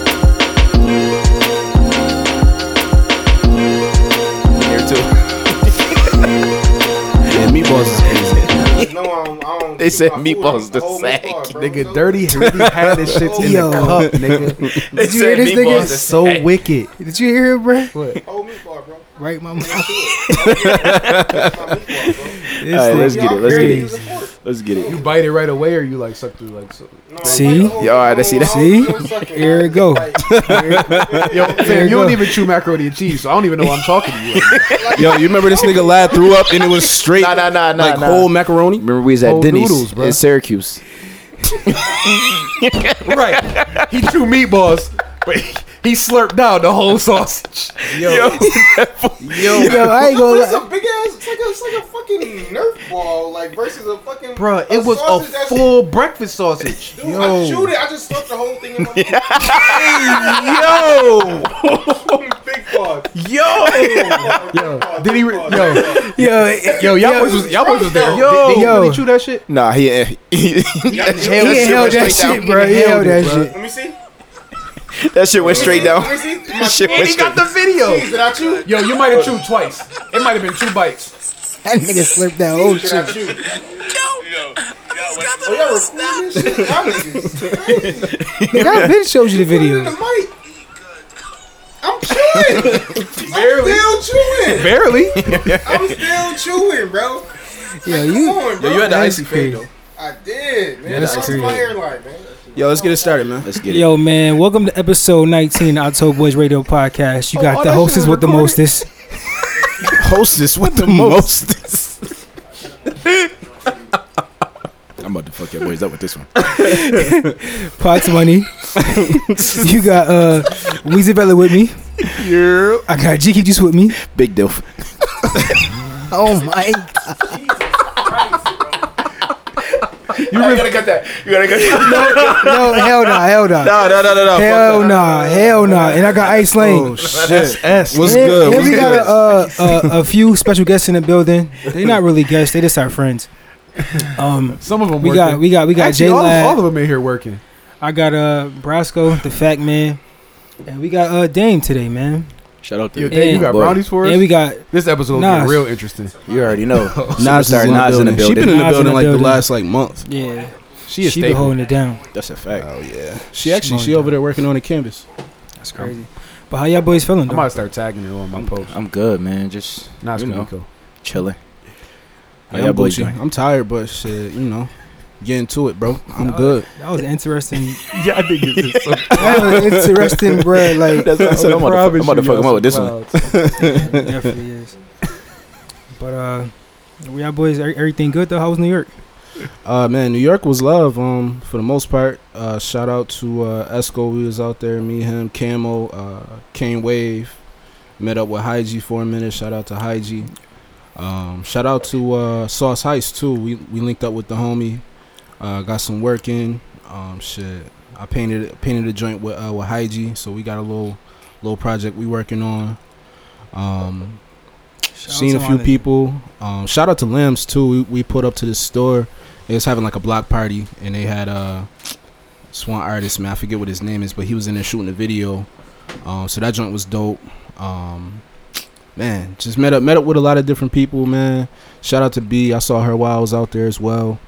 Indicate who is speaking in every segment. Speaker 1: they said meatballs to sack.
Speaker 2: Nigga, Dirty really had this shit in
Speaker 3: Yo.
Speaker 2: the cup, nigga.
Speaker 1: They
Speaker 3: Did you hear
Speaker 1: said
Speaker 3: this nigga?
Speaker 1: meatballs to
Speaker 3: It's
Speaker 2: So
Speaker 1: sack.
Speaker 2: wicked.
Speaker 3: Did you hear it, bro?
Speaker 2: What?
Speaker 4: Whole meatball, bro.
Speaker 3: Right, my
Speaker 2: This
Speaker 1: All right, let's
Speaker 2: nigga-
Speaker 1: get it. Let's get it. Let's get it.
Speaker 2: You bite it right away, or you like suck through like. So,
Speaker 3: See?
Speaker 1: Yeah, I see that.
Speaker 3: See? Here it go.
Speaker 2: yo,
Speaker 3: There
Speaker 2: fam,
Speaker 3: you
Speaker 2: you don't
Speaker 3: go.
Speaker 2: even chew macaroni and cheese, so I don't even know why I'm talking to you.
Speaker 5: Yo, you remember this nigga lad threw up and it was straight
Speaker 1: Nah, nah, nah, nah,
Speaker 5: like
Speaker 1: nah.
Speaker 5: whole macaroni?
Speaker 1: Remember we was at
Speaker 2: Whole
Speaker 1: Denny's
Speaker 2: noodles, bruh.
Speaker 1: in Syracuse.
Speaker 2: right? He chew meatballs, but he, he slurped down the whole sausage. Yo,
Speaker 3: Yo, I ain't gonna
Speaker 4: It's
Speaker 3: lie.
Speaker 4: a big ass. It's like a, it's like a fucking Nerf ball, like versus a fucking.
Speaker 2: bro, it was
Speaker 4: sausage
Speaker 2: a
Speaker 4: that's-
Speaker 2: full breakfast sausage.
Speaker 4: Dude, I chewed it. I just stuffed the whole thing in my mouth.
Speaker 2: Yo,
Speaker 4: Big pause.
Speaker 2: yo,
Speaker 4: Yo,
Speaker 2: did he? Re- yo,
Speaker 3: Yo,
Speaker 2: yo, y'all boys was y'all boys was there.
Speaker 3: Yo.
Speaker 2: did, did he
Speaker 3: Yo.
Speaker 2: really chew that shit?
Speaker 5: Nah, he eh, he, he
Speaker 3: he held that shit, bro. He held that shit.
Speaker 4: Let me see.
Speaker 5: that shit went straight down.
Speaker 4: Let me see. My
Speaker 5: That shit
Speaker 4: shit.
Speaker 5: went straight down.
Speaker 2: video.
Speaker 4: Did I chew?
Speaker 2: Yo, you might have chewed twice. It might have been two bites.
Speaker 3: That nigga slurped that whole
Speaker 4: Did I
Speaker 3: shit.
Speaker 4: chew? Oh, y'all recording this shit? Y'all niggas crazy.
Speaker 3: Nigga, I been showed you the
Speaker 4: Put it in the
Speaker 3: video.
Speaker 4: mic. I'm chewing.
Speaker 2: Barely.
Speaker 4: I'm still chewing.
Speaker 2: Barely.
Speaker 4: I'm still chewing, bro.
Speaker 3: Yo,
Speaker 4: Come
Speaker 3: you.
Speaker 4: on, bro.
Speaker 2: you had the
Speaker 3: That's
Speaker 2: icy fade though.
Speaker 3: crazy.
Speaker 4: I did, man.
Speaker 3: That's
Speaker 4: That's
Speaker 3: crazy.
Speaker 4: my hairline, man.
Speaker 5: Yo, let's get it started, man.
Speaker 1: Let's get it.
Speaker 3: Yo, man, welcome to episode 19 of October Boys Radio Podcast. You got the hostess with the mostest.
Speaker 5: Hostess with the most. I'm about to fuck your boys up with this one.
Speaker 3: Pots Money. you got uh, Weezy Bella with me. I got Jiki Juice with me.
Speaker 5: Big deal.
Speaker 3: Oh, my.
Speaker 1: You gotta cut that. You gotta cut that.
Speaker 3: No, hell nah, hell nah. Oh,
Speaker 5: No, no, no, no, no.
Speaker 3: Hell nah, hell nah. And I got Ice Lane.
Speaker 2: shit.
Speaker 5: What's
Speaker 3: and,
Speaker 5: good?
Speaker 3: and
Speaker 5: What's
Speaker 3: we got
Speaker 5: good?
Speaker 3: a, uh, a, a few special guests in the building. They're not really guests; they just our friends. Um,
Speaker 2: Some of them
Speaker 3: we
Speaker 2: working.
Speaker 3: got we got we got
Speaker 2: Actually,
Speaker 3: J
Speaker 2: all, all
Speaker 3: Lab.
Speaker 2: of them in here working.
Speaker 3: I got uh Brasco, the Fact Man, and we got uh Dame today, man.
Speaker 5: Shout out to
Speaker 2: You,
Speaker 5: you.
Speaker 3: Yeah.
Speaker 2: think you got
Speaker 5: Boy.
Speaker 2: brownies for us?
Speaker 3: And we got
Speaker 2: this episode
Speaker 3: Nas.
Speaker 2: is real interesting.
Speaker 5: You already know.
Speaker 1: Nas is
Speaker 5: Superstar
Speaker 1: in the
Speaker 5: Nas in the building.
Speaker 1: building.
Speaker 3: She been in the Nas in building the like the building. last,
Speaker 5: like month.
Speaker 3: yeah,
Speaker 2: She is
Speaker 3: she been
Speaker 2: staple.
Speaker 3: holding it down.
Speaker 5: That's a fact. Oh yeah.
Speaker 3: She
Speaker 5: She actually
Speaker 3: mowing
Speaker 5: she
Speaker 3: down.
Speaker 5: over there working on the canvas.
Speaker 3: That's crazy. But how y'all boys feeling?
Speaker 2: I
Speaker 3: though?
Speaker 2: might start tagging her on my post.
Speaker 5: I'm good, man. Just
Speaker 2: Nas
Speaker 5: you know.
Speaker 2: Kumiko.
Speaker 5: chilling. How
Speaker 1: I'm
Speaker 5: y'all boys
Speaker 1: Gucci.
Speaker 5: doing?
Speaker 1: I'm tired, but shit, you know, getting to it, bro. I'm good.
Speaker 3: That was interesting.
Speaker 2: Yeah, I think it's so
Speaker 3: that was interesting, bro. Like
Speaker 5: That's what I said. I'm about to fuck- I'm about to fuck him up with this one.
Speaker 2: one.
Speaker 3: it definitely is. But uh, we y'all boys, e- everything good though? How was New York?
Speaker 1: Uh, man, New York was love. Um, for the most part. Uh, shout out to uh, Esco. We was out there. Me, him, Camo, uh, Kane Wave. Met up with Hygie for a minute. Shout out to Hygie. Um, shout out to uh, Sauce Heist too. We we linked up with the homie. Uh, got some work in. Um, shit. I painted painted a joint with uh, with Hygie. So we got a little little project we working on. Um,
Speaker 3: Shout out
Speaker 1: Seen a
Speaker 3: to
Speaker 1: few
Speaker 3: Lonnie.
Speaker 1: people. Um, shout out to Limbs too. We, we put up to this store. They was having like a block party, and they had uh, this one artist man. I forget what his name is, but he was in there shooting a video. Um, so that joint was dope. Um, man, just met up met up with a lot of different people, man. Shout out to B. I saw her while I was out there as well.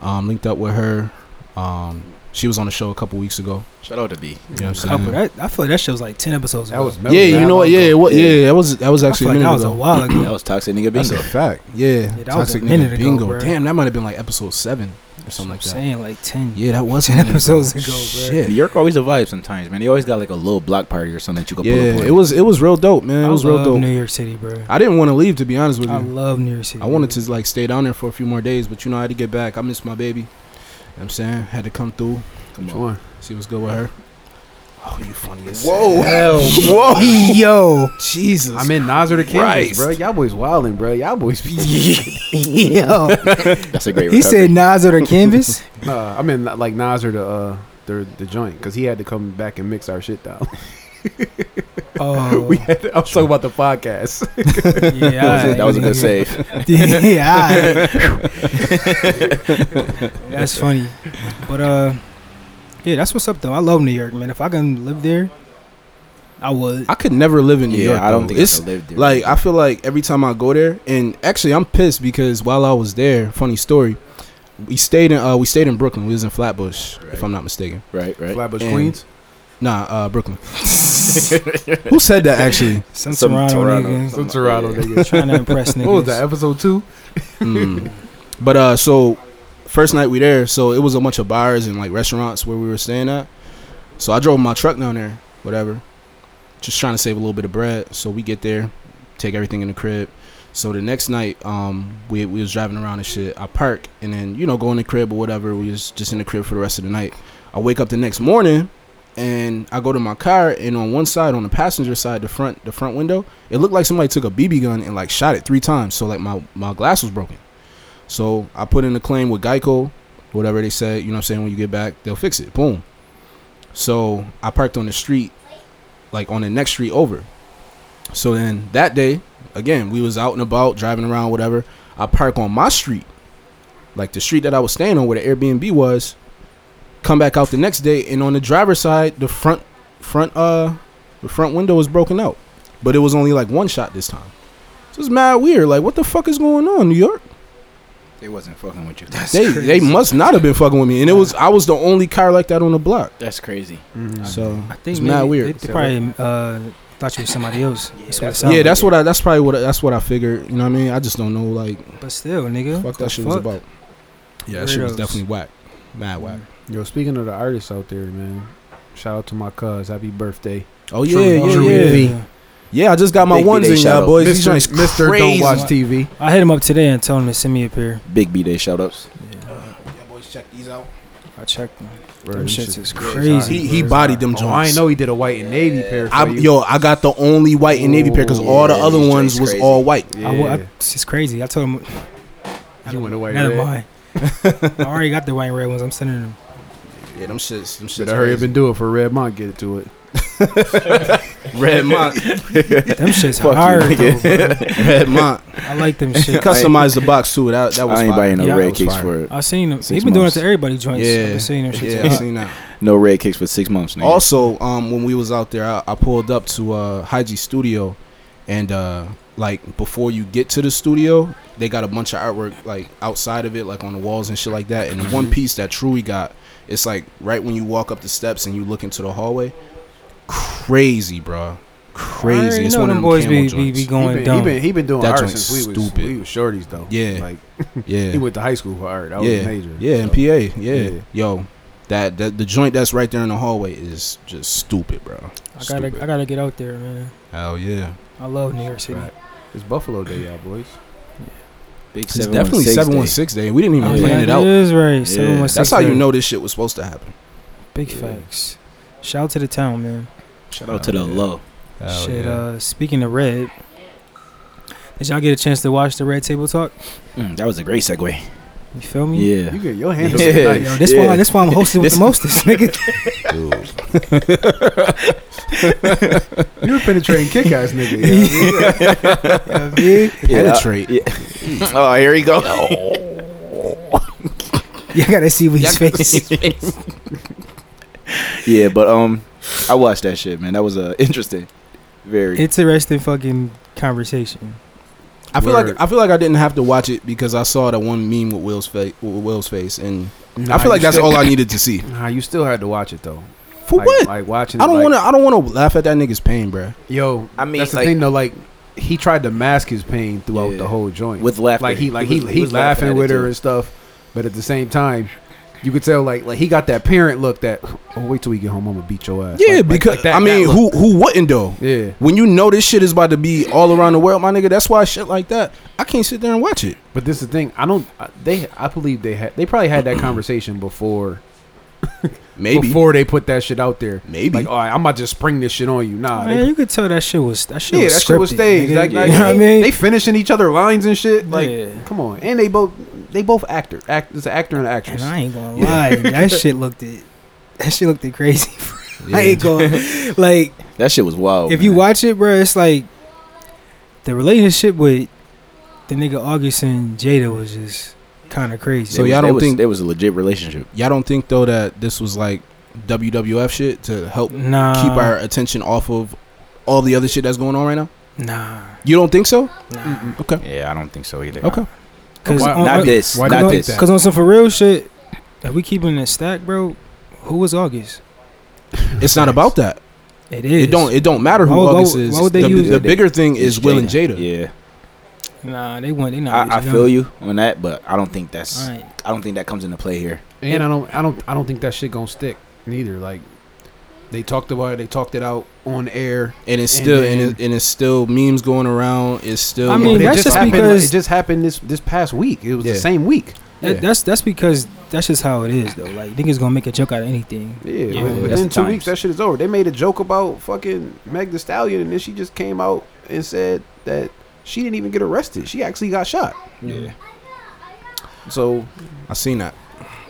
Speaker 1: Um, linked up with her. Um, she was on the show a couple weeks ago.
Speaker 5: Shout out to B.
Speaker 1: You know what I'm
Speaker 3: Couple.
Speaker 1: saying?
Speaker 3: That, I feel like that shit was like ten episodes.
Speaker 2: That
Speaker 3: ago.
Speaker 2: was
Speaker 1: yeah, you know what? Yeah, it wa-
Speaker 5: Yeah.
Speaker 1: yeah, that was that was
Speaker 3: I feel
Speaker 1: actually a
Speaker 3: like
Speaker 1: minute
Speaker 3: that was a
Speaker 1: ago.
Speaker 3: while ago.
Speaker 5: That was toxic nigga
Speaker 1: That's
Speaker 5: bingo.
Speaker 1: a fact. Yeah.
Speaker 3: Yeah, that was a
Speaker 1: Toxic nigga
Speaker 3: minute ago,
Speaker 1: Bingo.
Speaker 3: bruh.
Speaker 1: Damn, that might have been like episode seven or something
Speaker 3: I'm
Speaker 1: like that.
Speaker 3: saying like ten.
Speaker 1: Yeah, that was
Speaker 3: 10
Speaker 1: a minute
Speaker 3: episodes ago, bruh.
Speaker 1: Shit.
Speaker 5: New York always a vibe sometimes, man. They always got like a little block party or something that you could
Speaker 1: Yeah,
Speaker 5: pull up
Speaker 1: it
Speaker 5: on.
Speaker 1: was it was real dope, man.
Speaker 3: I
Speaker 1: It was real
Speaker 3: love
Speaker 1: dope.
Speaker 3: New York City, bro.
Speaker 1: I didn't want to leave to be honest with
Speaker 3: I
Speaker 1: you.
Speaker 3: love New York City.
Speaker 1: I wanted
Speaker 3: bro.
Speaker 1: to like stay down there for a few more days, but you know I had to get back. I missed my baby. You know what I'm saying had to come through,
Speaker 5: Come on.
Speaker 2: Sure.
Speaker 1: see what's good with her. Oh, you funny as
Speaker 5: Whoa.
Speaker 3: Yo,
Speaker 1: Jesus.
Speaker 2: I'm in Nas or the Kings,
Speaker 1: Christ.
Speaker 2: bro. Y'all boys wildin', bro. Y'all boys be.
Speaker 3: yo.
Speaker 5: That's a great
Speaker 3: He
Speaker 5: recovery.
Speaker 3: said Nas or the Canvas.
Speaker 2: Nah, I'm in like Nas or the uh, the the joint because he had to come back and mix our shit down.
Speaker 3: Oh,
Speaker 2: we had. I was talking about the podcast.
Speaker 3: yeah,
Speaker 5: that was a good
Speaker 3: say.
Speaker 5: save.
Speaker 3: yeah, alright. that's funny. But uh, yeah, that's what's up though. I love New York, man. If I can live there, I would.
Speaker 1: I could never live in New
Speaker 5: yeah,
Speaker 1: York.
Speaker 5: I
Speaker 1: though.
Speaker 5: don't think
Speaker 1: it's
Speaker 5: I could live there.
Speaker 1: Like I feel like every time I go there, and actually I'm pissed because while I was there, funny story,
Speaker 4: we stayed in uh we stayed in Brooklyn. We was in Flatbush, if I'm not mistaken.
Speaker 5: Right, right.
Speaker 2: Flatbush
Speaker 4: And-
Speaker 2: Queens.
Speaker 4: Nah, uh Brooklyn. Who said that actually?
Speaker 3: Some,
Speaker 5: Some
Speaker 3: Toronto,
Speaker 5: Toronto.
Speaker 3: nigga.
Speaker 2: Some Toronto niggas.
Speaker 3: Trying to impress niggas.
Speaker 2: What was that? Episode two.
Speaker 4: Mm. But uh, so first night we there, so it was a bunch of bars and like restaurants where we were staying at. So I drove my truck down there, whatever, just trying to save a little bit of bread. So we get there, take everything in the crib. So the next night, um, we we was driving around and shit. I park and then you know go in the crib or whatever. We was just in the crib for the rest of the night. I wake up the next morning. And I go to my car, and on one side, on the passenger side, the front, the front window, it looked like somebody took a BB gun and like shot it three times. So like my my glass was broken. So I put in a claim with Geico, whatever they said, you know what I'm saying, when you get back, they'll fix it. Boom. So I parked on the street, like on the next street over. So then that day, again, we was out and about, driving around, whatever. I park on my street, like the street that I was staying on where the Airbnb was, come back out the next day, and on the driver's side, the front front uh the front window was broken out. But it was only like one shot this time. So it's mad weird. Like what the fuck is going on, New York?
Speaker 5: They wasn't fucking with you.
Speaker 4: they they must not have been fucking with me, and it was I was the only car like that on the block.
Speaker 5: That's crazy.
Speaker 4: So
Speaker 3: I think
Speaker 4: it's mad
Speaker 3: maybe
Speaker 4: weird.
Speaker 3: They, they probably uh, thought you was somebody else. That's what it sound
Speaker 4: yeah,
Speaker 3: like.
Speaker 4: that's what I that's probably what I, that's what I figured. You know what I mean? I just don't know like
Speaker 3: But still, nigga.
Speaker 4: fuck
Speaker 3: the
Speaker 4: that shit was
Speaker 3: fuck?
Speaker 4: about. Yeah, that shit was
Speaker 3: Weirdos.
Speaker 4: definitely whack, mad whack.
Speaker 2: Yo, speaking of the artists out there, man. Shout out to my cuz. Happy birthday.
Speaker 4: Oh yeah,
Speaker 2: True,
Speaker 4: yeah,
Speaker 2: true.
Speaker 4: yeah, yeah. I just got my
Speaker 5: Big
Speaker 4: ones
Speaker 5: day
Speaker 4: in,
Speaker 5: shout
Speaker 4: y'all
Speaker 5: out.
Speaker 4: boys. These
Speaker 2: Mr.
Speaker 4: Oh, joints
Speaker 2: Mr. Don't
Speaker 4: crazy.
Speaker 2: Watch TV.
Speaker 3: I hit him up today and told him to send me a pair.
Speaker 5: Big B Day shout ups.
Speaker 4: boys, check these out.
Speaker 3: I checked them.
Speaker 2: them
Speaker 3: Them shits
Speaker 2: shits
Speaker 3: is
Speaker 4: He
Speaker 3: crazy.
Speaker 4: he bodied them joints.
Speaker 2: Oh, I ain't know he did a white and navy pair for
Speaker 4: I,
Speaker 2: you.
Speaker 4: yo, I got the only white and navy pair because all the
Speaker 5: Yeah,
Speaker 4: other
Speaker 5: these
Speaker 4: ones
Speaker 5: joints
Speaker 4: was
Speaker 5: crazy.
Speaker 4: all white.
Speaker 2: yeah.
Speaker 3: I, wa- I, it's just crazy. I told him
Speaker 2: you went away.
Speaker 3: Never
Speaker 2: red.
Speaker 3: mind. I already got the white and red ones. I'm sending them.
Speaker 4: Yeah, them shits, them shits.
Speaker 2: Should I hurry up and do it for Red Monk? Get it to it.
Speaker 4: Red Mont,
Speaker 3: Them shits
Speaker 5: Fuck you,
Speaker 3: hard.
Speaker 5: nigga.
Speaker 3: though, bro.
Speaker 4: Red Mont.
Speaker 3: I like them shit.
Speaker 4: Customized the box too. That that was.
Speaker 5: I ain't
Speaker 4: fire.
Speaker 5: buying no
Speaker 3: Yeah,
Speaker 4: That
Speaker 5: red
Speaker 4: was
Speaker 5: kicks
Speaker 4: fire.
Speaker 5: for it.
Speaker 3: I seen them.
Speaker 5: Six
Speaker 3: He's been doing it
Speaker 5: months.
Speaker 3: to everybody joints.
Speaker 4: Yeah.
Speaker 3: I've been seeing them shit.
Speaker 4: Yeah, I seen that.
Speaker 5: No red kicks for six months. Nigga.
Speaker 4: Also, um, when we was out there, I, I pulled up to uh, Hygie Studio, and uh, like before you get to the studio, they got a bunch of artwork like outside of it, like on the walls and shit like that. And the one
Speaker 2: Mm-hmm.
Speaker 4: piece that Truey got, it's like right when you walk up the steps and you look into the hallway, crazy, bro,
Speaker 3: I
Speaker 4: crazy.
Speaker 3: already
Speaker 4: It's
Speaker 3: know
Speaker 4: one of
Speaker 3: them
Speaker 4: them
Speaker 3: boys be,
Speaker 4: camo
Speaker 3: be, be
Speaker 4: joints.
Speaker 2: He
Speaker 3: going
Speaker 2: been, he
Speaker 3: dumb.
Speaker 2: been he been doing
Speaker 4: That
Speaker 2: art
Speaker 4: joint's
Speaker 2: since we was
Speaker 4: stupid.
Speaker 2: we was shorties though.
Speaker 4: Yeah.
Speaker 2: like he
Speaker 4: Yeah,
Speaker 2: went to high school for art. That was
Speaker 4: yeah,
Speaker 2: major.
Speaker 4: yeah, and
Speaker 2: so.
Speaker 4: PA, yeah.
Speaker 2: Yeah.
Speaker 4: yo. That, that the joint that's right there in the hallway is just stupid, bro.
Speaker 3: I gotta
Speaker 4: Stupid.
Speaker 3: I gotta get out there, man.
Speaker 4: Hell yeah.
Speaker 3: I love New York City.
Speaker 2: Right. It's Buffalo Day, y'all boys.
Speaker 5: big
Speaker 4: It's definitely
Speaker 5: 716
Speaker 4: seven
Speaker 5: day.
Speaker 4: one six day. We didn't even
Speaker 3: Oh,
Speaker 4: plan
Speaker 3: yeah,
Speaker 4: it out.
Speaker 3: It is right. Seven one
Speaker 5: That's
Speaker 3: six.
Speaker 4: That's how you
Speaker 3: right.
Speaker 4: know this shit was supposed to happen.
Speaker 3: Big
Speaker 2: Yeah.
Speaker 3: facts. Shout out to the town, man.
Speaker 5: Shout out to the low.
Speaker 3: Shit. Uh, speaking of red, did y'all get a chance to watch the Red Table Talk?
Speaker 5: Mm, that was a great segue.
Speaker 3: You feel me?
Speaker 5: Yeah.
Speaker 2: You get your hands
Speaker 5: Yeah.
Speaker 2: up tonight.
Speaker 3: Yo, this
Speaker 5: Yeah.
Speaker 3: why this why I'm hosting with
Speaker 5: This-
Speaker 3: the mostest, nigga.
Speaker 2: You a penetrating kick ass nigga. Yeah.
Speaker 5: Yeah.
Speaker 4: Penetrate.
Speaker 5: Oh, here he go.
Speaker 3: you gotta see with his face.
Speaker 5: yeah, but um, I watched that shit, man. That was uh interesting. Very.
Speaker 3: Interesting fucking conversation.
Speaker 4: I feel
Speaker 2: Word.
Speaker 4: like I feel like I didn't have to watch it because I saw that one meme with Will's face. With Will's face, and I feel like that's all I needed to see.
Speaker 2: Nah, you still had to watch it though.
Speaker 4: For
Speaker 2: like,
Speaker 4: what?
Speaker 2: Like watching.
Speaker 4: I
Speaker 2: it,
Speaker 4: don't
Speaker 2: like,
Speaker 4: want to. I don't want to laugh at that nigga's pain, bro.
Speaker 2: Yo,
Speaker 5: I mean,
Speaker 2: that's the
Speaker 5: like-
Speaker 2: thing though. Like he tried to mask his pain throughout
Speaker 5: Yeah.
Speaker 2: the whole joint
Speaker 5: With laughter.
Speaker 2: Like he, like he,
Speaker 5: was-
Speaker 2: he,
Speaker 5: was
Speaker 2: laughing,
Speaker 5: at it,
Speaker 2: with her
Speaker 5: too.
Speaker 2: and stuff. But at the same time, you could tell like like he got that parent look that. Oh, wait till we get home, I'm gonna beat your ass.
Speaker 4: Yeah,
Speaker 2: Like- like-
Speaker 4: because
Speaker 2: like that-
Speaker 4: I mean,
Speaker 2: that
Speaker 4: who who wouldn't though?
Speaker 2: look. Yeah,
Speaker 4: When you know this shit is about to be all around the world, my nigga, that's why shit like that. I can't sit there and watch it.
Speaker 2: but this is the thing. I don't. I- They, I believe they had. They probably had that conversation before.
Speaker 4: Maybe.
Speaker 2: before they put that shit out there.
Speaker 4: Maybe.
Speaker 2: Like, all right, I'm about to just spring this shit on you. Nah.
Speaker 3: Man,
Speaker 2: they,
Speaker 3: you could tell that shit was that shit
Speaker 2: yeah,
Speaker 3: was
Speaker 2: that shit was
Speaker 3: scripted,
Speaker 2: staged.
Speaker 3: nigga.
Speaker 2: Like,
Speaker 3: you
Speaker 2: like,
Speaker 3: know what I mean?
Speaker 2: They finishing each other lines and shit. Like,
Speaker 3: Yeah.
Speaker 2: come on. And they both, they both actor. Act. It's an actor and an actress.
Speaker 3: and I ain't gonna lie, that shit looked it. That shit looked it crazy. I ain't going like
Speaker 5: That shit was wild.
Speaker 3: if you
Speaker 5: Oh, man.
Speaker 3: watch it, bro, it's like the relationship with the nigga August and Jada was just kind of crazy.
Speaker 4: So
Speaker 5: It was-
Speaker 4: y'all
Speaker 5: it
Speaker 4: don't
Speaker 5: was-
Speaker 4: think-
Speaker 5: it was a legit relationship?
Speaker 4: Y'all don't think though that this was like WWF shit to help
Speaker 3: nah,
Speaker 4: keep our attention off of all the other shit that's going on right now?
Speaker 3: nah,
Speaker 4: You don't think so?
Speaker 3: nah.
Speaker 4: Okay.
Speaker 5: Yeah, I don't think so either.
Speaker 4: Okay. Uh,
Speaker 3: Cause
Speaker 2: Why-
Speaker 3: on,
Speaker 5: Not this.
Speaker 2: why do
Speaker 5: not
Speaker 2: you
Speaker 5: this.
Speaker 2: think
Speaker 3: Cause on some for real shit, if we keeping it stack, bro, who was August?
Speaker 1: It's not about that.
Speaker 3: It is.
Speaker 1: It don't. It don't matter who
Speaker 3: Why would- why
Speaker 1: August
Speaker 3: would-
Speaker 1: is.
Speaker 3: why would they
Speaker 1: the,
Speaker 3: use
Speaker 1: the
Speaker 5: it?
Speaker 1: bigger thing is Will and Jada.
Speaker 5: Yeah,
Speaker 3: Nah, they want. They not.
Speaker 5: I, I feel you on that, but I don't think that's.
Speaker 3: All right.
Speaker 5: I don't think that comes into play here.
Speaker 2: And I don't, I don't, I don't think that shit gonna stick neither. Like they talked about it, they talked it out on air.
Speaker 1: And it's
Speaker 2: And
Speaker 1: still and,
Speaker 2: then-
Speaker 1: it, and it's still memes going around. It's still.
Speaker 3: I
Speaker 2: But
Speaker 3: mean,
Speaker 2: it
Speaker 3: that's just
Speaker 2: happened,
Speaker 3: because-
Speaker 2: it just happened this this past week. It was
Speaker 1: Yeah.
Speaker 2: the same week.
Speaker 3: That,
Speaker 1: Yeah.
Speaker 3: That's that's because that's just how it is though. Like niggas gonna make a joke out of anything.
Speaker 2: Yeah,
Speaker 3: Yeah, but
Speaker 2: but
Speaker 5: that's
Speaker 2: within
Speaker 5: the
Speaker 2: two
Speaker 5: times.
Speaker 2: weeks, that shit is over. They made a joke about fucking Meg The Stallion, and then she just came out and said that she didn't even get arrested. She actually got shot.
Speaker 5: Yeah,
Speaker 2: So
Speaker 1: I seen that.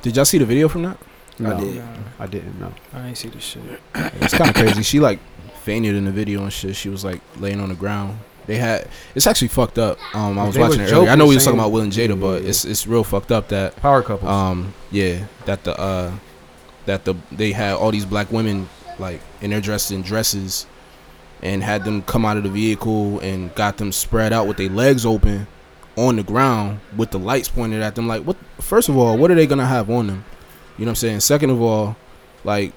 Speaker 1: Did y'all see the video from that?
Speaker 2: no,
Speaker 5: I did.
Speaker 3: Nah,
Speaker 2: I didn't know.
Speaker 3: I ain't see this shit.
Speaker 1: It's kind of crazy. She like fainted in the video and shit. She was like laying on the ground. They had it's actually fucked up. Um, I was
Speaker 2: They
Speaker 1: watching
Speaker 2: were
Speaker 1: it earlier. I know we was
Speaker 2: joking,
Speaker 1: talking about Will and
Speaker 2: saying-
Speaker 1: Jada, but
Speaker 2: Yeah.
Speaker 1: it's it's real fucked up that
Speaker 2: Power couples.
Speaker 1: um yeah that the uh that the they had all these black women like and they're dressed in dresses and had them come out of the vehicle and got them spread out with their legs open on the ground with the lights pointed at them like what first of all what are they gonna have on them you know what i'm saying second of all like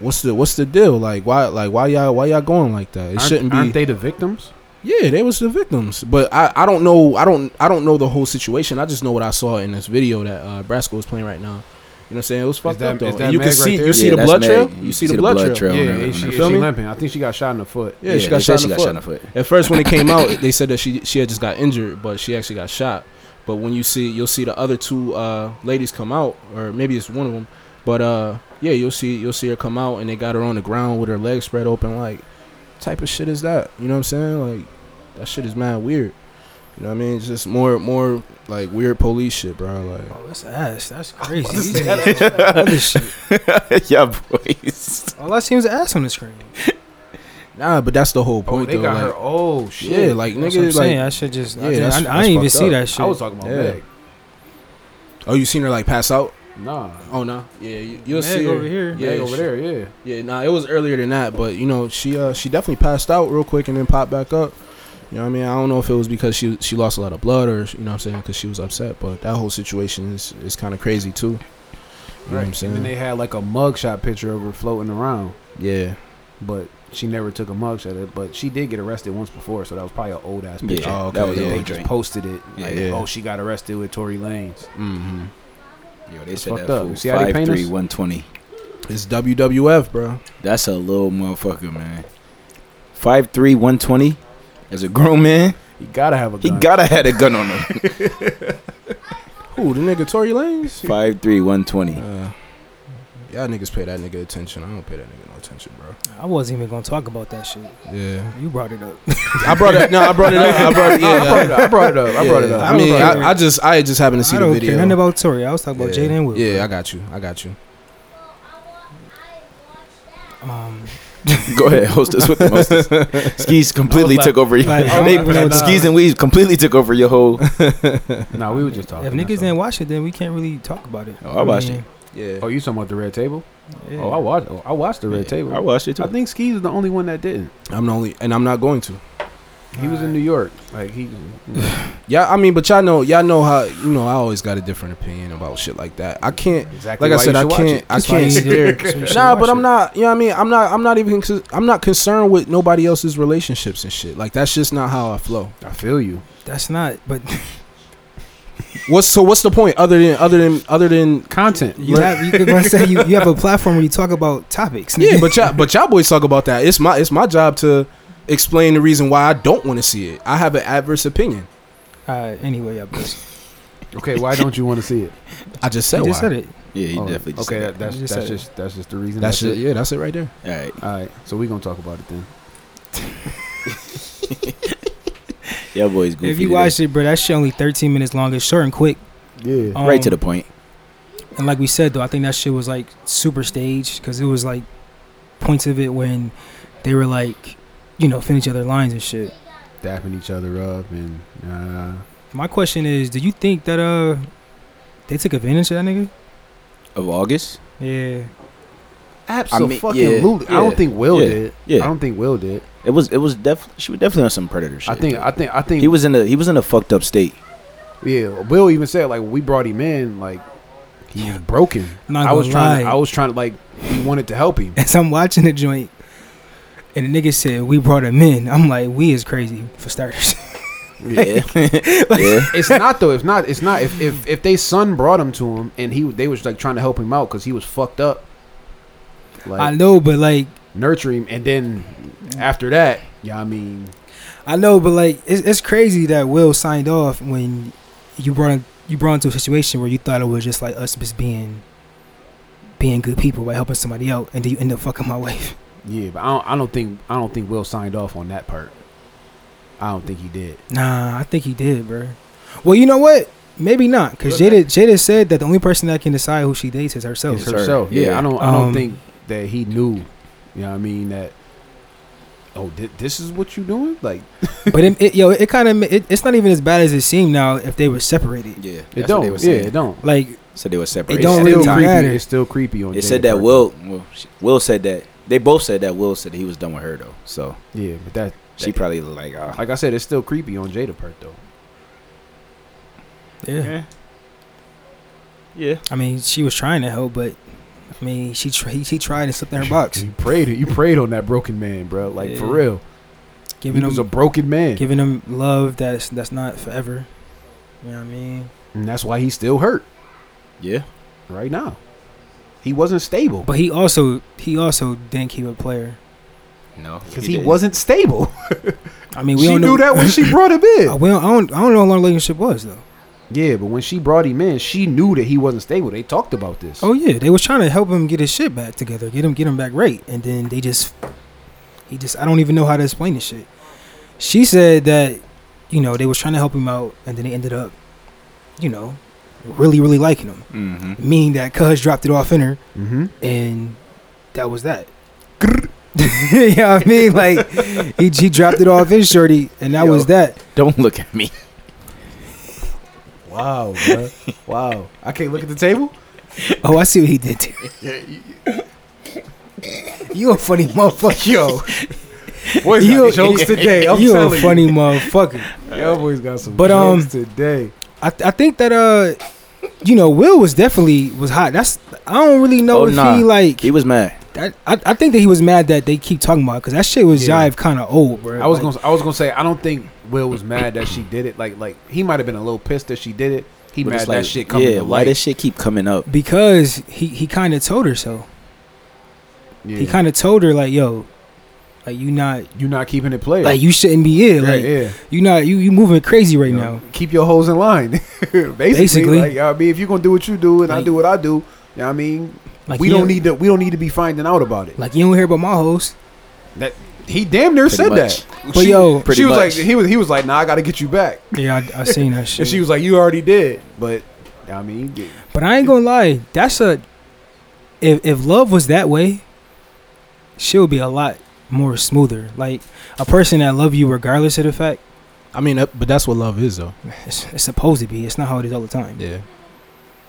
Speaker 1: what's the what's the deal like why like why y'all why y'all going like that it
Speaker 2: aren't,
Speaker 1: shouldn't be
Speaker 2: Aren't they the victims?
Speaker 1: yeah, they was the victims, but I, I don't know I don't I don't know the whole situation. I just know what I saw in this video that uh, Brasco was playing right now. You know what I'm saying? It was fucked
Speaker 2: that-
Speaker 1: up though.
Speaker 2: is that
Speaker 1: And you can
Speaker 2: Meg right
Speaker 1: see
Speaker 2: there?
Speaker 1: you see
Speaker 5: Yeah,
Speaker 1: the
Speaker 5: that's
Speaker 1: blood
Speaker 5: Meg.
Speaker 1: trail. You see the blood trail.
Speaker 5: on her-
Speaker 2: yeah,
Speaker 5: on her
Speaker 2: and she,
Speaker 5: face.
Speaker 1: feel
Speaker 2: and she
Speaker 1: me?
Speaker 2: limping. I think she got shot in the foot.
Speaker 1: Yeah, she
Speaker 5: they
Speaker 1: got
Speaker 5: said
Speaker 1: shot
Speaker 5: she
Speaker 1: in the
Speaker 5: got shot in the
Speaker 1: foot.
Speaker 5: foot.
Speaker 1: At first, when it came out, they said that she she had just got injured, but she actually got shot. But when you see you'll see the other two uh, ladies come out, or maybe it's one of them. But uh, yeah, you'll see you'll see her come out, and they got her on the ground with her legs spread open. Like, type of shit is that? You know what I'm saying? Like, that shit is mad weird. You know what I mean? It's just more more like weird police shit, bro. Like.
Speaker 3: Oh, that's ass. That's crazy. These niggas other shit.
Speaker 5: yeah, boys.
Speaker 3: All I see was ass on the screen.
Speaker 1: Nah, but that's the whole
Speaker 2: Oh,
Speaker 1: point
Speaker 2: they
Speaker 1: though.
Speaker 2: got
Speaker 1: like,
Speaker 2: her. Oh
Speaker 1: yeah,
Speaker 2: shit!
Speaker 1: like
Speaker 3: That's what I'm
Speaker 1: nigga,
Speaker 3: saying.
Speaker 1: like
Speaker 3: I should just.
Speaker 1: Yeah,
Speaker 3: I, didn't-
Speaker 1: that's-
Speaker 3: I, I ain't even
Speaker 1: that's
Speaker 3: see
Speaker 1: fucked
Speaker 3: that shit.
Speaker 2: I was talking about
Speaker 1: Yeah.
Speaker 2: Meg.
Speaker 1: oh, you seen her like pass out?
Speaker 2: Nah,
Speaker 1: Oh no, yeah, you, you'll
Speaker 3: Meg
Speaker 1: see her
Speaker 3: over here.
Speaker 1: Yeah,
Speaker 2: Meg
Speaker 1: she-
Speaker 2: over there. Yeah,
Speaker 1: Yeah, nah, it was earlier than that, but you know, she uh she definitely passed out real quick and then popped back up. You know what I mean? I don't know if it was because she she lost a lot of blood or you know what I'm saying because she was upset, but that whole situation is is kind of crazy too. You know what I'm
Speaker 2: And then
Speaker 1: saying?
Speaker 2: they had like a mugshot picture of her floating around.
Speaker 1: yeah.
Speaker 2: but she never took a mugshot. of it. But she did get arrested once before, so that was probably an old ass
Speaker 5: Yeah,
Speaker 2: picture.
Speaker 1: Oh, okay,
Speaker 5: that was
Speaker 2: But
Speaker 1: yeah.
Speaker 5: a
Speaker 2: they
Speaker 5: big
Speaker 2: just
Speaker 5: drink.
Speaker 2: posted it. Like,
Speaker 1: Yeah.
Speaker 2: oh, she got arrested with Tory Lanez.
Speaker 1: Mm-hmm.
Speaker 5: Yo, they
Speaker 2: That's
Speaker 5: said
Speaker 2: fucked
Speaker 5: that
Speaker 2: up.
Speaker 5: fool
Speaker 2: You see how they
Speaker 5: five
Speaker 2: paint
Speaker 5: three
Speaker 2: us?
Speaker 5: one twenty.
Speaker 1: It's WWF, bro.
Speaker 5: That's a little motherfucker, man. Five three one twenty. As a grown man,
Speaker 2: You gotta have a
Speaker 5: he
Speaker 2: gun.
Speaker 5: gotta had a gun on him.
Speaker 1: Who the nigga Tory Lanez?
Speaker 5: Five three one twenty.
Speaker 1: Uh, y'all niggas pay that nigga attention. I don't pay that nigga no attention, bro.
Speaker 3: I wasn't even gonna talk about that shit.
Speaker 1: Yeah,
Speaker 3: You brought it up.
Speaker 1: I brought it. No, I brought it up. I brought it. Yeah,
Speaker 2: I brought it up. I brought it up. I brought it
Speaker 1: yeah.
Speaker 2: up.
Speaker 1: I mean,
Speaker 3: brought it
Speaker 1: I, I just I just happened to see
Speaker 3: I
Speaker 1: the
Speaker 3: don't
Speaker 1: video.
Speaker 3: care nothing about Tory. I was talking about
Speaker 1: yeah.
Speaker 3: Jaden Will.
Speaker 1: Yeah, I got you. I got you.
Speaker 3: Um,
Speaker 5: Go ahead, hostess with the hostess. Skis completely
Speaker 3: I was like-
Speaker 5: took over. Your,
Speaker 3: like, I
Speaker 5: they,
Speaker 3: was like, nah.
Speaker 5: skis and weaves completely took over your whole.
Speaker 2: no, we were just talking.
Speaker 3: if niggas
Speaker 2: that's all.
Speaker 3: didn't watch it, then we can't really talk about it.
Speaker 5: Oh, I watched
Speaker 3: mean,
Speaker 1: Yeah.
Speaker 2: Oh, you talking about the red table?
Speaker 3: yeah.
Speaker 2: Oh, I watched. Oh, I watched the red table.
Speaker 5: I watched it too.
Speaker 2: I think Ski's is the only one that didn't.
Speaker 1: I'm the only, and I'm not going to.
Speaker 2: He was in New York. Like he.
Speaker 1: Yeah, I mean, but y'all know, y'all know how you know. I always got a different opinion about shit like that. I can't,
Speaker 2: Exactly.
Speaker 1: like I
Speaker 2: why
Speaker 1: said,
Speaker 2: you
Speaker 1: I
Speaker 2: should watch
Speaker 1: can't,
Speaker 2: it.
Speaker 1: I
Speaker 3: That's why
Speaker 1: can't
Speaker 3: you
Speaker 1: stare.
Speaker 3: did- that's why you should
Speaker 1: Nah,
Speaker 3: watch
Speaker 1: but I'm
Speaker 3: it.
Speaker 1: not. You know what I mean? I'm not. I'm not even. consi- I'm not concerned with nobody else's relationships and shit. Like that's just not how I flow.
Speaker 2: I feel you.
Speaker 3: That's not. But
Speaker 1: What's so? What's the point? Other than other than other than
Speaker 2: Content.
Speaker 3: you have. You, I say you, you have a platform where you talk about topics. nigga.
Speaker 1: yeah. But y'all, but y'all boys talk about that. It's my it's my job to explain the reason why I don't want to see it. I have an adverse opinion.
Speaker 3: Uh, anyway, I just,
Speaker 2: Okay, why don't you want to see it?
Speaker 1: I just
Speaker 3: I
Speaker 1: said
Speaker 3: just
Speaker 1: why.
Speaker 3: said it.
Speaker 5: yeah, you
Speaker 2: Oh,
Speaker 5: definitely. Just
Speaker 2: okay,
Speaker 5: said
Speaker 2: that- that's
Speaker 3: You just
Speaker 2: that's
Speaker 3: said it.
Speaker 2: just that's just the reason.
Speaker 1: That's it. Yeah, that's it right there.
Speaker 5: that. All right.
Speaker 2: All right, so we gonna talk about it then.
Speaker 5: Yeah, boys. Goofy
Speaker 3: If you
Speaker 5: today.
Speaker 3: watched it, bro, that shit only 13 minutes long. It's short and quick.
Speaker 2: Yeah.
Speaker 3: Um,
Speaker 5: right to the point.
Speaker 3: And like we said though, I think that shit was like super staged because it was like points of it when they were like, you know, finish other lines and shit.
Speaker 2: dapping each other up and uh,
Speaker 3: My question is, do you think that uh they took advantage of that nigga?
Speaker 5: Of August.
Speaker 3: Yeah.
Speaker 2: absolutely.
Speaker 5: yeah,
Speaker 2: I don't think Will
Speaker 5: yeah,
Speaker 2: did.
Speaker 5: yeah.
Speaker 2: I don't think Will did.
Speaker 5: It was. It was definitely. She was definitely on some predator shit.
Speaker 2: I think. I think. I think.
Speaker 5: he was in a. He was in a fucked up state.
Speaker 2: Yeah, Will even said like when we brought him in, like he was broken.
Speaker 3: I'm not
Speaker 2: I was
Speaker 3: gonna
Speaker 2: trying.
Speaker 3: lie.
Speaker 2: I was trying to like we wanted to help him.
Speaker 3: As I'm watching the joint, and the nigga said we brought him in. I'm like, we is crazy for starters.
Speaker 5: Yeah. yeah.
Speaker 2: It's not though. It's not. It's not. If if if they son brought him to him and he they was like trying to help him out because he was fucked up.
Speaker 3: I
Speaker 2: Like
Speaker 3: know, but like,
Speaker 2: nurture him, and then after that, yeah, I mean,
Speaker 3: I know, but like, it's, it's crazy that Will signed off when you brought him, you brought him to a situation where you thought it was just like us just being, being good people by helping somebody out, and then you end up fucking my wife.
Speaker 2: yeah, but I don't, I don't think I don't think Will signed off on that part. I don't think he did.
Speaker 3: Nah, I think he did, bro. Well, you know what? Maybe not, because Jada Jada said that the only person that can decide who she dates is herself.
Speaker 5: Is her.
Speaker 2: herself. Yeah,
Speaker 5: Yeah.
Speaker 2: I don't. I don't
Speaker 3: Um,
Speaker 2: think that he knew. You know what I mean? That oh, thi- this is what you doing? Like
Speaker 3: but it, it, yo, it kind of it, it's not even as bad as it seemed now if they were separated.
Speaker 5: Yeah.
Speaker 2: it
Speaker 5: That's what they
Speaker 2: don't.
Speaker 5: were
Speaker 2: Yeah,
Speaker 5: saying.
Speaker 2: it don't.
Speaker 3: Like
Speaker 5: So they were separated.
Speaker 3: It don't
Speaker 5: at the
Speaker 3: really
Speaker 5: time.
Speaker 2: creepy.
Speaker 3: matter.
Speaker 2: It's still creepy on.
Speaker 5: It
Speaker 2: Jada
Speaker 5: said that
Speaker 2: Pinkett.
Speaker 5: Will, well, sh- Will said that they both said that Will said he was done with her though. So
Speaker 2: Yeah, but that
Speaker 5: she probably like, oh,
Speaker 2: like I said, it's still creepy on Jada part though.
Speaker 3: yeah,
Speaker 5: yeah.
Speaker 3: I mean, she was trying to help, but I mean, she tr- he, she tried and slipped in her box,
Speaker 2: You prayed it. You prayed on that broken man, bro. Like for
Speaker 3: Yeah.
Speaker 2: real, he
Speaker 3: giving
Speaker 2: was a
Speaker 3: him
Speaker 2: broken man,
Speaker 3: giving him love that's that's not forever. You know what I mean?
Speaker 2: and that's why he's still hurt
Speaker 5: yeah,
Speaker 2: right now. He wasn't stable
Speaker 3: But he also he also didn't keep a player.
Speaker 5: no,
Speaker 2: because he,
Speaker 5: didn't.
Speaker 2: wasn't stable.
Speaker 3: I mean, we
Speaker 2: She
Speaker 3: don't know,
Speaker 2: knew that when she brought him in.
Speaker 3: I, we don't, I don't I don't know how long the relationship was though.
Speaker 2: Yeah, but when she brought him in, she knew that he wasn't stable. They talked about this.
Speaker 3: Oh yeah, they was trying to help him get his shit back together, get him get him back right, and then they just he just I don't even know how to explain this shit. She said that you know they was trying to help him out, and then they ended up you know really really liking him,
Speaker 5: hmm
Speaker 3: meaning that Cuz dropped it off in her,
Speaker 2: Mm-hmm.
Speaker 3: and that was that. you know what I mean? Like he he dropped it off in Shorty, and that
Speaker 2: Yo.
Speaker 3: was that.
Speaker 5: Don't look at me.
Speaker 2: Wow, bro. wow. I can't look at the table.
Speaker 3: Oh, I see what he did. there. you a funny motherfucker, yo.
Speaker 2: Boys
Speaker 3: You-
Speaker 2: got jokes today. I'm
Speaker 3: you a
Speaker 2: telling
Speaker 3: funny motherfucker.
Speaker 2: you, y'all boys got some
Speaker 3: But, um,
Speaker 2: jokes today.
Speaker 3: I, I think that uh, you know, Will was definitely was hot. That's I don't really know
Speaker 5: Oh,
Speaker 3: if
Speaker 5: nah.
Speaker 3: he like.
Speaker 5: He was mad.
Speaker 3: that, I I think that he was mad that they keep talking about because that shit was
Speaker 2: Yeah.
Speaker 3: jive kind of old, bro.
Speaker 2: I was
Speaker 3: Like,
Speaker 2: gonna. I was gonna say. I don't think Will was mad that she did it. Like, like he might have been a little pissed that she did it. He
Speaker 5: But
Speaker 2: mad
Speaker 5: it's like,
Speaker 2: that shit coming
Speaker 5: yeah,
Speaker 2: to
Speaker 5: why
Speaker 2: light.
Speaker 5: this shit keep coming up?
Speaker 3: because he he kind of told her so.
Speaker 2: yeah.
Speaker 3: He kind of told her like, yo, like you not
Speaker 2: you not keeping it played.
Speaker 3: like you shouldn't be here.
Speaker 2: yeah,
Speaker 3: Like
Speaker 2: yeah.
Speaker 3: you not you you moving crazy right
Speaker 2: You know,
Speaker 3: now.
Speaker 2: keep your hoes in line. Basically,
Speaker 3: Basically.
Speaker 2: like I mean, if you gonna do what you do and I
Speaker 3: Like-
Speaker 2: do what I do, you know what I mean,
Speaker 3: Like
Speaker 2: we
Speaker 3: you
Speaker 2: don't need to. We don't need to be finding out about it.
Speaker 3: like you don't hear about my host.
Speaker 2: That he damn near
Speaker 5: Pretty
Speaker 2: said
Speaker 5: much.
Speaker 2: that.
Speaker 3: But yo-
Speaker 5: Pretty
Speaker 2: she was
Speaker 5: much.
Speaker 2: like, he was, he was like, nah, I got to get you back,
Speaker 3: Yeah, I, I seen that shit.
Speaker 2: and she was like, you already did. But I mean, yeah.
Speaker 3: But I ain't gonna lie, that's a if if love was that way, she would be a lot more smoother. Like a person that love you regardless of the fact,
Speaker 1: I mean, that- but that's what love is, though.
Speaker 3: it's, it's supposed to be. It's not how it is all the time.
Speaker 1: Yeah.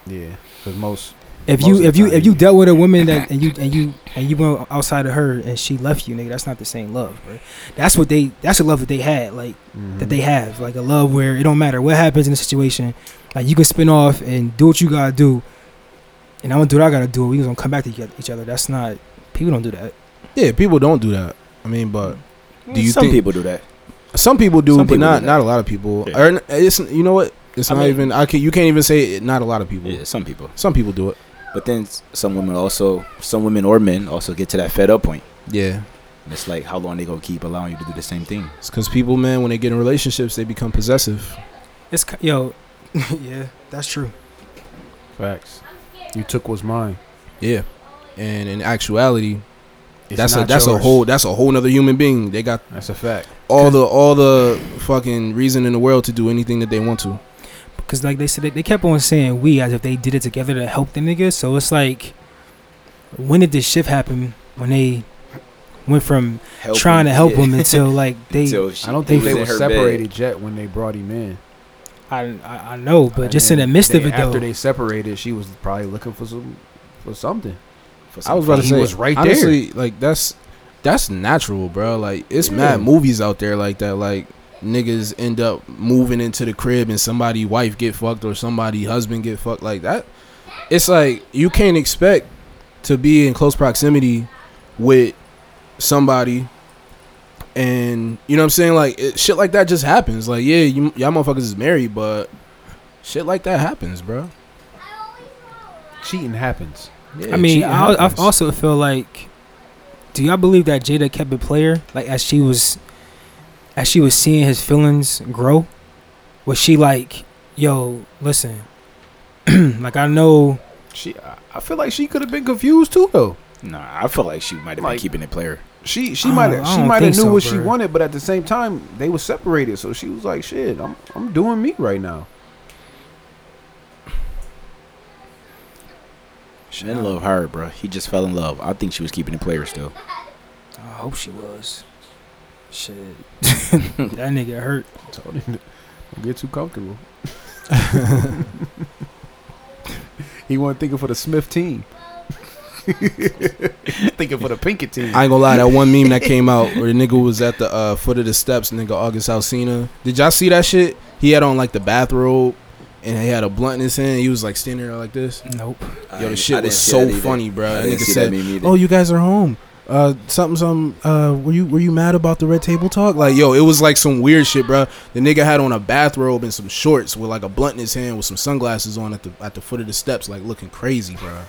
Speaker 2: yeah, because most
Speaker 3: If
Speaker 2: Most
Speaker 3: you
Speaker 2: of
Speaker 3: if
Speaker 2: the
Speaker 3: you
Speaker 2: time,
Speaker 3: if you
Speaker 2: yeah.
Speaker 3: dealt with a woman that and you and you and you went outside of her and she left you, nigga, that's not the same love, bro. That's what they that's the love that they had, like
Speaker 2: mm-hmm.
Speaker 3: that they have, like a love where it don't matter what happens in the situation, like you can spin off and do what you gotta do, and I'm gonna do what I gotta do. We gonna come back to each other- each other. That's not people don't do that.
Speaker 1: Yeah, people don't do that. I mean, but Do you
Speaker 5: Some
Speaker 1: think-
Speaker 5: people do that?
Speaker 1: some people do,
Speaker 5: Some
Speaker 1: but
Speaker 5: people
Speaker 1: not
Speaker 5: do that.
Speaker 1: not a lot of people.
Speaker 5: Yeah.
Speaker 1: Or n- it's you know what? It's
Speaker 5: I
Speaker 1: not
Speaker 5: mean-
Speaker 1: even. I can, you can't even say it, not a lot of people.
Speaker 5: Yeah, some people.
Speaker 1: Some people do it.
Speaker 5: But then s- some women also, some women or men also get to that fed up point.
Speaker 1: Yeah.
Speaker 5: And it's like, how long they gonna keep allowing you to do the same thing?
Speaker 1: It's because people, man, when they get in relationships, they become possessive.
Speaker 3: It's ki- yo, yeah, that's true.
Speaker 2: facts. You took what's mine.
Speaker 1: Yeah. And in actuality,
Speaker 2: It's
Speaker 1: that's a
Speaker 2: not
Speaker 1: that's a
Speaker 2: yours.
Speaker 1: whole that's a whole nother human being. They got
Speaker 2: That's a fact.
Speaker 1: all the all the fucking reason in the world to do anything that they want to.
Speaker 3: Because like they said, they- they kept on saying we as if they did it together to help the nigga. So it's like, when did this shift happen? When they went from
Speaker 5: Help
Speaker 3: trying to help
Speaker 5: yeah.
Speaker 3: him until like they,
Speaker 5: Till she-
Speaker 2: I don't think
Speaker 5: was
Speaker 2: they
Speaker 5: in
Speaker 2: were
Speaker 5: her
Speaker 2: separated yet when they brought him in.
Speaker 3: I, I I know, but
Speaker 2: I
Speaker 3: just
Speaker 2: mean,
Speaker 3: in the midst
Speaker 2: they-
Speaker 3: of it though,
Speaker 2: after they separated, she was probably looking for some for something.
Speaker 5: bed for
Speaker 1: I
Speaker 5: some
Speaker 1: was about to
Speaker 2: He
Speaker 1: say,
Speaker 2: was right there.
Speaker 1: honestly, like that's that's natural, bro. Like it's
Speaker 2: Yeah.
Speaker 1: mad movies out there like that. Like niggas end up moving into the crib and somebody wife get fucked or somebody husband get fucked like that. It's like you can't expect to be in close proximity with somebody and you know what I'm saying like it, shit like that just happens. Like yeah, you, y'all motherfuckers is married, but shit like that happens, bro.
Speaker 2: Cheating happens.
Speaker 1: Yeah,
Speaker 3: I mean,
Speaker 1: shit
Speaker 3: I, I
Speaker 1: happens.
Speaker 3: also feel like, do y'all believe that Jada kept it player? Like as she was, as she was seeing his feelings grow, was she like, "Yo, listen, like I know,
Speaker 2: She, I- I feel like she could have been confused too, though.
Speaker 5: Nah, I feel like she might have been
Speaker 2: Like-
Speaker 5: keeping it player.
Speaker 2: She, she
Speaker 3: I
Speaker 2: might
Speaker 3: don't-
Speaker 2: have,
Speaker 3: I
Speaker 2: she
Speaker 3: don't
Speaker 2: might have
Speaker 3: think
Speaker 2: knew
Speaker 3: so,
Speaker 2: what she
Speaker 3: bruh.
Speaker 2: wanted, but at the same time, they were separated, so she was like, "Shit, I'm, I'm doing me right now."
Speaker 5: She didn't love her, bro. He just fell in love. I think she was keeping it player still.
Speaker 3: I hope she was." Shit, that nigga hurt.
Speaker 2: Told him, "Don't get too comfortable." he wasn't thinking for the Smith team. thinking for the Pinkett team.
Speaker 1: I ain't gonna lie, that one meme that came out where the nigga was at the uh, foot of the steps, nigga August Alsina. Did y'all see that shit? He had on like the bathrobe and he had a blunt in his hand. He was like standing there like this.
Speaker 3: Nope.
Speaker 5: I
Speaker 1: Yo, the
Speaker 5: didn't- I
Speaker 1: shit
Speaker 5: didn't
Speaker 1: was
Speaker 5: see
Speaker 1: so
Speaker 5: that either.
Speaker 1: funny, bro.
Speaker 5: I
Speaker 1: That
Speaker 5: didn't
Speaker 1: nigga
Speaker 5: see that
Speaker 1: said,
Speaker 5: meme either.
Speaker 1: "Oh, you guys are home. Uh, something, something. Uh, were you were you mad about the red table talk? Like, yo, it was like some weird shit, bro. The nigga had on a bathrobe and some shorts with like a blunt in his hand with some sunglasses on at the at the foot of the steps, like looking crazy, bro.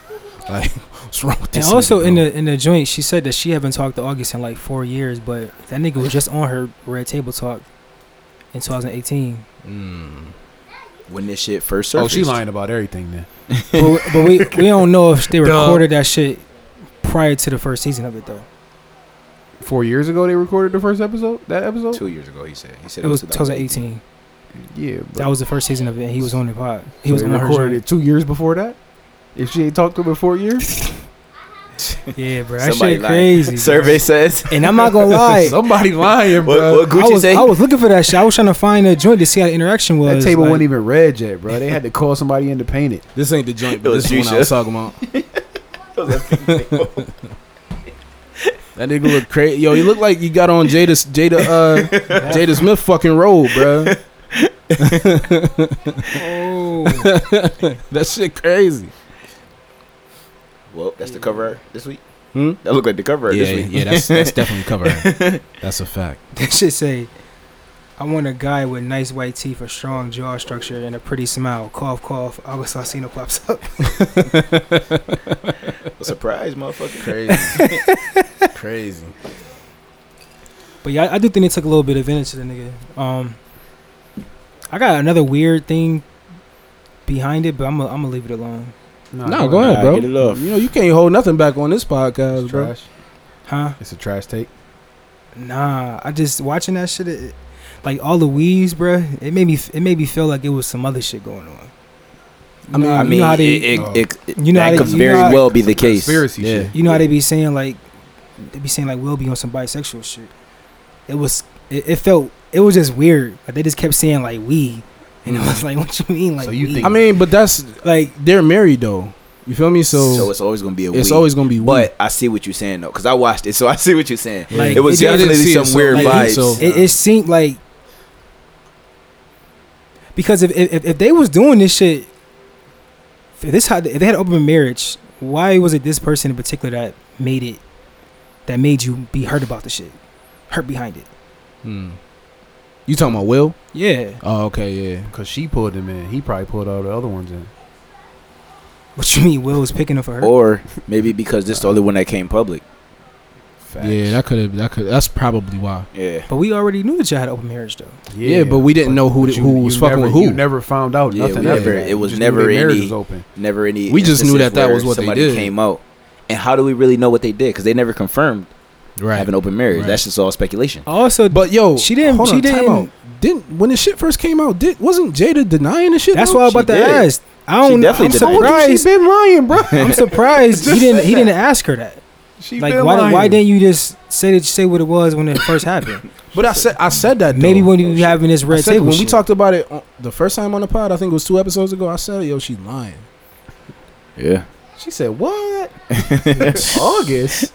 Speaker 1: Like, what's wrong with
Speaker 3: And
Speaker 1: this?
Speaker 3: also
Speaker 1: nigga,
Speaker 3: in
Speaker 1: bro?
Speaker 3: the in the joint, she said that she haven't talked to August in like four years, but that nigga was just on her red table talk in 2018.
Speaker 1: Mm.
Speaker 5: when this shit first
Speaker 2: oh,
Speaker 5: surfaced.
Speaker 2: she lying about everything then.
Speaker 3: but, but we we don't know if they
Speaker 1: Duh.
Speaker 3: recorded that shit prior to the first season of it though.
Speaker 2: Four years ago, they recorded the first episode. That episode.
Speaker 5: Two years ago, he said. He said
Speaker 3: It was 2018.
Speaker 2: Yeah, but
Speaker 3: That was the first season of it, and he was on the pod. He
Speaker 2: so
Speaker 3: was
Speaker 2: they
Speaker 3: on her.
Speaker 2: recorded it two years before that. If she ain't talked to him in four years,
Speaker 3: joint. Yeah, bro, that
Speaker 5: Somebody
Speaker 3: shit
Speaker 5: lied.
Speaker 3: crazy.
Speaker 5: Survey says.
Speaker 3: And I'm not gonna lie.
Speaker 2: somebody lying,
Speaker 5: What,
Speaker 2: bro.
Speaker 5: what Gucci
Speaker 3: I was,
Speaker 5: say?
Speaker 3: I was looking for that shit. I was trying to find a joint to see how the interaction was.
Speaker 2: That table
Speaker 3: like-
Speaker 2: wasn't even red yet, bro. They had to call somebody in to paint it.
Speaker 1: This ain't the joint, but
Speaker 5: It
Speaker 1: this
Speaker 5: was
Speaker 1: is the one I
Speaker 5: Juice.
Speaker 1: was talking about. that nigga look crazy. Yo, he looked like he got on Jada Jada uh, Jada Smith fucking roll, bro.
Speaker 3: Oh,
Speaker 1: That shit crazy.
Speaker 5: well, that's the cover art this week.
Speaker 1: Hmm?
Speaker 5: That looked like the cover art
Speaker 1: Yeah,
Speaker 5: this week.
Speaker 1: yeah, that's that's definitely covered. That's a fact.
Speaker 3: that shit say. I want a guy with nice white teeth, a strong jaw structure, and a pretty smile. Cough, cough. August Alsina pops up.
Speaker 5: Surprise, motherfucker.
Speaker 1: Crazy, crazy.
Speaker 3: But yeah, I, I do think they took a little bit of advantage of the nigga. Um, I got another weird thing behind it, but I'm gonna I'm gonna leave it alone.
Speaker 1: No, go ahead,
Speaker 5: Nah,
Speaker 1: bro.
Speaker 5: get it off.
Speaker 1: You know you can't hold nothing back on this podcast,
Speaker 2: It's
Speaker 1: bro.
Speaker 2: trash.
Speaker 3: Huh?
Speaker 2: It's a trash take.
Speaker 3: Nah, I just watching that shit. It, like all the weeds, bruh. It made me. It made me feel like it was some other shit going on.
Speaker 1: I mean-
Speaker 5: I
Speaker 3: you
Speaker 5: mean,
Speaker 3: know how they,
Speaker 5: it,
Speaker 2: Oh.
Speaker 5: it, it,
Speaker 3: You know how
Speaker 5: that
Speaker 3: they-
Speaker 5: could
Speaker 3: you
Speaker 5: very
Speaker 3: know how-
Speaker 5: well be the case.
Speaker 2: Conspiracy
Speaker 1: Yeah.
Speaker 2: shit.
Speaker 3: you know how they be saying like, they be saying like we'll be on some bisexual shit. It was. It, it felt. It was just weird. Like they just kept saying like we, and it was like, what you mean like
Speaker 2: Mm. So you
Speaker 3: we?
Speaker 2: think-
Speaker 1: I mean, but that's
Speaker 3: like
Speaker 1: they're married though. You feel me?
Speaker 5: So,
Speaker 1: So,
Speaker 5: it's always gonna be a.
Speaker 1: it's
Speaker 5: we.
Speaker 1: always gonna be we.
Speaker 5: But I see what you're saying though, because I watched it, so I see what you're saying.
Speaker 3: Like,
Speaker 5: it was
Speaker 3: it- I
Speaker 1: didn't
Speaker 5: definitely
Speaker 1: see
Speaker 5: some
Speaker 1: it, so-
Speaker 5: weird
Speaker 1: like,
Speaker 5: vibes.
Speaker 1: so-
Speaker 3: It, it seemed like because if if, if they was doing this shit, if this how if they had open marriage, why was it this person in particular that made it that made you be hurt about the shit, hurt behind it?
Speaker 1: Hmm. you talking about Will?
Speaker 3: Yeah,
Speaker 1: Oh, okay, yeah.
Speaker 2: Because she pulled him in. He probably pulled all the other ones in.
Speaker 3: what you mean? Will was picking up for her.
Speaker 5: Or maybe because this is the only one that came public.
Speaker 2: Facts.
Speaker 1: Yeah, that could have. That could. That's probably why.
Speaker 5: Yeah.
Speaker 3: but we already knew that y'all had open marriage though.
Speaker 1: Yeah, but we didn't know who
Speaker 2: but
Speaker 1: the- who was fucking
Speaker 2: never,
Speaker 1: with who.
Speaker 2: You never found out
Speaker 5: Yeah,
Speaker 2: nothing.
Speaker 5: we
Speaker 2: after
Speaker 5: never-
Speaker 2: that.
Speaker 5: it was
Speaker 2: You just knew
Speaker 5: never
Speaker 2: their marriage
Speaker 5: any-
Speaker 2: was open.
Speaker 5: Never any.
Speaker 1: We just knew
Speaker 5: instances
Speaker 1: that that
Speaker 5: where
Speaker 1: was what they
Speaker 5: somebody
Speaker 1: did.
Speaker 5: Came out, and how do we really know what they did? Because they never confirmed having open marriage.
Speaker 1: Right.
Speaker 5: That's just all speculation.
Speaker 3: Also,
Speaker 1: But yo,
Speaker 3: She didn't-
Speaker 1: Hold
Speaker 3: she
Speaker 1: on, time
Speaker 3: didn't-
Speaker 1: out. Didn't when the shit first came out? Did wasn't Jada denying the shit?
Speaker 3: that's
Speaker 1: though?
Speaker 3: why I'm about
Speaker 5: she
Speaker 3: to
Speaker 5: did.
Speaker 3: ask. I
Speaker 5: She
Speaker 3: don't. know.
Speaker 5: definitely
Speaker 3: I'm
Speaker 5: did. How old
Speaker 2: Told you
Speaker 3: surprised.
Speaker 2: She been lying, bro.
Speaker 3: I'm surprised he didn't. He didn't ask her that.
Speaker 2: She
Speaker 3: Like
Speaker 2: been
Speaker 3: why?
Speaker 2: lying.
Speaker 3: Why didn't you just say that? Say what it was when it first happened.
Speaker 1: But I said I said that. Though.
Speaker 3: Maybe when you be having this
Speaker 1: I
Speaker 3: red
Speaker 1: said-
Speaker 3: table
Speaker 1: when we
Speaker 3: shit.
Speaker 1: talked about it on, the first time on the pod, I think it was two episodes ago. I said, "Yo, she's lying."
Speaker 5: Yeah.
Speaker 2: She said what? August.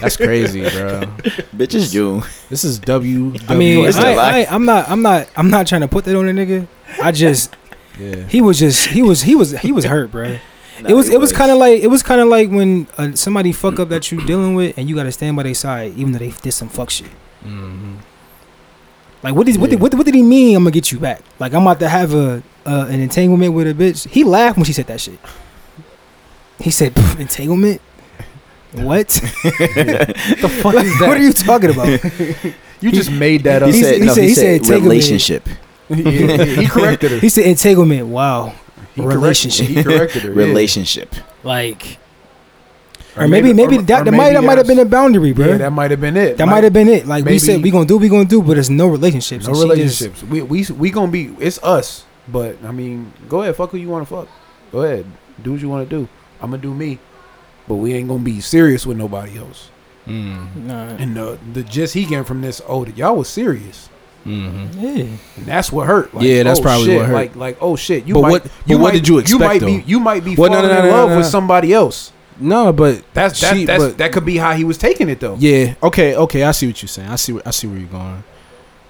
Speaker 1: That's crazy, bro.
Speaker 5: Bitch, it's June.
Speaker 1: This is W. E.
Speaker 3: I mean,
Speaker 5: It's
Speaker 3: I,
Speaker 5: the life.
Speaker 3: I, am not, I'm not, I'm not trying to put that on a nigga. I just,
Speaker 1: yeah.
Speaker 3: he was just, he was, he was, he was hurt, bro.
Speaker 5: Nah,
Speaker 3: it was, it was kind of like, it was kind of like when uh, somebody fuck up that you dealing with, and you gotta stand by their side, even though they did some fuck shit.
Speaker 1: Mhm.
Speaker 3: Like, what did, what,
Speaker 1: Yeah.
Speaker 3: did what, did- what did he mean? I'm gonna get you back. Like, I'm about to have a uh, an entanglement with a bitch. He laughed when she said that shit. He said "Pff, entanglement. What?
Speaker 2: the fuck is
Speaker 3: what are you talking about?
Speaker 2: You just made that
Speaker 5: He
Speaker 2: up.
Speaker 3: He
Speaker 5: said,
Speaker 3: said- he
Speaker 5: no,
Speaker 3: said-
Speaker 5: he
Speaker 3: he
Speaker 5: said,
Speaker 3: said, "Take a minute."
Speaker 5: relationship.
Speaker 2: he corrected her.
Speaker 3: He said entanglement. Wow, relationship.
Speaker 2: He corrected her. yeah.
Speaker 5: Relationship.
Speaker 3: Like, or, maybe, maybe,
Speaker 2: or-
Speaker 3: that,
Speaker 2: or
Speaker 3: that might, that
Speaker 2: maybe
Speaker 3: might have
Speaker 2: I-
Speaker 3: been a boundary, bro.
Speaker 2: Yeah,
Speaker 3: that
Speaker 2: that might have been it.
Speaker 3: might have been it. Like we said,
Speaker 2: maybe-
Speaker 3: we gonna do, we gonna do, but there's no relationships.
Speaker 2: no
Speaker 3: And she just-
Speaker 2: relationships. We we we gonna be. It's us. But I mean, go ahead. Fuck who you want to fuck. Go ahead. Do what you want to do. I'm gonna do me. But we ain't gonna be serious with nobody else.
Speaker 1: Mm.
Speaker 3: Nah.
Speaker 2: And the the gist he getting from this, oh, that y'all was serious,
Speaker 1: Mhm.
Speaker 3: Yeah.
Speaker 2: and that's what hurt.
Speaker 1: Yeah, that's
Speaker 2: oh,
Speaker 1: probably
Speaker 2: shit.
Speaker 1: what hurt.
Speaker 2: Like like oh shit. You
Speaker 1: But
Speaker 2: might,
Speaker 1: what-
Speaker 2: you
Speaker 1: but what
Speaker 2: might-
Speaker 1: did you expect,
Speaker 2: You might
Speaker 1: though?
Speaker 2: be you might be
Speaker 1: Well, no,
Speaker 2: falling
Speaker 1: no, no,
Speaker 2: in
Speaker 1: no,
Speaker 2: love
Speaker 1: no,
Speaker 2: with
Speaker 1: no.
Speaker 2: somebody else.
Speaker 1: No, but
Speaker 2: That's that
Speaker 1: She-
Speaker 2: that's,
Speaker 1: but-
Speaker 2: that could be how he was taking it though.
Speaker 1: yeah. Okay, okay. I see what you're saying. I see. where- I see where you're going.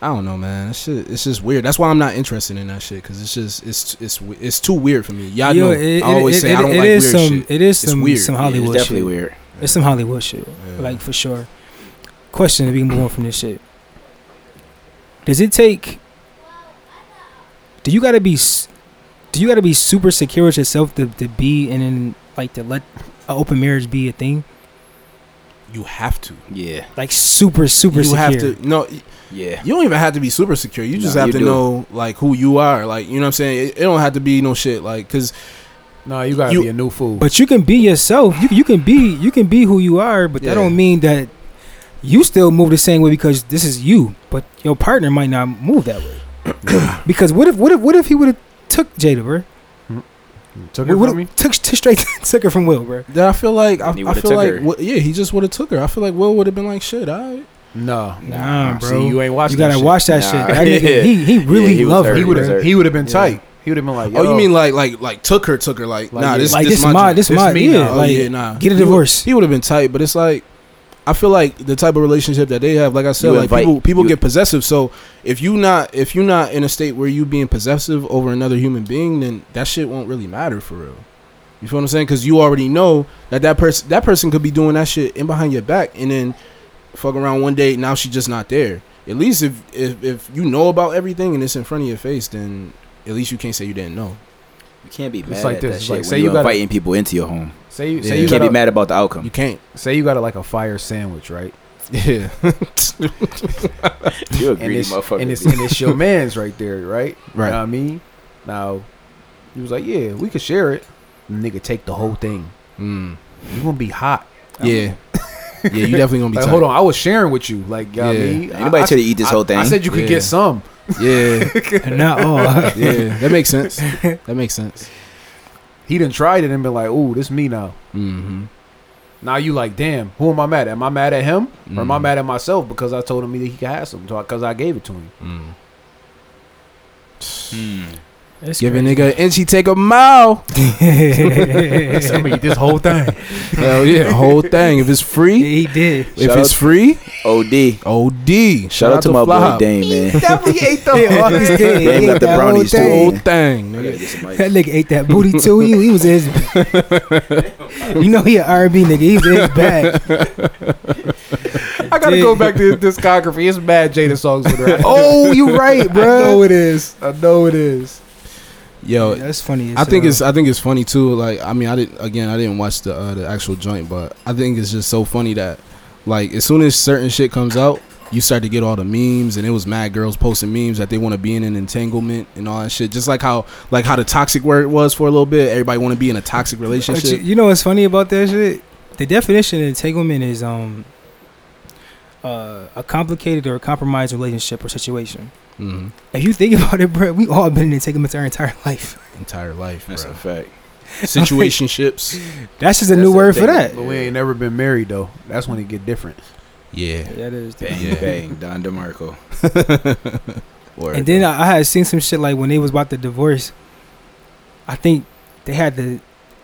Speaker 1: I don't know, man. That shit, it's just weird. That's why I'm not interested in that shit because it's just it's it's we- it's too weird for me. Y'all
Speaker 3: Yo,
Speaker 1: know.
Speaker 3: it-
Speaker 1: I always
Speaker 3: it-
Speaker 1: say
Speaker 3: it-
Speaker 1: I don't
Speaker 3: it
Speaker 1: like weird
Speaker 3: is some,
Speaker 1: shit.
Speaker 3: It is
Speaker 1: It's
Speaker 3: some
Speaker 1: weird.
Speaker 3: some
Speaker 1: Yeah,
Speaker 5: Yeah, it's
Speaker 3: Hollywood
Speaker 5: definitely
Speaker 3: shit.
Speaker 5: weird.
Speaker 3: It's some Hollywood shit,
Speaker 1: Yeah.
Speaker 3: like for sure. Question: if We can move on from this shit. Does it take? Do you gotta be? s- Do you gotta be super secure with yourself to, to be and then like to let an open marriage be a thing?
Speaker 1: you have to.
Speaker 5: Yeah,
Speaker 3: Like super super
Speaker 1: you
Speaker 3: secure.
Speaker 1: have to. No, y-
Speaker 5: yeah.
Speaker 1: you don't even have to be super secure. You just
Speaker 5: No,
Speaker 1: have
Speaker 5: you
Speaker 1: to
Speaker 5: do.
Speaker 1: know like who you are. Like you know what I'm saying. It, it don't have to be no shit. Like because
Speaker 2: No, you gotta
Speaker 1: You-
Speaker 2: be a new fool.
Speaker 3: But you can be yourself. You, you can be you can be who you are, but
Speaker 1: Yeah.
Speaker 3: that don't mean that you still move the same way because this is you. But your partner might not move that way. because what if what if what if he would have took Jada, bro?
Speaker 2: took
Speaker 3: What- what if- Took took straight took her from Will, bro.
Speaker 1: that I feel like I,
Speaker 5: And he
Speaker 1: I
Speaker 5: would've
Speaker 1: feel
Speaker 5: took
Speaker 1: like
Speaker 5: her.
Speaker 1: Wi- yeah he just would have took her. I feel like Will would have been like shit. I
Speaker 2: No,
Speaker 3: Nah, bro.
Speaker 2: See, you ain't watching.
Speaker 3: you gotta
Speaker 2: that shit.
Speaker 3: watch that
Speaker 5: Nah.
Speaker 3: shit. That nigga, he he
Speaker 5: Yeah,
Speaker 3: really
Speaker 5: he was
Speaker 3: loved her.
Speaker 5: hurt.
Speaker 2: He
Speaker 5: He
Speaker 2: would
Speaker 5: was
Speaker 2: have.
Speaker 5: hurt.
Speaker 2: He would have been
Speaker 1: Yeah.
Speaker 2: tight. He would have been like,
Speaker 1: Oh, you
Speaker 2: yo,
Speaker 1: mean like like like took her took her like,
Speaker 2: Like,
Speaker 1: nah
Speaker 2: yeah.
Speaker 1: this
Speaker 3: like
Speaker 1: this,
Speaker 3: this, my
Speaker 1: joint.
Speaker 3: this my
Speaker 2: me
Speaker 3: yeah.
Speaker 2: now.
Speaker 1: oh
Speaker 3: Like
Speaker 1: yeah nah
Speaker 3: get a
Speaker 1: He would-
Speaker 3: divorce.
Speaker 1: he would have been tight but it's like I feel like the type of relationship that they have like I said
Speaker 5: You
Speaker 1: like
Speaker 5: invite-
Speaker 1: people people
Speaker 5: you-
Speaker 1: get possessive so if you not if you're not in a state where you being possessive over another human being then that shit won't really matter for real you feel what I'm saying because you already know that that person that person could be doing that shit in behind your back and then fuck around one day now she's just not there at least if if if you know about everything and it's in front of your face then at least you can't say you didn't know
Speaker 5: You can't be mad
Speaker 2: like
Speaker 5: at
Speaker 2: this.
Speaker 5: that
Speaker 2: It's
Speaker 5: shit
Speaker 2: like,
Speaker 5: when
Speaker 2: say you
Speaker 5: you're
Speaker 2: gotta-
Speaker 5: inviting people into your home.
Speaker 2: say you,
Speaker 1: Yeah.
Speaker 2: say
Speaker 5: You
Speaker 2: you
Speaker 5: can't
Speaker 2: got
Speaker 5: be
Speaker 2: a,
Speaker 5: mad about the outcome.
Speaker 1: you can't
Speaker 2: say you got a, like a fire sandwich, right?
Speaker 1: yeah
Speaker 5: You a
Speaker 2: And
Speaker 5: greedy
Speaker 2: it's
Speaker 5: motherfucker.
Speaker 2: and it's and it's your man's right there, right?
Speaker 1: Right.
Speaker 2: You know what I mean, now he was like, yeah, we could share it. Nigga, take the whole thing.
Speaker 1: Mm.
Speaker 2: You gonna be hot.
Speaker 1: Yeah. yeah, you definitely gonna be
Speaker 2: Like,
Speaker 1: tight.
Speaker 2: hold on, I was sharing with you. Like, you know what I
Speaker 1: Yeah.
Speaker 2: mean?
Speaker 5: Anybody
Speaker 2: I-
Speaker 5: tell you to eat this
Speaker 2: I-
Speaker 5: whole thing?
Speaker 2: I said you could
Speaker 1: Yeah.
Speaker 2: get some.
Speaker 1: Yeah,
Speaker 3: And not all.
Speaker 1: yeah. That makes sense. That makes sense.
Speaker 2: He done tried it and been like, ooh, this me now.
Speaker 1: Mm-hmm.
Speaker 2: Now you like, damn, who am I mad at? Am I mad at him or am I
Speaker 1: Mm.
Speaker 2: mad at myself because I told him that he could have some because I gave it to him?
Speaker 1: Mm.
Speaker 5: Mm.
Speaker 3: That's
Speaker 1: Give a nigga an inch, he take a mile.
Speaker 3: crazy.
Speaker 2: I'm gonna eat this whole thing.
Speaker 1: Hell yeah, whole thing. If it's free,
Speaker 3: he did.
Speaker 1: if
Speaker 5: Shout
Speaker 1: it's
Speaker 5: out-
Speaker 1: free,
Speaker 5: OD.
Speaker 1: OD.
Speaker 5: Shout, out to, my
Speaker 1: Fly
Speaker 5: boy
Speaker 1: Hop.
Speaker 5: Dame, man.
Speaker 2: Definitely ate the whole
Speaker 3: Yeah, he did.
Speaker 5: Dame
Speaker 3: He
Speaker 5: got
Speaker 3: ate
Speaker 5: the
Speaker 3: that whole
Speaker 5: brownies too.
Speaker 3: thing.
Speaker 1: Whole
Speaker 5: man.
Speaker 1: thing.
Speaker 5: I gotta
Speaker 1: nigga.
Speaker 5: get some
Speaker 3: That
Speaker 5: ice.
Speaker 3: nigga ate that booty too. He, he was in his. you know he an R and B nigga. He was in his bag.
Speaker 2: I gotta go back to his discography. It's bad Jada songs with her.
Speaker 3: Oh, you right,
Speaker 2: I know
Speaker 3: bro.
Speaker 2: it is. I know it is.
Speaker 1: Yo,
Speaker 3: That's funny. as
Speaker 1: I think
Speaker 5: uh,
Speaker 3: hell.
Speaker 1: it's I think it's funny too. Like I mean, I didn't again. I didn't watch the uh, the actual joint, but I think it's just so funny that like as soon as certain shit comes out, you start to get all the memes, and it was mad girls posting memes that they want to be in an entanglement and all that shit. Just like how like how the toxic word was for a little bit. Everybody want to be in a toxic
Speaker 3: But you,
Speaker 1: relationship.
Speaker 3: you know what's funny about that shit? The definition of entanglement is um uh, a complicated or a compromised relationship or situation.
Speaker 1: hmm
Speaker 3: If you think about it, bro, we all been in entanglement our entire life.
Speaker 1: Entire life,
Speaker 5: That's a
Speaker 1: bro.
Speaker 5: fact.
Speaker 1: Situationships.
Speaker 3: That's just a
Speaker 5: That's
Speaker 3: new
Speaker 5: a
Speaker 3: word for that.
Speaker 5: entanglement.
Speaker 2: But we ain't never been married though. That's when it get different.
Speaker 1: Yeah.
Speaker 3: Yeah, that is.
Speaker 5: Bang,
Speaker 1: Yeah.
Speaker 5: bang. Don DeMarco.
Speaker 1: Word.
Speaker 3: And then I, I had seen some shit like when they was about to divorce. I think they had to.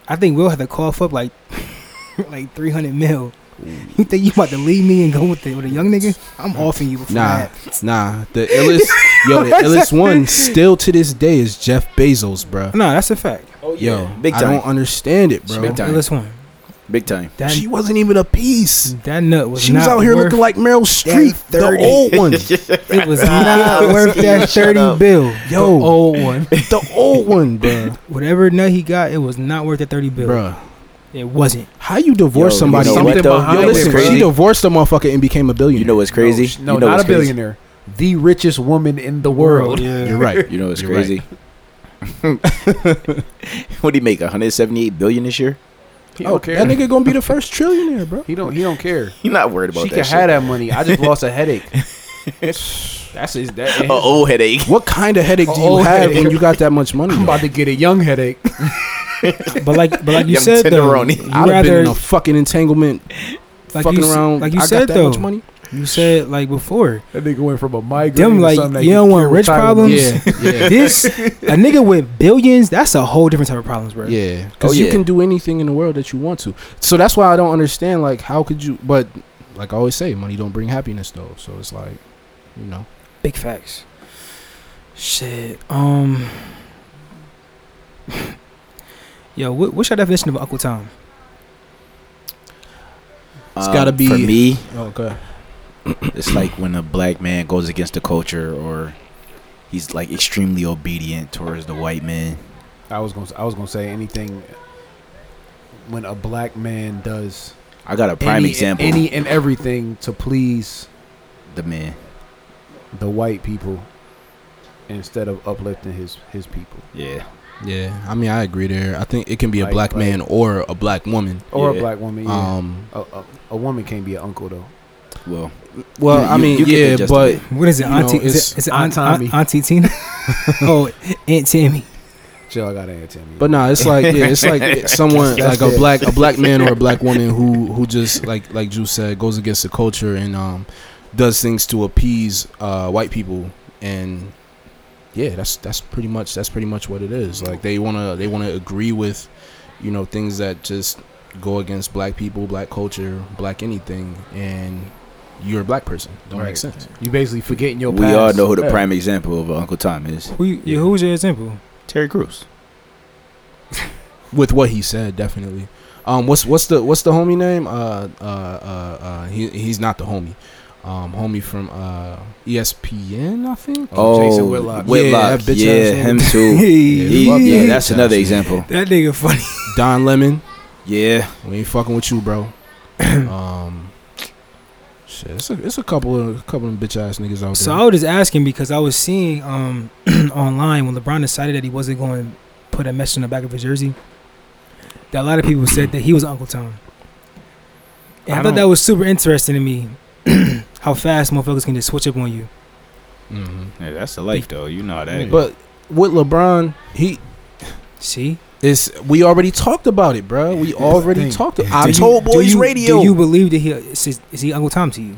Speaker 3: I think Will had to cough up like like three hundred mil. You think you about to leave me and go with the, with a young nigga? I'm offing you before
Speaker 1: Nah,
Speaker 3: that.
Speaker 1: nah. The illest, yo, the illest one still to this day is Jeff Bezos, bruh.
Speaker 3: No, that's a fact.
Speaker 5: Oh
Speaker 1: Yo,
Speaker 5: big
Speaker 1: I don't
Speaker 5: time,
Speaker 1: understand it, bro.
Speaker 5: Big time.
Speaker 3: Illest one.
Speaker 5: big time.
Speaker 3: That
Speaker 1: She wasn't even a piece.
Speaker 3: that nut was
Speaker 1: She
Speaker 3: not
Speaker 1: was out here
Speaker 3: worth,
Speaker 1: looking like Meryl Streep, the
Speaker 3: 30.
Speaker 1: old one.
Speaker 3: it was not worth that
Speaker 6: Shut
Speaker 3: thirty
Speaker 6: up.
Speaker 3: bill.
Speaker 1: Yo.
Speaker 3: the old one.
Speaker 1: the old one, bruh.
Speaker 3: Whatever nut he got, it was not worth the thirty bill.
Speaker 1: bruh.
Speaker 3: It wasn't.
Speaker 1: How you divorce
Speaker 5: Yo,
Speaker 1: somebody?
Speaker 5: you know what,
Speaker 2: Something
Speaker 5: though?
Speaker 2: behind
Speaker 1: yo,
Speaker 2: it
Speaker 1: listen,
Speaker 5: Crazy.
Speaker 1: she divorced a motherfucker and became a
Speaker 5: You
Speaker 1: billionaire.
Speaker 5: know what's crazy?
Speaker 2: No,
Speaker 5: you know
Speaker 2: not
Speaker 5: what's
Speaker 2: a
Speaker 5: crazy?
Speaker 2: billionaire. The richest woman in the world.
Speaker 1: You're right.
Speaker 5: You know what's
Speaker 1: You're right.
Speaker 5: crazy? what do he make? 178 billion this year?
Speaker 2: He
Speaker 1: Oh,
Speaker 2: don't
Speaker 1: that
Speaker 2: care.
Speaker 1: nigga gonna be the first trillionaire, bro.
Speaker 2: He don't. He don't care.
Speaker 5: You're not worried about
Speaker 2: She
Speaker 5: that.
Speaker 2: can
Speaker 5: shit.
Speaker 2: have that money. I just lost a headache. That's his. That,
Speaker 5: a old headache.
Speaker 1: What kind of headache do you
Speaker 2: Oh,
Speaker 1: have
Speaker 2: headache.
Speaker 1: when you got that much money?
Speaker 2: I'm
Speaker 1: though?
Speaker 2: about to get a young headache.
Speaker 3: But like, but like you
Speaker 5: Young
Speaker 3: said though,
Speaker 5: tenderoni.
Speaker 3: you
Speaker 1: I'd have been
Speaker 3: rather
Speaker 1: in a fucking entanglement,
Speaker 3: like you,
Speaker 1: fucking
Speaker 3: s-
Speaker 1: around.
Speaker 3: Like you
Speaker 1: I
Speaker 3: said
Speaker 1: got that
Speaker 3: though,
Speaker 1: much money.
Speaker 3: you said like before.
Speaker 2: That nigga went from a migraine.
Speaker 3: Them
Speaker 2: to
Speaker 3: like
Speaker 2: something that
Speaker 3: you
Speaker 2: he
Speaker 3: don't
Speaker 2: cured
Speaker 3: want
Speaker 2: with
Speaker 3: rich
Speaker 2: Tylenol.
Speaker 3: problems.
Speaker 1: Yeah, yeah,
Speaker 3: This a nigga with billions. That's a whole different type of problems, bro.
Speaker 1: yeah.
Speaker 5: Oh,
Speaker 1: Because you
Speaker 5: yeah.
Speaker 1: can do anything in the world that you want to. So that's why I don't understand. Like, how could you? But like I always say, money don't bring happiness though. So it's like, you know,
Speaker 3: Big facts. Shit. Um. Yo, what, what's your definition of Uncle Tom?
Speaker 5: It's
Speaker 1: gotta be-
Speaker 5: Um, For me,
Speaker 1: okay.
Speaker 5: it's like when a black man goes against the culture or he's like extremely obedient towards the white man.
Speaker 2: I was gonna. I was gonna say anything. When a black man does
Speaker 5: I got a prime
Speaker 2: any,
Speaker 5: example.
Speaker 2: any and everything to please
Speaker 5: the man.
Speaker 2: the white people instead of uplifting his his people
Speaker 5: Yeah.
Speaker 1: Yeah, I mean, I agree there. I think it can be a
Speaker 2: Like-
Speaker 1: black
Speaker 2: like-
Speaker 1: man or a black woman.
Speaker 2: or
Speaker 5: Yeah.
Speaker 2: a black woman. Yeah.
Speaker 1: Um,
Speaker 2: a, a, a woman can't be an uncle though.
Speaker 5: Well,
Speaker 1: well,
Speaker 5: You-
Speaker 1: I
Speaker 5: you-
Speaker 1: mean,
Speaker 5: you can
Speaker 1: yeah,
Speaker 5: adjust
Speaker 1: but
Speaker 5: it.
Speaker 3: What is it,
Speaker 1: You know,
Speaker 3: Auntie? is
Speaker 1: it's
Speaker 3: it, is it
Speaker 2: Aunt
Speaker 3: Aunt, Aunt,
Speaker 2: Tommy.
Speaker 3: Auntie Tina? oh, Aunt Tammy.
Speaker 2: Chill, I got to answer me.
Speaker 1: But nah, it's like yeah, it's like it- someone
Speaker 2: That's
Speaker 1: like a
Speaker 2: it.
Speaker 1: black a black man or a black woman who who just like like Juice said goes against the culture and um does things to appease uh white people and yeah, that's that's pretty much that's pretty much what it is. Like they wanna they wanna agree with you know things that just go against black people, black culture, black anything, and you're a black person. Don't
Speaker 2: Right.
Speaker 1: make sense.
Speaker 2: you basically forgetting your.
Speaker 5: we
Speaker 2: past.
Speaker 5: all know who the
Speaker 2: Yeah.
Speaker 5: prime example of Uncle Tom is.
Speaker 3: Who, you- who was your example?
Speaker 5: Terry Crews.
Speaker 1: with what he said, definitely. Um, what's what's the what's the homie name? Uh, uh, uh, uh he he's not the homie. Um, homie from uh ESPN, I think.
Speaker 5: Oh,
Speaker 2: Jason Whitlock.
Speaker 1: Yeah,
Speaker 5: Whitlock.
Speaker 1: that bitch
Speaker 5: Yeah,
Speaker 1: ass nigga.
Speaker 5: him too.
Speaker 1: Yeah,
Speaker 5: He-
Speaker 1: fuck
Speaker 5: yeah,
Speaker 1: yeah.
Speaker 5: that's another example.
Speaker 3: That nigga funny.
Speaker 1: Don Lemon,
Speaker 5: Yeah.
Speaker 1: we ain't fucking with you, bro. um, shit, it's a it's a couple of couple of bitch ass niggas out
Speaker 3: So
Speaker 1: there.
Speaker 3: I was just asking because I was seeing um, online when LeBron decided that he wasn't going to put a message on the back of his jersey, that a lot of people said that he was Uncle Tom. And I,
Speaker 2: I
Speaker 3: thought that
Speaker 2: don't-
Speaker 3: was super interesting to me, how fast motherfuckers can just switch up on you.
Speaker 1: Mhm.
Speaker 5: Yeah, that's the life though. You know how that is.
Speaker 1: But with LeBron, he
Speaker 3: See,
Speaker 1: is. We already talked about it, bro. We already
Speaker 2: thing.
Speaker 1: talked. I
Speaker 3: Do you-
Speaker 1: told
Speaker 3: do
Speaker 1: boys
Speaker 3: you-
Speaker 1: radio.
Speaker 3: Do you believe that he is, is is he Uncle Tom to you?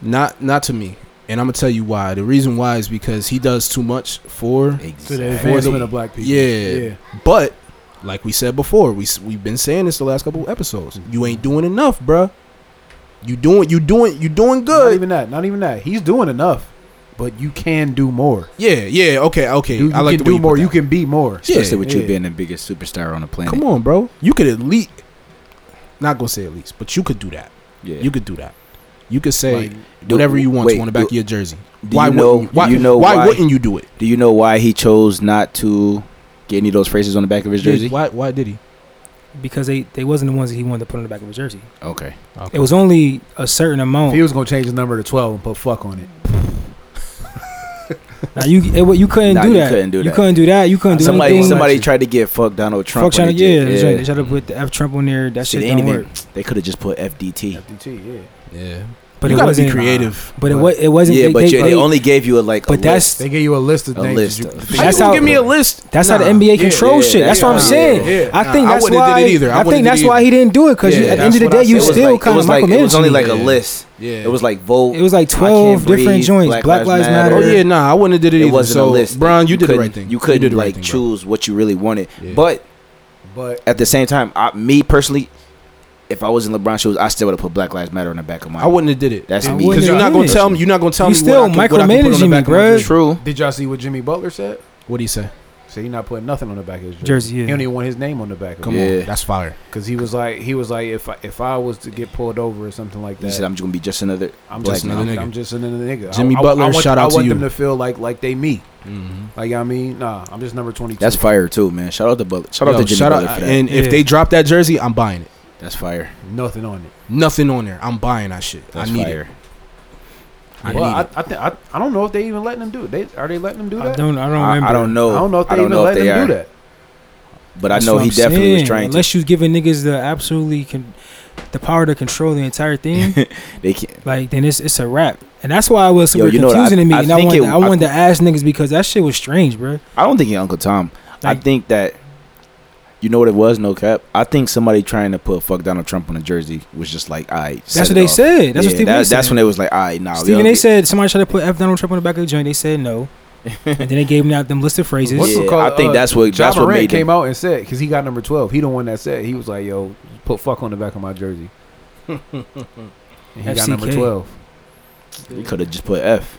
Speaker 1: Not not to me. And I'm gonna tell you why. The reason why is because he does too much for.
Speaker 2: to the
Speaker 5: exactly.
Speaker 2: advancement of black people.
Speaker 1: Yeah.
Speaker 2: yeah.
Speaker 1: But like we said before, we s- we've been saying this the last couple episodes. You ain't doing enough, bruh. You doing you doing you doing
Speaker 2: Not
Speaker 1: good.
Speaker 2: even that. Not even that. He's doing enough, but you can do more.
Speaker 1: Yeah yeah okay okay.
Speaker 2: Dude, you
Speaker 1: I like
Speaker 2: can
Speaker 1: the way
Speaker 2: do
Speaker 1: put
Speaker 2: more. You
Speaker 1: that.
Speaker 2: can be more.
Speaker 1: Yeah,
Speaker 5: Especially with you
Speaker 2: yeah.
Speaker 5: being the biggest superstar on the planet.
Speaker 1: Come on, bro. You could at least not gonna say at least, but you could do that.
Speaker 5: Yeah.
Speaker 1: You could do that. You could say
Speaker 2: Like,
Speaker 5: do-
Speaker 1: whatever you want
Speaker 5: wait,
Speaker 1: to on the back
Speaker 5: do-
Speaker 1: of your jersey.
Speaker 5: do
Speaker 1: why
Speaker 5: you know-
Speaker 1: wouldn't you, why,
Speaker 5: do you know
Speaker 1: why,
Speaker 5: why-
Speaker 1: wouldn't you do it?
Speaker 5: Do you know why he chose not to get any of those phrases on the back of his jersey?
Speaker 1: Why why did he?
Speaker 3: Because they, they wasn't the ones that he wanted to put on the back of his jersey.
Speaker 5: Okay.
Speaker 1: Okay.
Speaker 3: It was only a certain
Speaker 2: If he
Speaker 3: amount.
Speaker 2: was gonna change the number to twelve and put fuck on it,
Speaker 3: Now you it, wa- you couldn't
Speaker 5: Nah,
Speaker 3: do
Speaker 5: you
Speaker 3: that.
Speaker 5: couldn't do
Speaker 3: You
Speaker 5: that.
Speaker 3: couldn't do that. You couldn't do
Speaker 5: Somebody
Speaker 3: anything.
Speaker 5: somebody tried to get fuck Donald Trump.
Speaker 3: Fuck
Speaker 5: when
Speaker 3: trying to
Speaker 5: he
Speaker 3: yeah,
Speaker 5: did-
Speaker 3: they tried- they tried to put the F Trump on there. That
Speaker 5: Shit,
Speaker 3: shit
Speaker 5: they
Speaker 3: don't
Speaker 5: ain't even-
Speaker 3: work.
Speaker 5: They could have just put FDT.
Speaker 2: FDT. Yeah,
Speaker 1: Yeah.
Speaker 3: But it
Speaker 1: you gotta
Speaker 3: wasn't uh,
Speaker 1: be creative.
Speaker 3: But it was it wasn't.
Speaker 5: yeah,
Speaker 3: they-
Speaker 5: but
Speaker 3: they-
Speaker 5: you- they,
Speaker 3: they-
Speaker 5: only gave you a like.
Speaker 3: But
Speaker 5: a
Speaker 3: that's
Speaker 2: they gave you a list of
Speaker 5: A
Speaker 2: names.
Speaker 5: list
Speaker 2: that you-
Speaker 5: of-
Speaker 2: that
Speaker 5: How
Speaker 2: you
Speaker 1: How you
Speaker 3: That's
Speaker 2: could
Speaker 3: how-
Speaker 1: gonna
Speaker 2: put
Speaker 1: give me a
Speaker 2: on.
Speaker 1: list?
Speaker 3: that's how the
Speaker 1: Nah.
Speaker 3: NBA
Speaker 5: Yeah,
Speaker 3: controls
Speaker 5: yeah,
Speaker 3: shit. That's
Speaker 5: yeah,
Speaker 3: what I'm
Speaker 5: yeah,
Speaker 3: saying.
Speaker 2: yeah.
Speaker 3: I think
Speaker 1: Nah, I
Speaker 3: that's
Speaker 1: wouldn't
Speaker 3: why.
Speaker 1: have did it either. I
Speaker 3: I,
Speaker 1: wouldn't
Speaker 3: think
Speaker 1: have
Speaker 3: that's
Speaker 1: did
Speaker 3: why he didn't do it because
Speaker 1: Yeah,
Speaker 3: at the
Speaker 1: that's
Speaker 3: end of the
Speaker 2: what
Speaker 3: day,
Speaker 2: I said.
Speaker 5: list.
Speaker 3: you
Speaker 5: It was
Speaker 3: still
Speaker 5: like- it
Speaker 3: kind of
Speaker 5: was
Speaker 3: Michael
Speaker 5: like it was only
Speaker 3: Mansion.
Speaker 5: like a
Speaker 1: Yeah.
Speaker 5: list.
Speaker 1: Yeah.
Speaker 5: It was like vote.
Speaker 3: It was like
Speaker 5: I can't
Speaker 3: 12 different
Speaker 5: breathe,
Speaker 3: joints. Black Lives Matter.
Speaker 1: Oh yeah, nah, I wouldn't have did it,
Speaker 5: It
Speaker 1: either.
Speaker 5: wasn't a
Speaker 1: so,
Speaker 5: list.
Speaker 1: Brian, you, did the
Speaker 5: couldn't-
Speaker 1: right thing.
Speaker 5: You couldn't
Speaker 1: did the
Speaker 5: like
Speaker 1: right thing, bro.
Speaker 5: choose what you really wanted.
Speaker 1: Yeah.
Speaker 5: But
Speaker 2: But
Speaker 5: At the same time, I, me personally, if I was in LeBron's shoes, I still would have put Black Lives Matter on the back of my.
Speaker 1: I wouldn't have did it.
Speaker 5: That's
Speaker 1: That's
Speaker 3: I
Speaker 5: me.
Speaker 3: wouldn't
Speaker 1: because you're
Speaker 3: have
Speaker 1: not
Speaker 3: did
Speaker 1: gonna
Speaker 3: it.
Speaker 1: tell me. You're not gonna tell
Speaker 3: You
Speaker 1: me.
Speaker 3: still
Speaker 1: what I can, what I can put on the
Speaker 3: micromanaging me,
Speaker 1: back of my
Speaker 3: bruh.
Speaker 1: jersey.
Speaker 5: True.
Speaker 2: did y'all see what Jimmy Butler said?
Speaker 1: What'd he say?
Speaker 2: Said he not putting nothing on the back of his jersey.
Speaker 3: Jersey, yeah.
Speaker 2: He don't even want his name on the back of
Speaker 1: Come
Speaker 2: it.
Speaker 5: Yeah.
Speaker 1: on, that's fire.
Speaker 2: Cause he was like, he was like, if I, if I was to get pulled over or something like
Speaker 5: He
Speaker 2: that,
Speaker 5: said, "I'm just gonna be just another."
Speaker 2: I'm
Speaker 5: Black
Speaker 2: just
Speaker 1: another
Speaker 2: I'm,
Speaker 1: nigga.
Speaker 2: I'm just another nigga.
Speaker 1: Jimmy
Speaker 2: I,
Speaker 1: Butler,
Speaker 2: I, I want,
Speaker 1: shout out
Speaker 2: I
Speaker 1: to
Speaker 2: want
Speaker 1: you.
Speaker 2: them to feel like like they me.
Speaker 5: Mm-hmm.
Speaker 2: Like I mean, nah, I'm just number 22.
Speaker 5: That's fire too, man. Shout out to Butler. Shout out
Speaker 1: Yo,
Speaker 5: to Jimmy
Speaker 1: shout
Speaker 5: Butler
Speaker 1: out-
Speaker 5: for that.
Speaker 1: And if
Speaker 3: Yeah.
Speaker 1: they drop that jersey, I'm buying it.
Speaker 5: That's fire.
Speaker 2: nothing on it.
Speaker 1: Nothing on there. I'm buying that shit.
Speaker 5: That's
Speaker 1: I need
Speaker 5: fire.
Speaker 1: it. I
Speaker 2: well,
Speaker 1: need
Speaker 2: I,
Speaker 1: it.
Speaker 2: I, think I, I don't know if they even letting them do it. They are they letting them do
Speaker 3: I
Speaker 2: that?
Speaker 3: don't. I don't remember.
Speaker 5: I, I don't know.
Speaker 2: I don't know if they even
Speaker 5: know if
Speaker 2: letting
Speaker 5: they
Speaker 2: them do
Speaker 5: are,
Speaker 2: that.
Speaker 5: But I
Speaker 3: That's
Speaker 5: know
Speaker 3: what
Speaker 5: he
Speaker 3: I'm
Speaker 5: definitely was
Speaker 3: saying.
Speaker 5: trying
Speaker 3: Unless you giving niggas the absolutely con- the power to control the entire thing,
Speaker 5: to. They can't.
Speaker 3: like then it's it's a wrap. And that's why I was
Speaker 5: Yo,
Speaker 3: super
Speaker 5: you know what,
Speaker 3: confusing
Speaker 5: I-
Speaker 3: to me.
Speaker 5: I
Speaker 3: and I
Speaker 5: think
Speaker 3: wanted,
Speaker 5: it-
Speaker 3: I
Speaker 5: I
Speaker 3: wanted to ask niggas because that shit was strange, bro.
Speaker 5: I don't think it's Uncle Tom. I
Speaker 3: Like-
Speaker 5: think that you know what it was, no cap. I think somebody trying to put fuck Donald Trump on a jersey was just like, all right.
Speaker 3: That's what they said. That's what Stephen A. said.
Speaker 5: That's when they was like, all right, now.
Speaker 3: Stephen A. said somebody tried to put F Donald Trump on the back of the joint. They said no, and then they gave him out them list of phrases.
Speaker 2: What's
Speaker 5: Yeah,
Speaker 2: it called?
Speaker 5: I think that's what-
Speaker 2: John
Speaker 5: that's what
Speaker 2: Morant
Speaker 5: made them-
Speaker 2: came out and said because he got number 12. He the one that said he was like, yo, put fuck on the back of my jersey. and he got number
Speaker 3: FCK.
Speaker 2: 12.
Speaker 5: He could have just put F.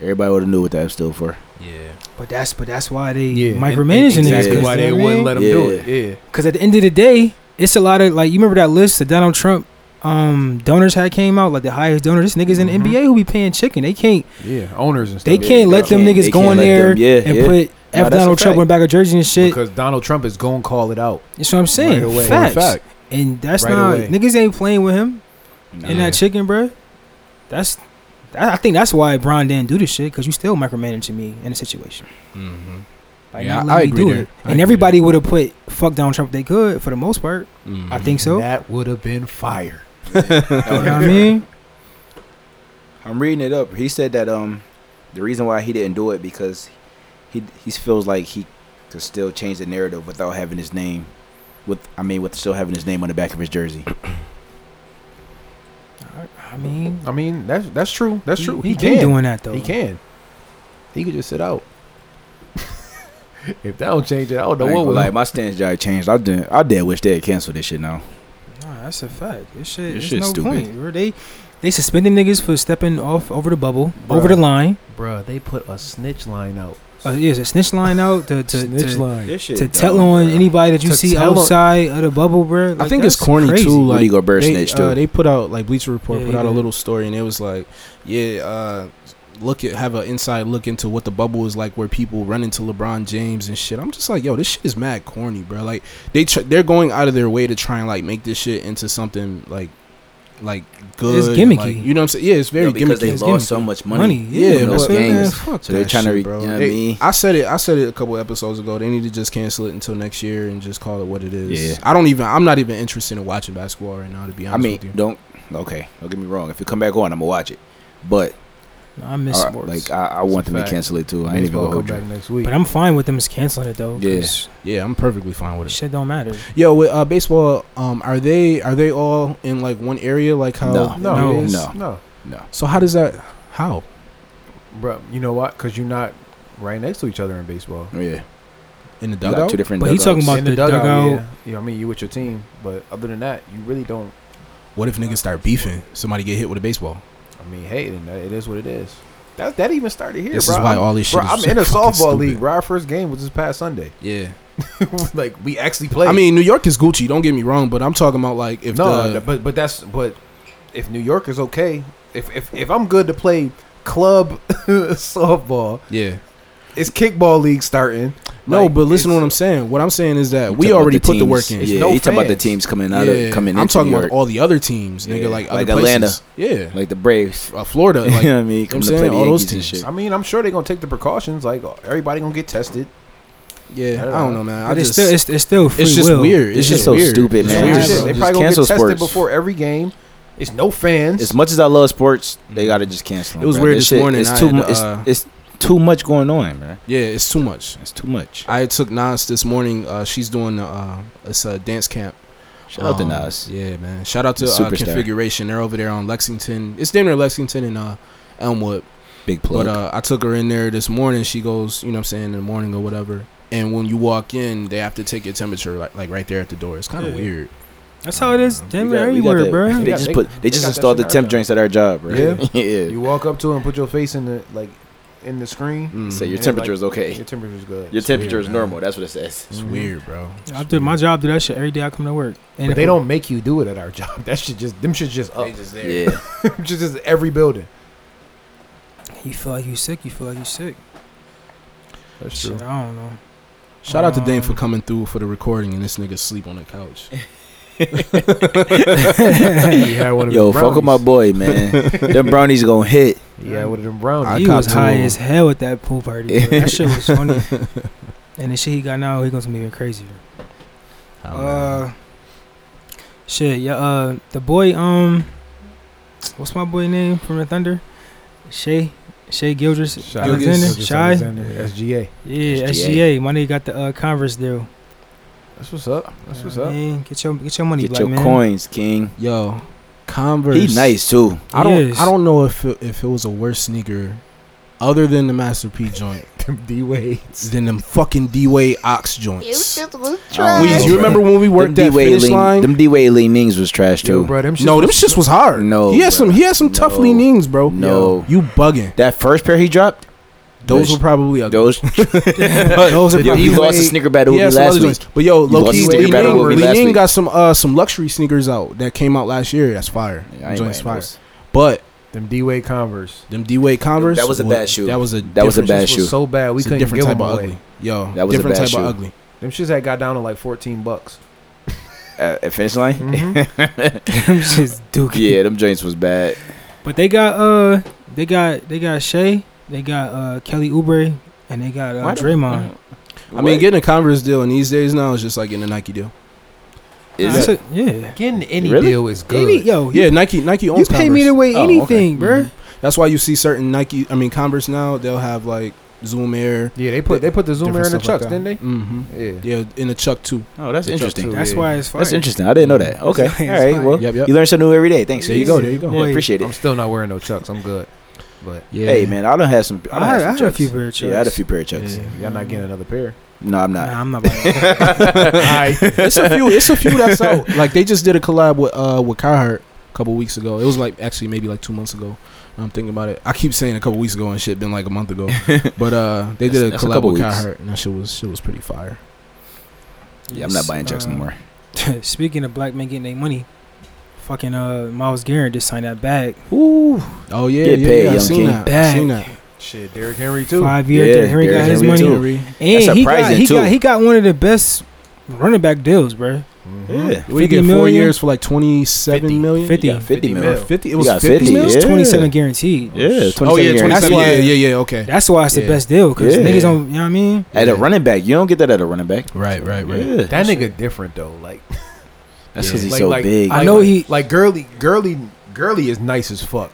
Speaker 5: Everybody would have knew what that stood for.
Speaker 1: yeah.
Speaker 3: But that's but that's why they
Speaker 2: Yeah,
Speaker 3: micromanaging
Speaker 5: and-
Speaker 3: niggas.
Speaker 5: exactly
Speaker 2: That's
Speaker 5: Yeah.
Speaker 2: why they wouldn't let him do
Speaker 5: Yeah.
Speaker 2: it. Yeah.
Speaker 3: Because at the end of the day, it's a lot of like you remember that list that Donald Trump um donors had came out like the highest donor. This niggas in
Speaker 5: Mm-hmm.
Speaker 2: Mhm.
Speaker 3: the NBA who be paying chicken. They can't
Speaker 2: Yeah, owners and stuff.
Speaker 3: they can't let them
Speaker 5: can't- they
Speaker 3: niggas go
Speaker 5: can't
Speaker 3: in
Speaker 5: let
Speaker 3: there
Speaker 5: them- yeah,
Speaker 3: and
Speaker 5: yeah.
Speaker 3: put
Speaker 5: Nah,
Speaker 3: F
Speaker 5: that's a
Speaker 3: Donald Trump
Speaker 5: fact.
Speaker 3: on the back of jersey and shit.
Speaker 2: because Donald Trump is gonna call it out.
Speaker 3: That's what I'm saying.
Speaker 2: right away.
Speaker 3: Facts.
Speaker 2: Fact.
Speaker 3: And that's
Speaker 2: Right
Speaker 3: not
Speaker 2: away.
Speaker 3: niggas ain't playing with him
Speaker 5: Nah.
Speaker 3: and that chicken, bruh. That's I I think that's why Bron didn't do this shit because you still micromanaging me in the situation.
Speaker 1: Mm-hmm.
Speaker 3: Like, not
Speaker 1: Yeah, I-
Speaker 3: letting
Speaker 1: I
Speaker 3: me
Speaker 1: agree
Speaker 3: do
Speaker 1: there.
Speaker 3: it.
Speaker 1: I agree
Speaker 3: And
Speaker 1: there.
Speaker 3: everybody would have put fuck Donald Trump if they could for the most part.
Speaker 1: Mm-hmm.
Speaker 2: Mm-hmm.
Speaker 3: I think so.
Speaker 2: That would have been fire.
Speaker 3: You know what I mean?
Speaker 5: I'm reading it up. He said that um, the reason why he didn't do it because he he feels like he could still change the narrative without having his name, with I mean, with still having his name on the back of his jersey.
Speaker 3: I- I mean,
Speaker 2: I mean, that's that's true. That's true.
Speaker 3: He,
Speaker 2: He,
Speaker 3: been
Speaker 2: can.
Speaker 3: doing that though.
Speaker 2: He can. He could just sit out. if that don't change it, I don't know
Speaker 5: I ain't
Speaker 2: what
Speaker 5: gonna
Speaker 2: will.
Speaker 5: lie, my stance just changed. I did. I did wish they had canceled this shit now.
Speaker 3: Nah, that's a fact. This
Speaker 5: This
Speaker 3: shit, there's
Speaker 5: shit's
Speaker 3: no
Speaker 5: stupid.
Speaker 3: point. Bro. They they suspending niggas for stepping off over the bubble,
Speaker 2: Bruh.
Speaker 3: over the line.
Speaker 2: Bruh, they put a snitch line out.
Speaker 3: Uh, is a snitch line out to to
Speaker 2: snitch
Speaker 3: to,
Speaker 2: line.
Speaker 5: shit.
Speaker 3: to tell on anybody that you
Speaker 2: To
Speaker 3: see
Speaker 2: tell on-
Speaker 3: outside of the bubble, bro.
Speaker 1: I think it's corny too. Like
Speaker 5: Rudy Gobert
Speaker 1: they,
Speaker 5: snitched,
Speaker 1: uh,
Speaker 5: too.
Speaker 1: they put out like Bleacher Report
Speaker 3: Yeah,
Speaker 1: put
Speaker 3: he
Speaker 1: out a
Speaker 3: did.
Speaker 1: little story, and it was like, yeah, uh, look at have an inside look into what the bubble is like, where people run into LeBron James and shit. I'm just like, yo, this shit is mad corny, bro. Like they tr- they're going out of their way to try and like make this shit into something like like good,
Speaker 3: It's gimmicky.
Speaker 1: like- you know what I'm saying? Yeah, it's very
Speaker 5: because
Speaker 1: gimmicky.
Speaker 5: they
Speaker 3: It's
Speaker 5: lost
Speaker 3: gimmicky.
Speaker 5: so much money.
Speaker 3: money.
Speaker 1: Yeah,
Speaker 5: from those
Speaker 1: but- man,
Speaker 5: games.
Speaker 1: fuck
Speaker 5: So they're
Speaker 1: that
Speaker 5: trying to,
Speaker 1: shit,
Speaker 5: re-
Speaker 1: bro.
Speaker 5: you know what I
Speaker 1: They-
Speaker 5: mean?
Speaker 1: I said it. I said it a couple episodes ago. They need to just cancel it until next year and just call it what it is.
Speaker 5: Yeah.
Speaker 1: I don't even. I'm not even interested in watching basketball right now. To be honest
Speaker 5: I mean,
Speaker 1: with you,
Speaker 5: don't. Okay, don't get me wrong. If it come back on, I'm gonna watch it. But
Speaker 3: I miss
Speaker 5: I-
Speaker 3: sports.
Speaker 5: Uh, like, I, I want them to
Speaker 1: fact.
Speaker 5: cancel it too. I ain't even
Speaker 2: Baseball
Speaker 5: gonna go
Speaker 2: come
Speaker 5: there.
Speaker 2: back next week.
Speaker 3: but I'm fine with them canceling it though.
Speaker 5: Yeah.
Speaker 3: 'cause
Speaker 1: yeah, I'm perfectly fine with it.
Speaker 3: Shit don't matter.
Speaker 1: Yo, with uh, baseball, um, are they are they all in like one area? Like how?
Speaker 5: No.
Speaker 2: no,
Speaker 1: it is?
Speaker 5: No.
Speaker 2: no,
Speaker 5: No.
Speaker 1: So how does that? How?
Speaker 2: bro. You know what? Because you're not right next to each other in baseball.
Speaker 5: Yeah.
Speaker 1: In
Speaker 5: You
Speaker 1: the
Speaker 5: got
Speaker 1: dugout?
Speaker 5: two different
Speaker 3: But he talking
Speaker 5: dugouts.
Speaker 3: about
Speaker 2: in
Speaker 3: the dugout.
Speaker 2: Yeah. You know, what I mean, you with your team, but other than that, you really don't.
Speaker 1: What if niggas start beefing? Somebody get hit with a baseball.
Speaker 2: I mean, hey, then that- it is what it is. That that even started here.
Speaker 1: This
Speaker 2: bro.
Speaker 1: is why
Speaker 2: I'm-
Speaker 1: all this shit
Speaker 2: Bro,
Speaker 1: is
Speaker 2: I'm
Speaker 1: so
Speaker 2: in a
Speaker 1: fucking
Speaker 2: softball
Speaker 1: stupid.
Speaker 2: league. Bro, our first game was this past Sunday.
Speaker 1: Yeah.
Speaker 2: like we actually played.
Speaker 1: I mean, New York is Gucci. Don't get me wrong, but I'm talking about like if
Speaker 2: no,
Speaker 1: the
Speaker 2: but but that's but if New York is okay, if if, if I'm good to play club softball,
Speaker 1: yeah.
Speaker 2: it's kickball league starting.
Speaker 1: No,
Speaker 2: Like,
Speaker 1: but listen to
Speaker 2: it's-
Speaker 1: what I'm saying. What I'm saying is
Speaker 5: You
Speaker 1: that we
Speaker 5: talking about
Speaker 1: already
Speaker 5: the
Speaker 1: put the
Speaker 5: teams-
Speaker 1: work in.
Speaker 5: Yeah,
Speaker 2: no
Speaker 5: you talking about the
Speaker 2: fans.
Speaker 5: teams coming out
Speaker 1: Yeah.
Speaker 5: of coming
Speaker 1: I'm
Speaker 5: into
Speaker 1: talking
Speaker 5: New
Speaker 1: about
Speaker 5: York,
Speaker 1: all the other teams, nigga.
Speaker 5: Yeah.
Speaker 1: Like
Speaker 5: Like
Speaker 1: other
Speaker 5: Atlanta.
Speaker 1: places. yeah,
Speaker 5: like the Braves.
Speaker 1: uh, Florida,
Speaker 5: you know
Speaker 1: like
Speaker 5: what I mean? Come
Speaker 1: I'm
Speaker 5: to
Speaker 1: saying?
Speaker 5: play the
Speaker 1: All those
Speaker 5: Yankees and
Speaker 1: teams.
Speaker 5: shit.
Speaker 2: I mean, I'm sure they're gonna take the precautions. Like everybody gonna get tested.
Speaker 1: yeah. I don't know, man. I
Speaker 3: But it's
Speaker 1: just
Speaker 3: still it's, it's still free
Speaker 1: it's just
Speaker 3: will.
Speaker 1: weird. It's,
Speaker 5: It's
Speaker 1: just
Speaker 5: so
Speaker 1: weird.
Speaker 5: stupid,
Speaker 1: It's
Speaker 5: man.
Speaker 1: weird.
Speaker 5: Just-
Speaker 2: Shit, they
Speaker 5: just
Speaker 2: probably gonna get
Speaker 5: cancel
Speaker 2: tested
Speaker 5: sports.
Speaker 2: before every game. It's no fans.
Speaker 5: As much as I love sports, they gotta just cancel. 'em,
Speaker 1: It was
Speaker 5: bruh.
Speaker 1: weird this
Speaker 5: shit-
Speaker 1: morning,
Speaker 5: It's
Speaker 1: I
Speaker 5: too
Speaker 1: had,
Speaker 5: much.
Speaker 1: uh,
Speaker 5: It's, it's too much going on, man.
Speaker 1: Yeah, it's too much.
Speaker 5: It's too much.
Speaker 1: I took Nas this morning. Uh, she's doing uh, it's a dance camp.
Speaker 5: Shout out to
Speaker 1: Um,
Speaker 5: Nas.
Speaker 1: Yeah, man. Shout out to uh,
Speaker 5: Superstar.
Speaker 1: Configuration. They're over there on Lexington. It's damn near Lexington and uh, Elmwood.
Speaker 5: Big plug.
Speaker 1: But uh, I took her in there this morning. She goes, you know what I'm saying, in the morning or whatever. and when you walk in, they have to take your temperature like like right there at the door. It's kind of
Speaker 3: Yeah.
Speaker 1: weird.
Speaker 3: That's how it is. Damn
Speaker 5: We
Speaker 3: near
Speaker 5: got- we got
Speaker 3: everywhere,
Speaker 5: that-
Speaker 3: bro.
Speaker 5: They
Speaker 2: Yeah,
Speaker 5: just
Speaker 2: they-
Speaker 5: put
Speaker 2: they
Speaker 5: they just
Speaker 2: got that
Speaker 5: installed the
Speaker 2: shit
Speaker 5: temp
Speaker 2: out.
Speaker 5: drinks at our job, right?
Speaker 2: Yeah.
Speaker 5: yeah.
Speaker 2: You walk up to him, put your face in the like in the screen.
Speaker 1: Mm.
Speaker 5: Say your
Speaker 2: and,
Speaker 5: temperature
Speaker 2: like,
Speaker 5: is okay.
Speaker 2: Your temperature is good.
Speaker 5: Your temperature is
Speaker 1: weird, man.
Speaker 5: normal. That's what it says.
Speaker 2: Mm-hmm.
Speaker 1: It's weird, bro.
Speaker 3: I do my job. Do that shit every day. I come to work, and
Speaker 2: But
Speaker 3: if
Speaker 2: they
Speaker 3: I-
Speaker 2: don't make you do it at our job. That shit just them shit just up.
Speaker 4: just
Speaker 5: Yeah.
Speaker 2: just just every building.
Speaker 3: You feel like you sick. You feel like you sick.
Speaker 2: That's
Speaker 3: Shit, I don't know.
Speaker 1: Shout out to Dame for
Speaker 3: Um,
Speaker 1: coming through for the recording, and this nigga sleep on the couch.
Speaker 2: he had one of
Speaker 5: Yo,
Speaker 2: them
Speaker 5: fuck with my
Speaker 2: brownies.
Speaker 5: boy, man. Them brownies gonna hit.
Speaker 2: He had one of them brownies.
Speaker 1: I
Speaker 3: he
Speaker 1: got
Speaker 3: was
Speaker 1: to-
Speaker 3: high as hell at that pool party. Bro. that shit was funny. And the shit he got now, he gonna be even crazier.
Speaker 5: Oh,
Speaker 1: I don't know.
Speaker 3: Uh, shit, yeah. Uh, the boy, um, what's my boy name from the Thunder? Shay, Shay Gildress,
Speaker 2: Shai
Speaker 3: Alexander,
Speaker 2: Gilgeous
Speaker 3: Shy.
Speaker 2: Alexander, SGA.
Speaker 5: SGA.
Speaker 3: Yeah, SGA. My nigga got the uh, Converse deal.
Speaker 2: That's what's up. That's what's
Speaker 3: Yeah,
Speaker 2: up.
Speaker 3: Man, get your get your money,
Speaker 5: Get
Speaker 3: black
Speaker 5: your
Speaker 3: man.
Speaker 5: coins, King.
Speaker 1: Yo, Converse.
Speaker 5: He nice too.
Speaker 1: I don't.
Speaker 3: Yes.
Speaker 1: I don't know if it, if it was a worse sneaker, other than the Master P joint,
Speaker 2: Them D Wades.
Speaker 1: than them fucking D Way Ox joints.
Speaker 5: trash.
Speaker 1: Oh, We, you remember when we worked
Speaker 5: them
Speaker 1: that
Speaker 5: D-Wade
Speaker 1: finish
Speaker 5: Ling-
Speaker 1: line?
Speaker 5: Them D-Wade Lee Mings was trash
Speaker 2: Yo,
Speaker 5: too.
Speaker 2: bro, them shits
Speaker 1: no, them
Speaker 2: was-
Speaker 1: shits was hard.
Speaker 5: No,
Speaker 1: he had some.
Speaker 5: bruh.
Speaker 1: He had some tough
Speaker 5: No.
Speaker 1: leanings, bro.
Speaker 5: No.
Speaker 1: you bugging.
Speaker 5: That first pair he dropped,
Speaker 1: Those
Speaker 5: Those-
Speaker 1: were probably ugly.
Speaker 5: those.
Speaker 1: Those are
Speaker 5: Yo, he
Speaker 1: D-Wade-
Speaker 5: lost a sneaker battle with
Speaker 1: He
Speaker 5: me
Speaker 1: had some
Speaker 5: last
Speaker 1: other
Speaker 5: week.
Speaker 1: joints. But yo, low
Speaker 5: lost
Speaker 1: key,
Speaker 5: a
Speaker 1: Li
Speaker 5: sneaker battle
Speaker 1: Ning,
Speaker 5: with me
Speaker 1: Li
Speaker 5: last
Speaker 1: Ning
Speaker 5: week.
Speaker 1: got some uh some luxury sneakers out that came out last year. That's fire.
Speaker 5: Yeah, I ain't
Speaker 1: Joints
Speaker 5: buying
Speaker 1: fire.
Speaker 5: those.
Speaker 1: But
Speaker 2: them D Wade Converse.
Speaker 1: them D Wade Converse.
Speaker 5: That was a bad shoe.
Speaker 1: That was a
Speaker 5: That was a
Speaker 1: different-
Speaker 5: bad
Speaker 2: Shits
Speaker 5: shoe.
Speaker 2: was so bad we
Speaker 1: it's a
Speaker 2: couldn't
Speaker 1: different
Speaker 2: give
Speaker 1: type
Speaker 2: them
Speaker 1: of
Speaker 2: away.
Speaker 1: ugly. Yo,
Speaker 5: That was a
Speaker 1: different
Speaker 5: bad
Speaker 1: type
Speaker 5: shoe.
Speaker 1: of ugly.
Speaker 2: Them shits had got down to like fourteen bucks.
Speaker 5: At, at finish line.
Speaker 2: Mhm.
Speaker 3: Them shit's dookie.
Speaker 5: Yeah, them joints was bad.
Speaker 3: But they got uh, they got they got Shay, they got uh Kelly Oubre, and they got uh,
Speaker 5: Why the-
Speaker 3: Draymond.
Speaker 1: I mean, getting a Converse deal in these days now is just like getting a Nike deal.
Speaker 5: Is
Speaker 3: That's
Speaker 5: it-
Speaker 3: a- yeah.
Speaker 2: Getting any
Speaker 5: Really?
Speaker 2: deal is good.
Speaker 3: Any, yo,
Speaker 1: Yeah, Nike. Nike
Speaker 3: You
Speaker 1: owns.
Speaker 3: pay
Speaker 1: Converse.
Speaker 3: me the way
Speaker 5: Oh, okay.
Speaker 3: anything, bro.
Speaker 1: That's why you see certain Nike. I mean, Converse now they'll have like Zoom Air.
Speaker 2: Yeah, they put they put the zoomer in the chucks, didn't they?
Speaker 1: Mm-hmm.
Speaker 2: Yeah.
Speaker 1: Yeah, in the Chuck too.
Speaker 5: Oh, that's
Speaker 2: The truck
Speaker 5: interesting.
Speaker 2: too.
Speaker 3: That's
Speaker 2: Yeah.
Speaker 3: why it's fire.
Speaker 5: That's interesting. I didn't know that. Okay.
Speaker 3: It's
Speaker 5: All right.
Speaker 3: fine.
Speaker 5: Well,
Speaker 1: Yep, yep.
Speaker 5: you learn something new every day. Thanks.
Speaker 1: There you go. There you go.
Speaker 5: Yeah, appreciate
Speaker 2: I'm
Speaker 5: it.
Speaker 2: still not wearing no chucks. I'm good. But
Speaker 1: Yeah.
Speaker 5: Hey, man, I don't have some.
Speaker 3: I,
Speaker 5: I, don't
Speaker 3: had, I
Speaker 5: have
Speaker 3: had
Speaker 5: some
Speaker 3: a few
Speaker 5: chucks.
Speaker 3: pair of chucks.
Speaker 5: Yeah, I had a few pair of chucks.
Speaker 1: Yeah.
Speaker 2: y'all not getting another pair.
Speaker 5: No, I'm not.
Speaker 3: Nah, I'm not buying that.
Speaker 1: it's a few. It's a few that's out. Like they just did a collab with uh with Carhartt a couple weeks ago. It was like actually maybe like two months ago. I'm thinking about it. I keep saying a couple weeks ago and shit been like a month ago. But uh they did
Speaker 5: That's- that's
Speaker 1: a
Speaker 5: a
Speaker 1: collab
Speaker 5: couple
Speaker 1: with
Speaker 5: weeks.
Speaker 1: Carhartt and that shit was shit was pretty fire.
Speaker 5: Yeah, I'm not buying chucks
Speaker 3: Uh,
Speaker 5: anymore.
Speaker 3: Speaking of black men getting their money, fucking uh Miles Garrett just signed that bag.
Speaker 1: Ooh. Oh yeah.
Speaker 5: Get
Speaker 1: yeah,
Speaker 5: paid,
Speaker 1: yeah, I
Speaker 5: young
Speaker 1: seen
Speaker 5: king.
Speaker 1: that. I
Speaker 3: Back.
Speaker 1: seen that.
Speaker 2: Shit, Derrick Henry too.
Speaker 3: Five years,
Speaker 5: Yeah,
Speaker 3: yeah, Henry got
Speaker 5: Derrick
Speaker 3: his
Speaker 5: Henry too.
Speaker 3: money,
Speaker 5: That's
Speaker 3: and he got
Speaker 5: surprising,
Speaker 3: he
Speaker 5: too.
Speaker 3: got he got one of the best running back deals, bro.
Speaker 2: Mhm.
Speaker 5: Yeah.
Speaker 1: What do you
Speaker 3: 50
Speaker 1: get? Four
Speaker 3: million?
Speaker 1: years for like twenty seven million.
Speaker 3: Fifty.
Speaker 2: Yeah,
Speaker 5: 50 mil.
Speaker 1: Or fifty. It
Speaker 5: You
Speaker 1: was
Speaker 5: got
Speaker 1: fifty.
Speaker 5: 50,
Speaker 1: mil?
Speaker 3: It was
Speaker 5: Yeah.
Speaker 3: twenty seven guaranteed.
Speaker 5: Yeah, it's
Speaker 1: Oh
Speaker 5: 27
Speaker 1: yeah, twenty
Speaker 5: years.
Speaker 1: seven.
Speaker 3: why-
Speaker 1: Yeah, yeah, yeah. Okay.
Speaker 3: That's why it's
Speaker 1: Yeah.
Speaker 3: the best deal because
Speaker 5: Yeah.
Speaker 3: niggas don't. You know what I mean?
Speaker 5: At a
Speaker 1: Yeah.
Speaker 5: running back, you don't get that at a running back.
Speaker 1: Right, right, right.
Speaker 5: Yeah.
Speaker 2: That nigga different though. Like
Speaker 5: That's
Speaker 1: Yeah.
Speaker 5: because he's
Speaker 2: like,
Speaker 5: so
Speaker 2: like,
Speaker 5: big.
Speaker 3: I
Speaker 2: like-
Speaker 3: know he-
Speaker 2: like Gurley. Gurley. Gurley is nice as fuck.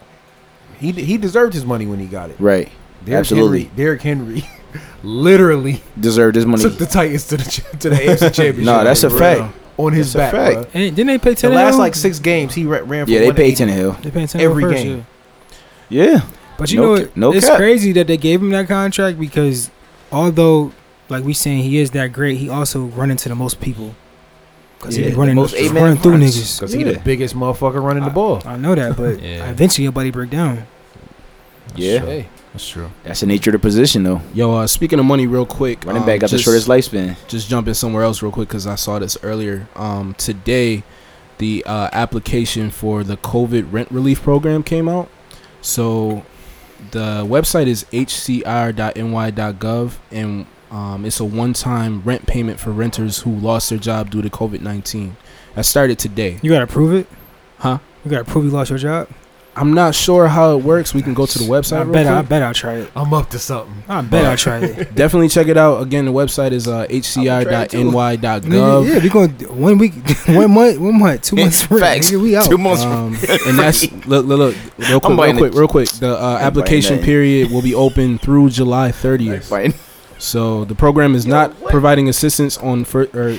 Speaker 2: He he deserved his money when he got it.
Speaker 5: right.
Speaker 2: Derrick
Speaker 5: Absolutely.
Speaker 2: Henry, Derrick Henry, literally
Speaker 5: Deserved his money.
Speaker 2: took the Titans to the ch- to the AFC Championship.
Speaker 5: No, that's a
Speaker 2: bro,
Speaker 5: fact.
Speaker 2: On his
Speaker 5: That's a
Speaker 2: back,
Speaker 5: fact.
Speaker 2: bruh.
Speaker 3: And didn't they pay
Speaker 2: The
Speaker 3: ten?
Speaker 2: last like six games, he ran, ran for
Speaker 5: Yeah, they paid
Speaker 2: 180.
Speaker 5: Tannehill.
Speaker 3: They paid ten
Speaker 2: every
Speaker 3: first,
Speaker 2: game.
Speaker 3: yeah.
Speaker 5: Yeah.
Speaker 3: But you
Speaker 5: No
Speaker 3: know,
Speaker 5: ca-
Speaker 3: what?
Speaker 5: no
Speaker 3: it's
Speaker 5: cap.
Speaker 3: crazy that they gave him that contract because although, like we saying, he is that great, he also run into the most people because
Speaker 5: Yeah,
Speaker 3: he be
Speaker 5: the
Speaker 3: running,
Speaker 5: most
Speaker 3: running
Speaker 5: eight-man
Speaker 3: through
Speaker 5: fronts.
Speaker 3: niggas.
Speaker 2: Cause he the
Speaker 5: Yeah.
Speaker 2: biggest motherfucker running the ball.
Speaker 3: I know that, but
Speaker 1: Yeah.
Speaker 3: eventually your buddy break down.
Speaker 5: Yeah.
Speaker 1: Hey, that's true.
Speaker 5: That's the nature of the position, though.
Speaker 1: Yo, uh, speaking of money, real quick.
Speaker 5: Running
Speaker 1: um,
Speaker 5: back got the
Speaker 1: just-
Speaker 5: shortest lifespan.
Speaker 1: Just jumping somewhere else real quick because I saw this earlier. Um, today, the uh, application for the COVID rent relief program came out. So, the website is hcr.ny.gov, and um, it's a one-time rent payment for renters who lost their job due to COVID nineteen. That started today.
Speaker 3: You gotta prove it,
Speaker 1: Huh?
Speaker 3: You gotta prove you lost your job.
Speaker 1: I'm not sure how it works. We can go to the website.
Speaker 3: I
Speaker 1: real
Speaker 3: bet, I,
Speaker 1: quick.
Speaker 3: bet I'll try it.
Speaker 2: I'm up to something.
Speaker 3: I bet I'll try it.
Speaker 1: Definitely check it out. Again, the website is uh,
Speaker 3: Nigga,
Speaker 1: hcr.ny.gov.
Speaker 3: yeah, we going to one week, one month, one month, two months. rent,
Speaker 5: Facts.
Speaker 3: nigga, we out.
Speaker 5: months.
Speaker 1: Um, and that's look, look, look real quick, real
Speaker 5: buying
Speaker 1: quick,
Speaker 5: it.
Speaker 1: real quick. The uh,
Speaker 5: buying
Speaker 1: application
Speaker 5: that.
Speaker 1: period will be open through July 30th.
Speaker 5: Fine.
Speaker 1: So the program is not providing assistance on first or.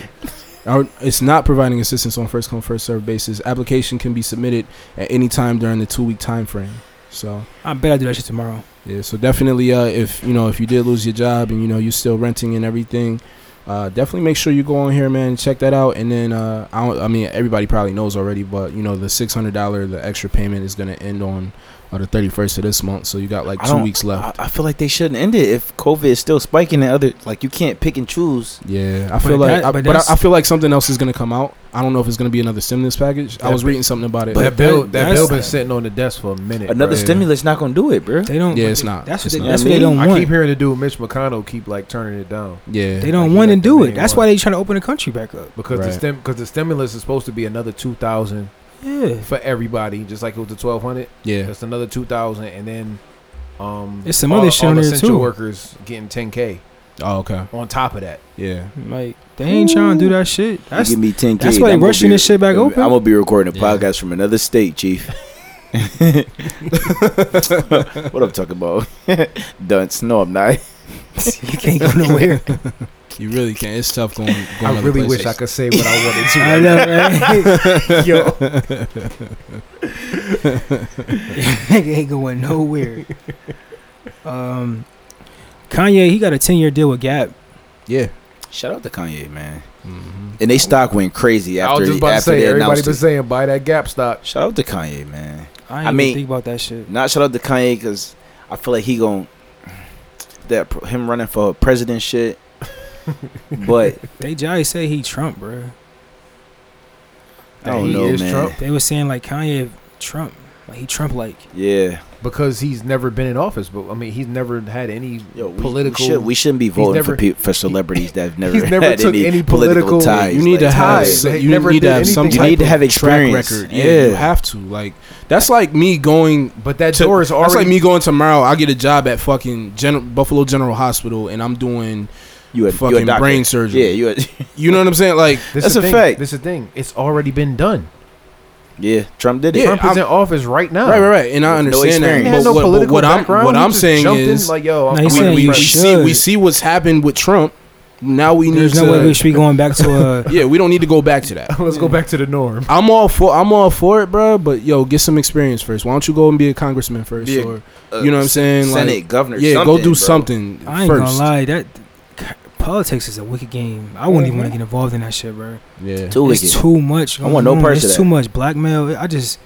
Speaker 1: or It's not providing assistance on first come first serve basis. Application can be submitted at any time during the two week time frame. So
Speaker 3: I bet I'll do that shit tomorrow.
Speaker 1: Yeah, so definitely, uh, if you know, if you did lose your job and you know you're still renting and everything, uh, definitely make sure you go on here, man, and check that out. And then, uh, I, don't, I mean, everybody probably knows already, but you know, the six hundred dollar, the extra payment is gonna end on uh, the thirty first of this month, so you got like
Speaker 5: I
Speaker 1: two
Speaker 5: don't-
Speaker 1: weeks left.
Speaker 5: I, I feel like they shouldn't end it if COVID is still spiking and other like you can't pick and choose.
Speaker 1: yeah, I feel like,
Speaker 3: that-
Speaker 1: I,
Speaker 3: but
Speaker 1: but,
Speaker 3: that's-
Speaker 1: I, I feel like something else is gonna come out. I don't know if it's gonna be another stimulus package. I
Speaker 2: Yeah,
Speaker 1: was
Speaker 2: but-
Speaker 1: reading something about it.
Speaker 2: that bill, that
Speaker 3: that's-
Speaker 2: bill been sitting on the desk for a minute.
Speaker 5: Another
Speaker 2: bruh.
Speaker 5: stimulus not gonna do it, bro.
Speaker 3: They don't.
Speaker 1: Yeah,
Speaker 3: but
Speaker 1: it's
Speaker 3: they-
Speaker 1: not.
Speaker 3: That's what
Speaker 1: It's
Speaker 3: they,
Speaker 1: not.
Speaker 3: that's
Speaker 5: You know
Speaker 3: what
Speaker 5: what
Speaker 3: they
Speaker 5: I
Speaker 3: don't
Speaker 5: mean?
Speaker 2: I
Speaker 3: want.
Speaker 2: keep hearing the dude Mitch McConnell keep like turning it down
Speaker 1: yeah,
Speaker 3: They
Speaker 2: like,
Speaker 3: don't
Speaker 2: he
Speaker 3: want to
Speaker 2: like the
Speaker 3: do it.
Speaker 2: main
Speaker 3: That's
Speaker 2: one.
Speaker 3: why they trying to open the country back up.
Speaker 2: because the
Speaker 1: Right.
Speaker 2: stim because the stimulus is supposed to be another two thousand
Speaker 3: Yeah,
Speaker 2: for everybody, just like it was the twelve hundred.
Speaker 1: yeah,
Speaker 2: That's another two thousand, and then um,
Speaker 3: There's some other shit on there,
Speaker 2: essential
Speaker 3: too.
Speaker 2: workers getting ten k
Speaker 1: oh, okay,
Speaker 2: on top of that.
Speaker 1: yeah,
Speaker 3: like they ain't trying to do that shit.
Speaker 5: You
Speaker 3: That's
Speaker 5: give me ten k.
Speaker 3: that's why they rushing this shit back open.
Speaker 5: I'm gonna be recording a
Speaker 1: Yeah.
Speaker 5: podcast from another state, chief. what I'm talking about? Dunce? No, I'm not.
Speaker 3: you can't go nowhere.
Speaker 1: you really can't. It's tough going. going
Speaker 2: I
Speaker 1: other
Speaker 2: really wish
Speaker 1: places.
Speaker 2: I could say what I wanted to.
Speaker 3: I know, right? Yo, Nigga ain't going nowhere. Um, Kanye, he got a ten year deal with Gap.
Speaker 1: Yeah.
Speaker 5: Shout out to Kanye, man.
Speaker 1: hmm
Speaker 5: And they stock went crazy
Speaker 2: Mm-hmm. I was
Speaker 5: after
Speaker 2: just about to
Speaker 5: after
Speaker 2: say
Speaker 5: they
Speaker 2: everybody
Speaker 5: announced
Speaker 2: been
Speaker 5: it.
Speaker 2: saying buy that Gap stock.
Speaker 5: Shout out to Kanye, man.
Speaker 3: I ain't I
Speaker 5: mean-
Speaker 3: think about that shit.
Speaker 5: Not shout out to Kanye because I feel like he gon' that pr- him running for president shit. but
Speaker 3: They just say he Trump, bro.
Speaker 5: I don't
Speaker 2: He
Speaker 5: know,
Speaker 2: is
Speaker 5: man.
Speaker 2: Trump.
Speaker 3: They was saying like Kanye Trump, like he Trump like.
Speaker 5: Yeah,
Speaker 2: because he's never been in office. But I mean, he's never had any
Speaker 5: Yo, we,
Speaker 2: political.
Speaker 5: We, should, we shouldn't be voting
Speaker 2: never-
Speaker 5: for people for celebrities that have never,
Speaker 2: he's never
Speaker 5: had
Speaker 2: took
Speaker 5: any,
Speaker 2: any
Speaker 5: political,
Speaker 2: political-
Speaker 5: ties.
Speaker 1: You need to
Speaker 5: like,
Speaker 1: have.
Speaker 2: ties.
Speaker 1: so-
Speaker 2: They
Speaker 1: you
Speaker 2: never
Speaker 1: need
Speaker 2: did
Speaker 1: to have some.
Speaker 2: anything
Speaker 5: You
Speaker 1: type
Speaker 5: need to
Speaker 1: of
Speaker 5: have experience.
Speaker 1: track record. Yeah, you have to. Like that's like me going.
Speaker 2: but that
Speaker 1: To,
Speaker 2: door is already.
Speaker 1: that's like me going tomorrow. I get a job at fucking Gen- Buffalo General Hospital, and I'm doing.
Speaker 5: you a
Speaker 1: Fucking
Speaker 5: you a doctor.
Speaker 1: brain surgery.
Speaker 5: Yeah, you. A,
Speaker 1: You know what I'm saying? Like
Speaker 2: This
Speaker 5: That's
Speaker 2: the
Speaker 5: a
Speaker 2: thing.
Speaker 5: fact.
Speaker 2: This is the thing. It's already been done.
Speaker 5: yeah, Trump did it.
Speaker 1: Yeah,
Speaker 2: Trump is
Speaker 1: I'm-
Speaker 2: in office right now.
Speaker 1: right, right, right. And I
Speaker 5: With no
Speaker 1: understand that.
Speaker 5: experience.
Speaker 2: He
Speaker 1: But
Speaker 2: has no
Speaker 1: what, but
Speaker 2: political
Speaker 1: what I'm
Speaker 2: background.
Speaker 1: what
Speaker 2: He
Speaker 1: I'm
Speaker 2: just
Speaker 1: saying
Speaker 2: jumped in
Speaker 1: is
Speaker 2: like, yo, I'm-
Speaker 3: No, he's
Speaker 1: we,
Speaker 2: I'm
Speaker 3: saying
Speaker 1: we,
Speaker 3: you
Speaker 1: we
Speaker 2: president.
Speaker 1: see we
Speaker 3: should.
Speaker 1: see what's happened with Trump. Now we
Speaker 3: There's
Speaker 1: need
Speaker 3: no way we
Speaker 1: to.
Speaker 3: should be going back to a.
Speaker 1: yeah, we don't need to go back to that.
Speaker 2: Let's go back to the norm.
Speaker 1: I'm all for I'm all for it, bro. But yo, get some experience first. Why don't you go and be a congressman first?
Speaker 5: Be a-
Speaker 1: or
Speaker 5: Uh,
Speaker 1: you know what I'm saying? Like,
Speaker 5: Senate governor.
Speaker 1: yeah, go do
Speaker 5: bro.
Speaker 1: something
Speaker 3: I ain't
Speaker 1: first.
Speaker 3: gonna lie, that politics is a wicked game. I wouldn't even want to get involved in that shit, bro.
Speaker 1: Yeah,
Speaker 5: Too wicked.
Speaker 3: It's too much.
Speaker 5: I want no
Speaker 3: going on.
Speaker 5: parts
Speaker 3: It's
Speaker 5: of that.
Speaker 3: too much blackmail. I just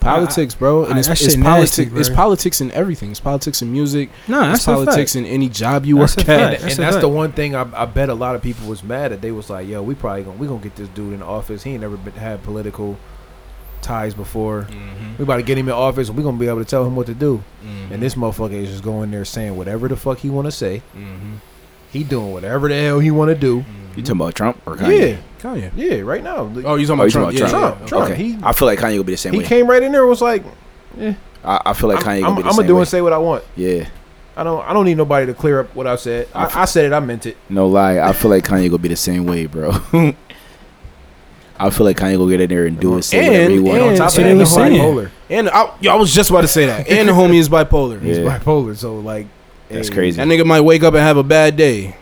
Speaker 1: politics, bro. And
Speaker 3: I-
Speaker 1: it's,
Speaker 3: that
Speaker 1: it's
Speaker 3: shit nasty,
Speaker 1: politics. It's
Speaker 3: bro.
Speaker 1: politics in everything. It's politics in music.
Speaker 3: no. Nah,
Speaker 1: it's
Speaker 3: that's politics.
Speaker 1: politics in any job you
Speaker 3: That's
Speaker 1: work
Speaker 3: a
Speaker 1: at.
Speaker 3: fact.
Speaker 2: And,
Speaker 3: that's
Speaker 2: and
Speaker 3: a
Speaker 2: that's
Speaker 3: fact.
Speaker 2: the one thing I, I bet a lot of people was mad at. They was like, "Yo, we probably gonna we gonna get this dude in office. He ain't never been, had political ties before.
Speaker 3: Mm-hmm,
Speaker 2: We about to get him in office. and We gonna be able to tell him what to do." And this motherfucker is just going there saying whatever the fuck he want to say.
Speaker 3: mm-hmm.
Speaker 2: He doing whatever the hell he want to do.
Speaker 5: You talking about Trump or Kanye?
Speaker 1: Kanye.
Speaker 2: Yeah, right now.
Speaker 1: Oh, you talking
Speaker 5: Oh,
Speaker 1: about
Speaker 5: you
Speaker 1: Trump?
Speaker 5: talking
Speaker 1: Yeah,
Speaker 5: about
Speaker 2: Trump.
Speaker 1: yeah,
Speaker 2: Trump.
Speaker 5: Okay.
Speaker 2: He,
Speaker 5: I feel like Kanye will be the same
Speaker 2: he
Speaker 5: way.
Speaker 2: came right in there and was like,
Speaker 5: I, I feel like Kanye
Speaker 2: I'm,
Speaker 5: will
Speaker 2: I'm,
Speaker 5: be the same
Speaker 2: I'm gonna do
Speaker 5: way.
Speaker 2: and say what I want.
Speaker 5: yeah,
Speaker 2: I don't I don't need nobody to clear up what I said.
Speaker 5: I f-
Speaker 2: I, I said it. I meant it.
Speaker 5: no lie. I feel like Kanye will be the same way, bro. I feel like Kanye will get in there and do it, say whatever he
Speaker 1: And-
Speaker 5: want.
Speaker 2: And on
Speaker 1: and-
Speaker 2: top of
Speaker 1: so
Speaker 2: that,
Speaker 1: they
Speaker 2: he's
Speaker 1: was saying-
Speaker 2: bipolar.
Speaker 1: And I, yo, I was just about to say that. And the homie is bipolar.
Speaker 5: Yeah.
Speaker 2: He's bipolar. So like,
Speaker 5: That's
Speaker 2: hey,
Speaker 5: crazy.
Speaker 1: That nigga might wake up and have a bad day.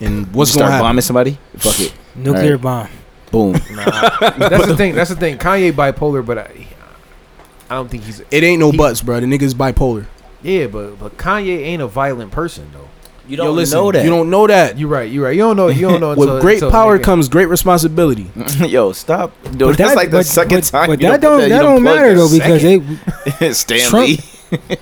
Speaker 1: And what's
Speaker 5: you start
Speaker 1: going to happen?
Speaker 5: bombing somebody? Fuck it.
Speaker 3: Nuclear bomb.
Speaker 5: Boom.
Speaker 2: That's the thing. That's the thing. Kanye bipolar, but I, I don't think he's.
Speaker 1: It ain't no
Speaker 2: He-
Speaker 1: buts, bro. The nigga's bipolar.
Speaker 2: Yeah, but but Kanye ain't a violent person though.
Speaker 5: You
Speaker 1: Yo, listen, You don't know that.
Speaker 2: You're right. You're right. You don't know. You don't know.
Speaker 1: With
Speaker 2: until-
Speaker 1: great
Speaker 2: until
Speaker 1: power
Speaker 2: nigga-
Speaker 1: comes great responsibility.
Speaker 5: Yo, stop. Dude, that's
Speaker 3: But that-
Speaker 5: like the
Speaker 3: but-
Speaker 5: second
Speaker 3: but-
Speaker 5: time.
Speaker 3: But
Speaker 5: you
Speaker 3: that
Speaker 5: put
Speaker 3: don't that, don't
Speaker 5: plug
Speaker 3: matter
Speaker 5: the
Speaker 3: though because they
Speaker 5: second. Stan
Speaker 3: Trump-
Speaker 5: Lee.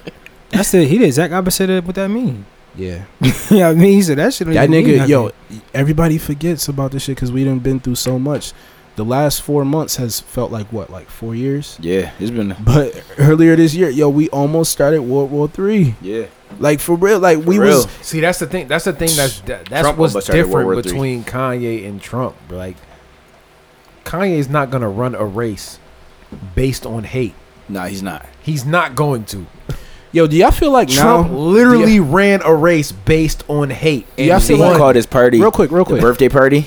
Speaker 3: that's the he the exact opposite of what that mean.
Speaker 1: Yeah.
Speaker 3: you know what I mean? He said that shit. don't
Speaker 1: That
Speaker 3: even mean
Speaker 1: nigga,
Speaker 3: nothing.
Speaker 1: yo, everybody forgets about this shit because we done been through so much. The last four months has felt like what, like four years?
Speaker 5: Yeah, it's been.
Speaker 1: But earlier this year, yo, we almost started World War Three.
Speaker 5: Yeah,
Speaker 1: Like for real, like we
Speaker 5: real.
Speaker 1: was
Speaker 2: See, that's the thing. That's the thing. That's that, that's
Speaker 5: Trump
Speaker 2: what's
Speaker 5: almost started World
Speaker 2: different
Speaker 5: War Three.
Speaker 2: between Kanye and Trump. bro. Like, Kanye's not gonna run a race based on hate.
Speaker 5: nah, he's not.
Speaker 2: He's not going to.
Speaker 1: yo. Do y'all feel like
Speaker 2: Trump
Speaker 1: now?
Speaker 2: literally ran a race based on hate.
Speaker 1: Do y'all
Speaker 5: He
Speaker 1: feel
Speaker 2: won.
Speaker 1: like
Speaker 5: called his party
Speaker 1: real quick, real
Speaker 5: the
Speaker 1: quick,
Speaker 5: birthday party.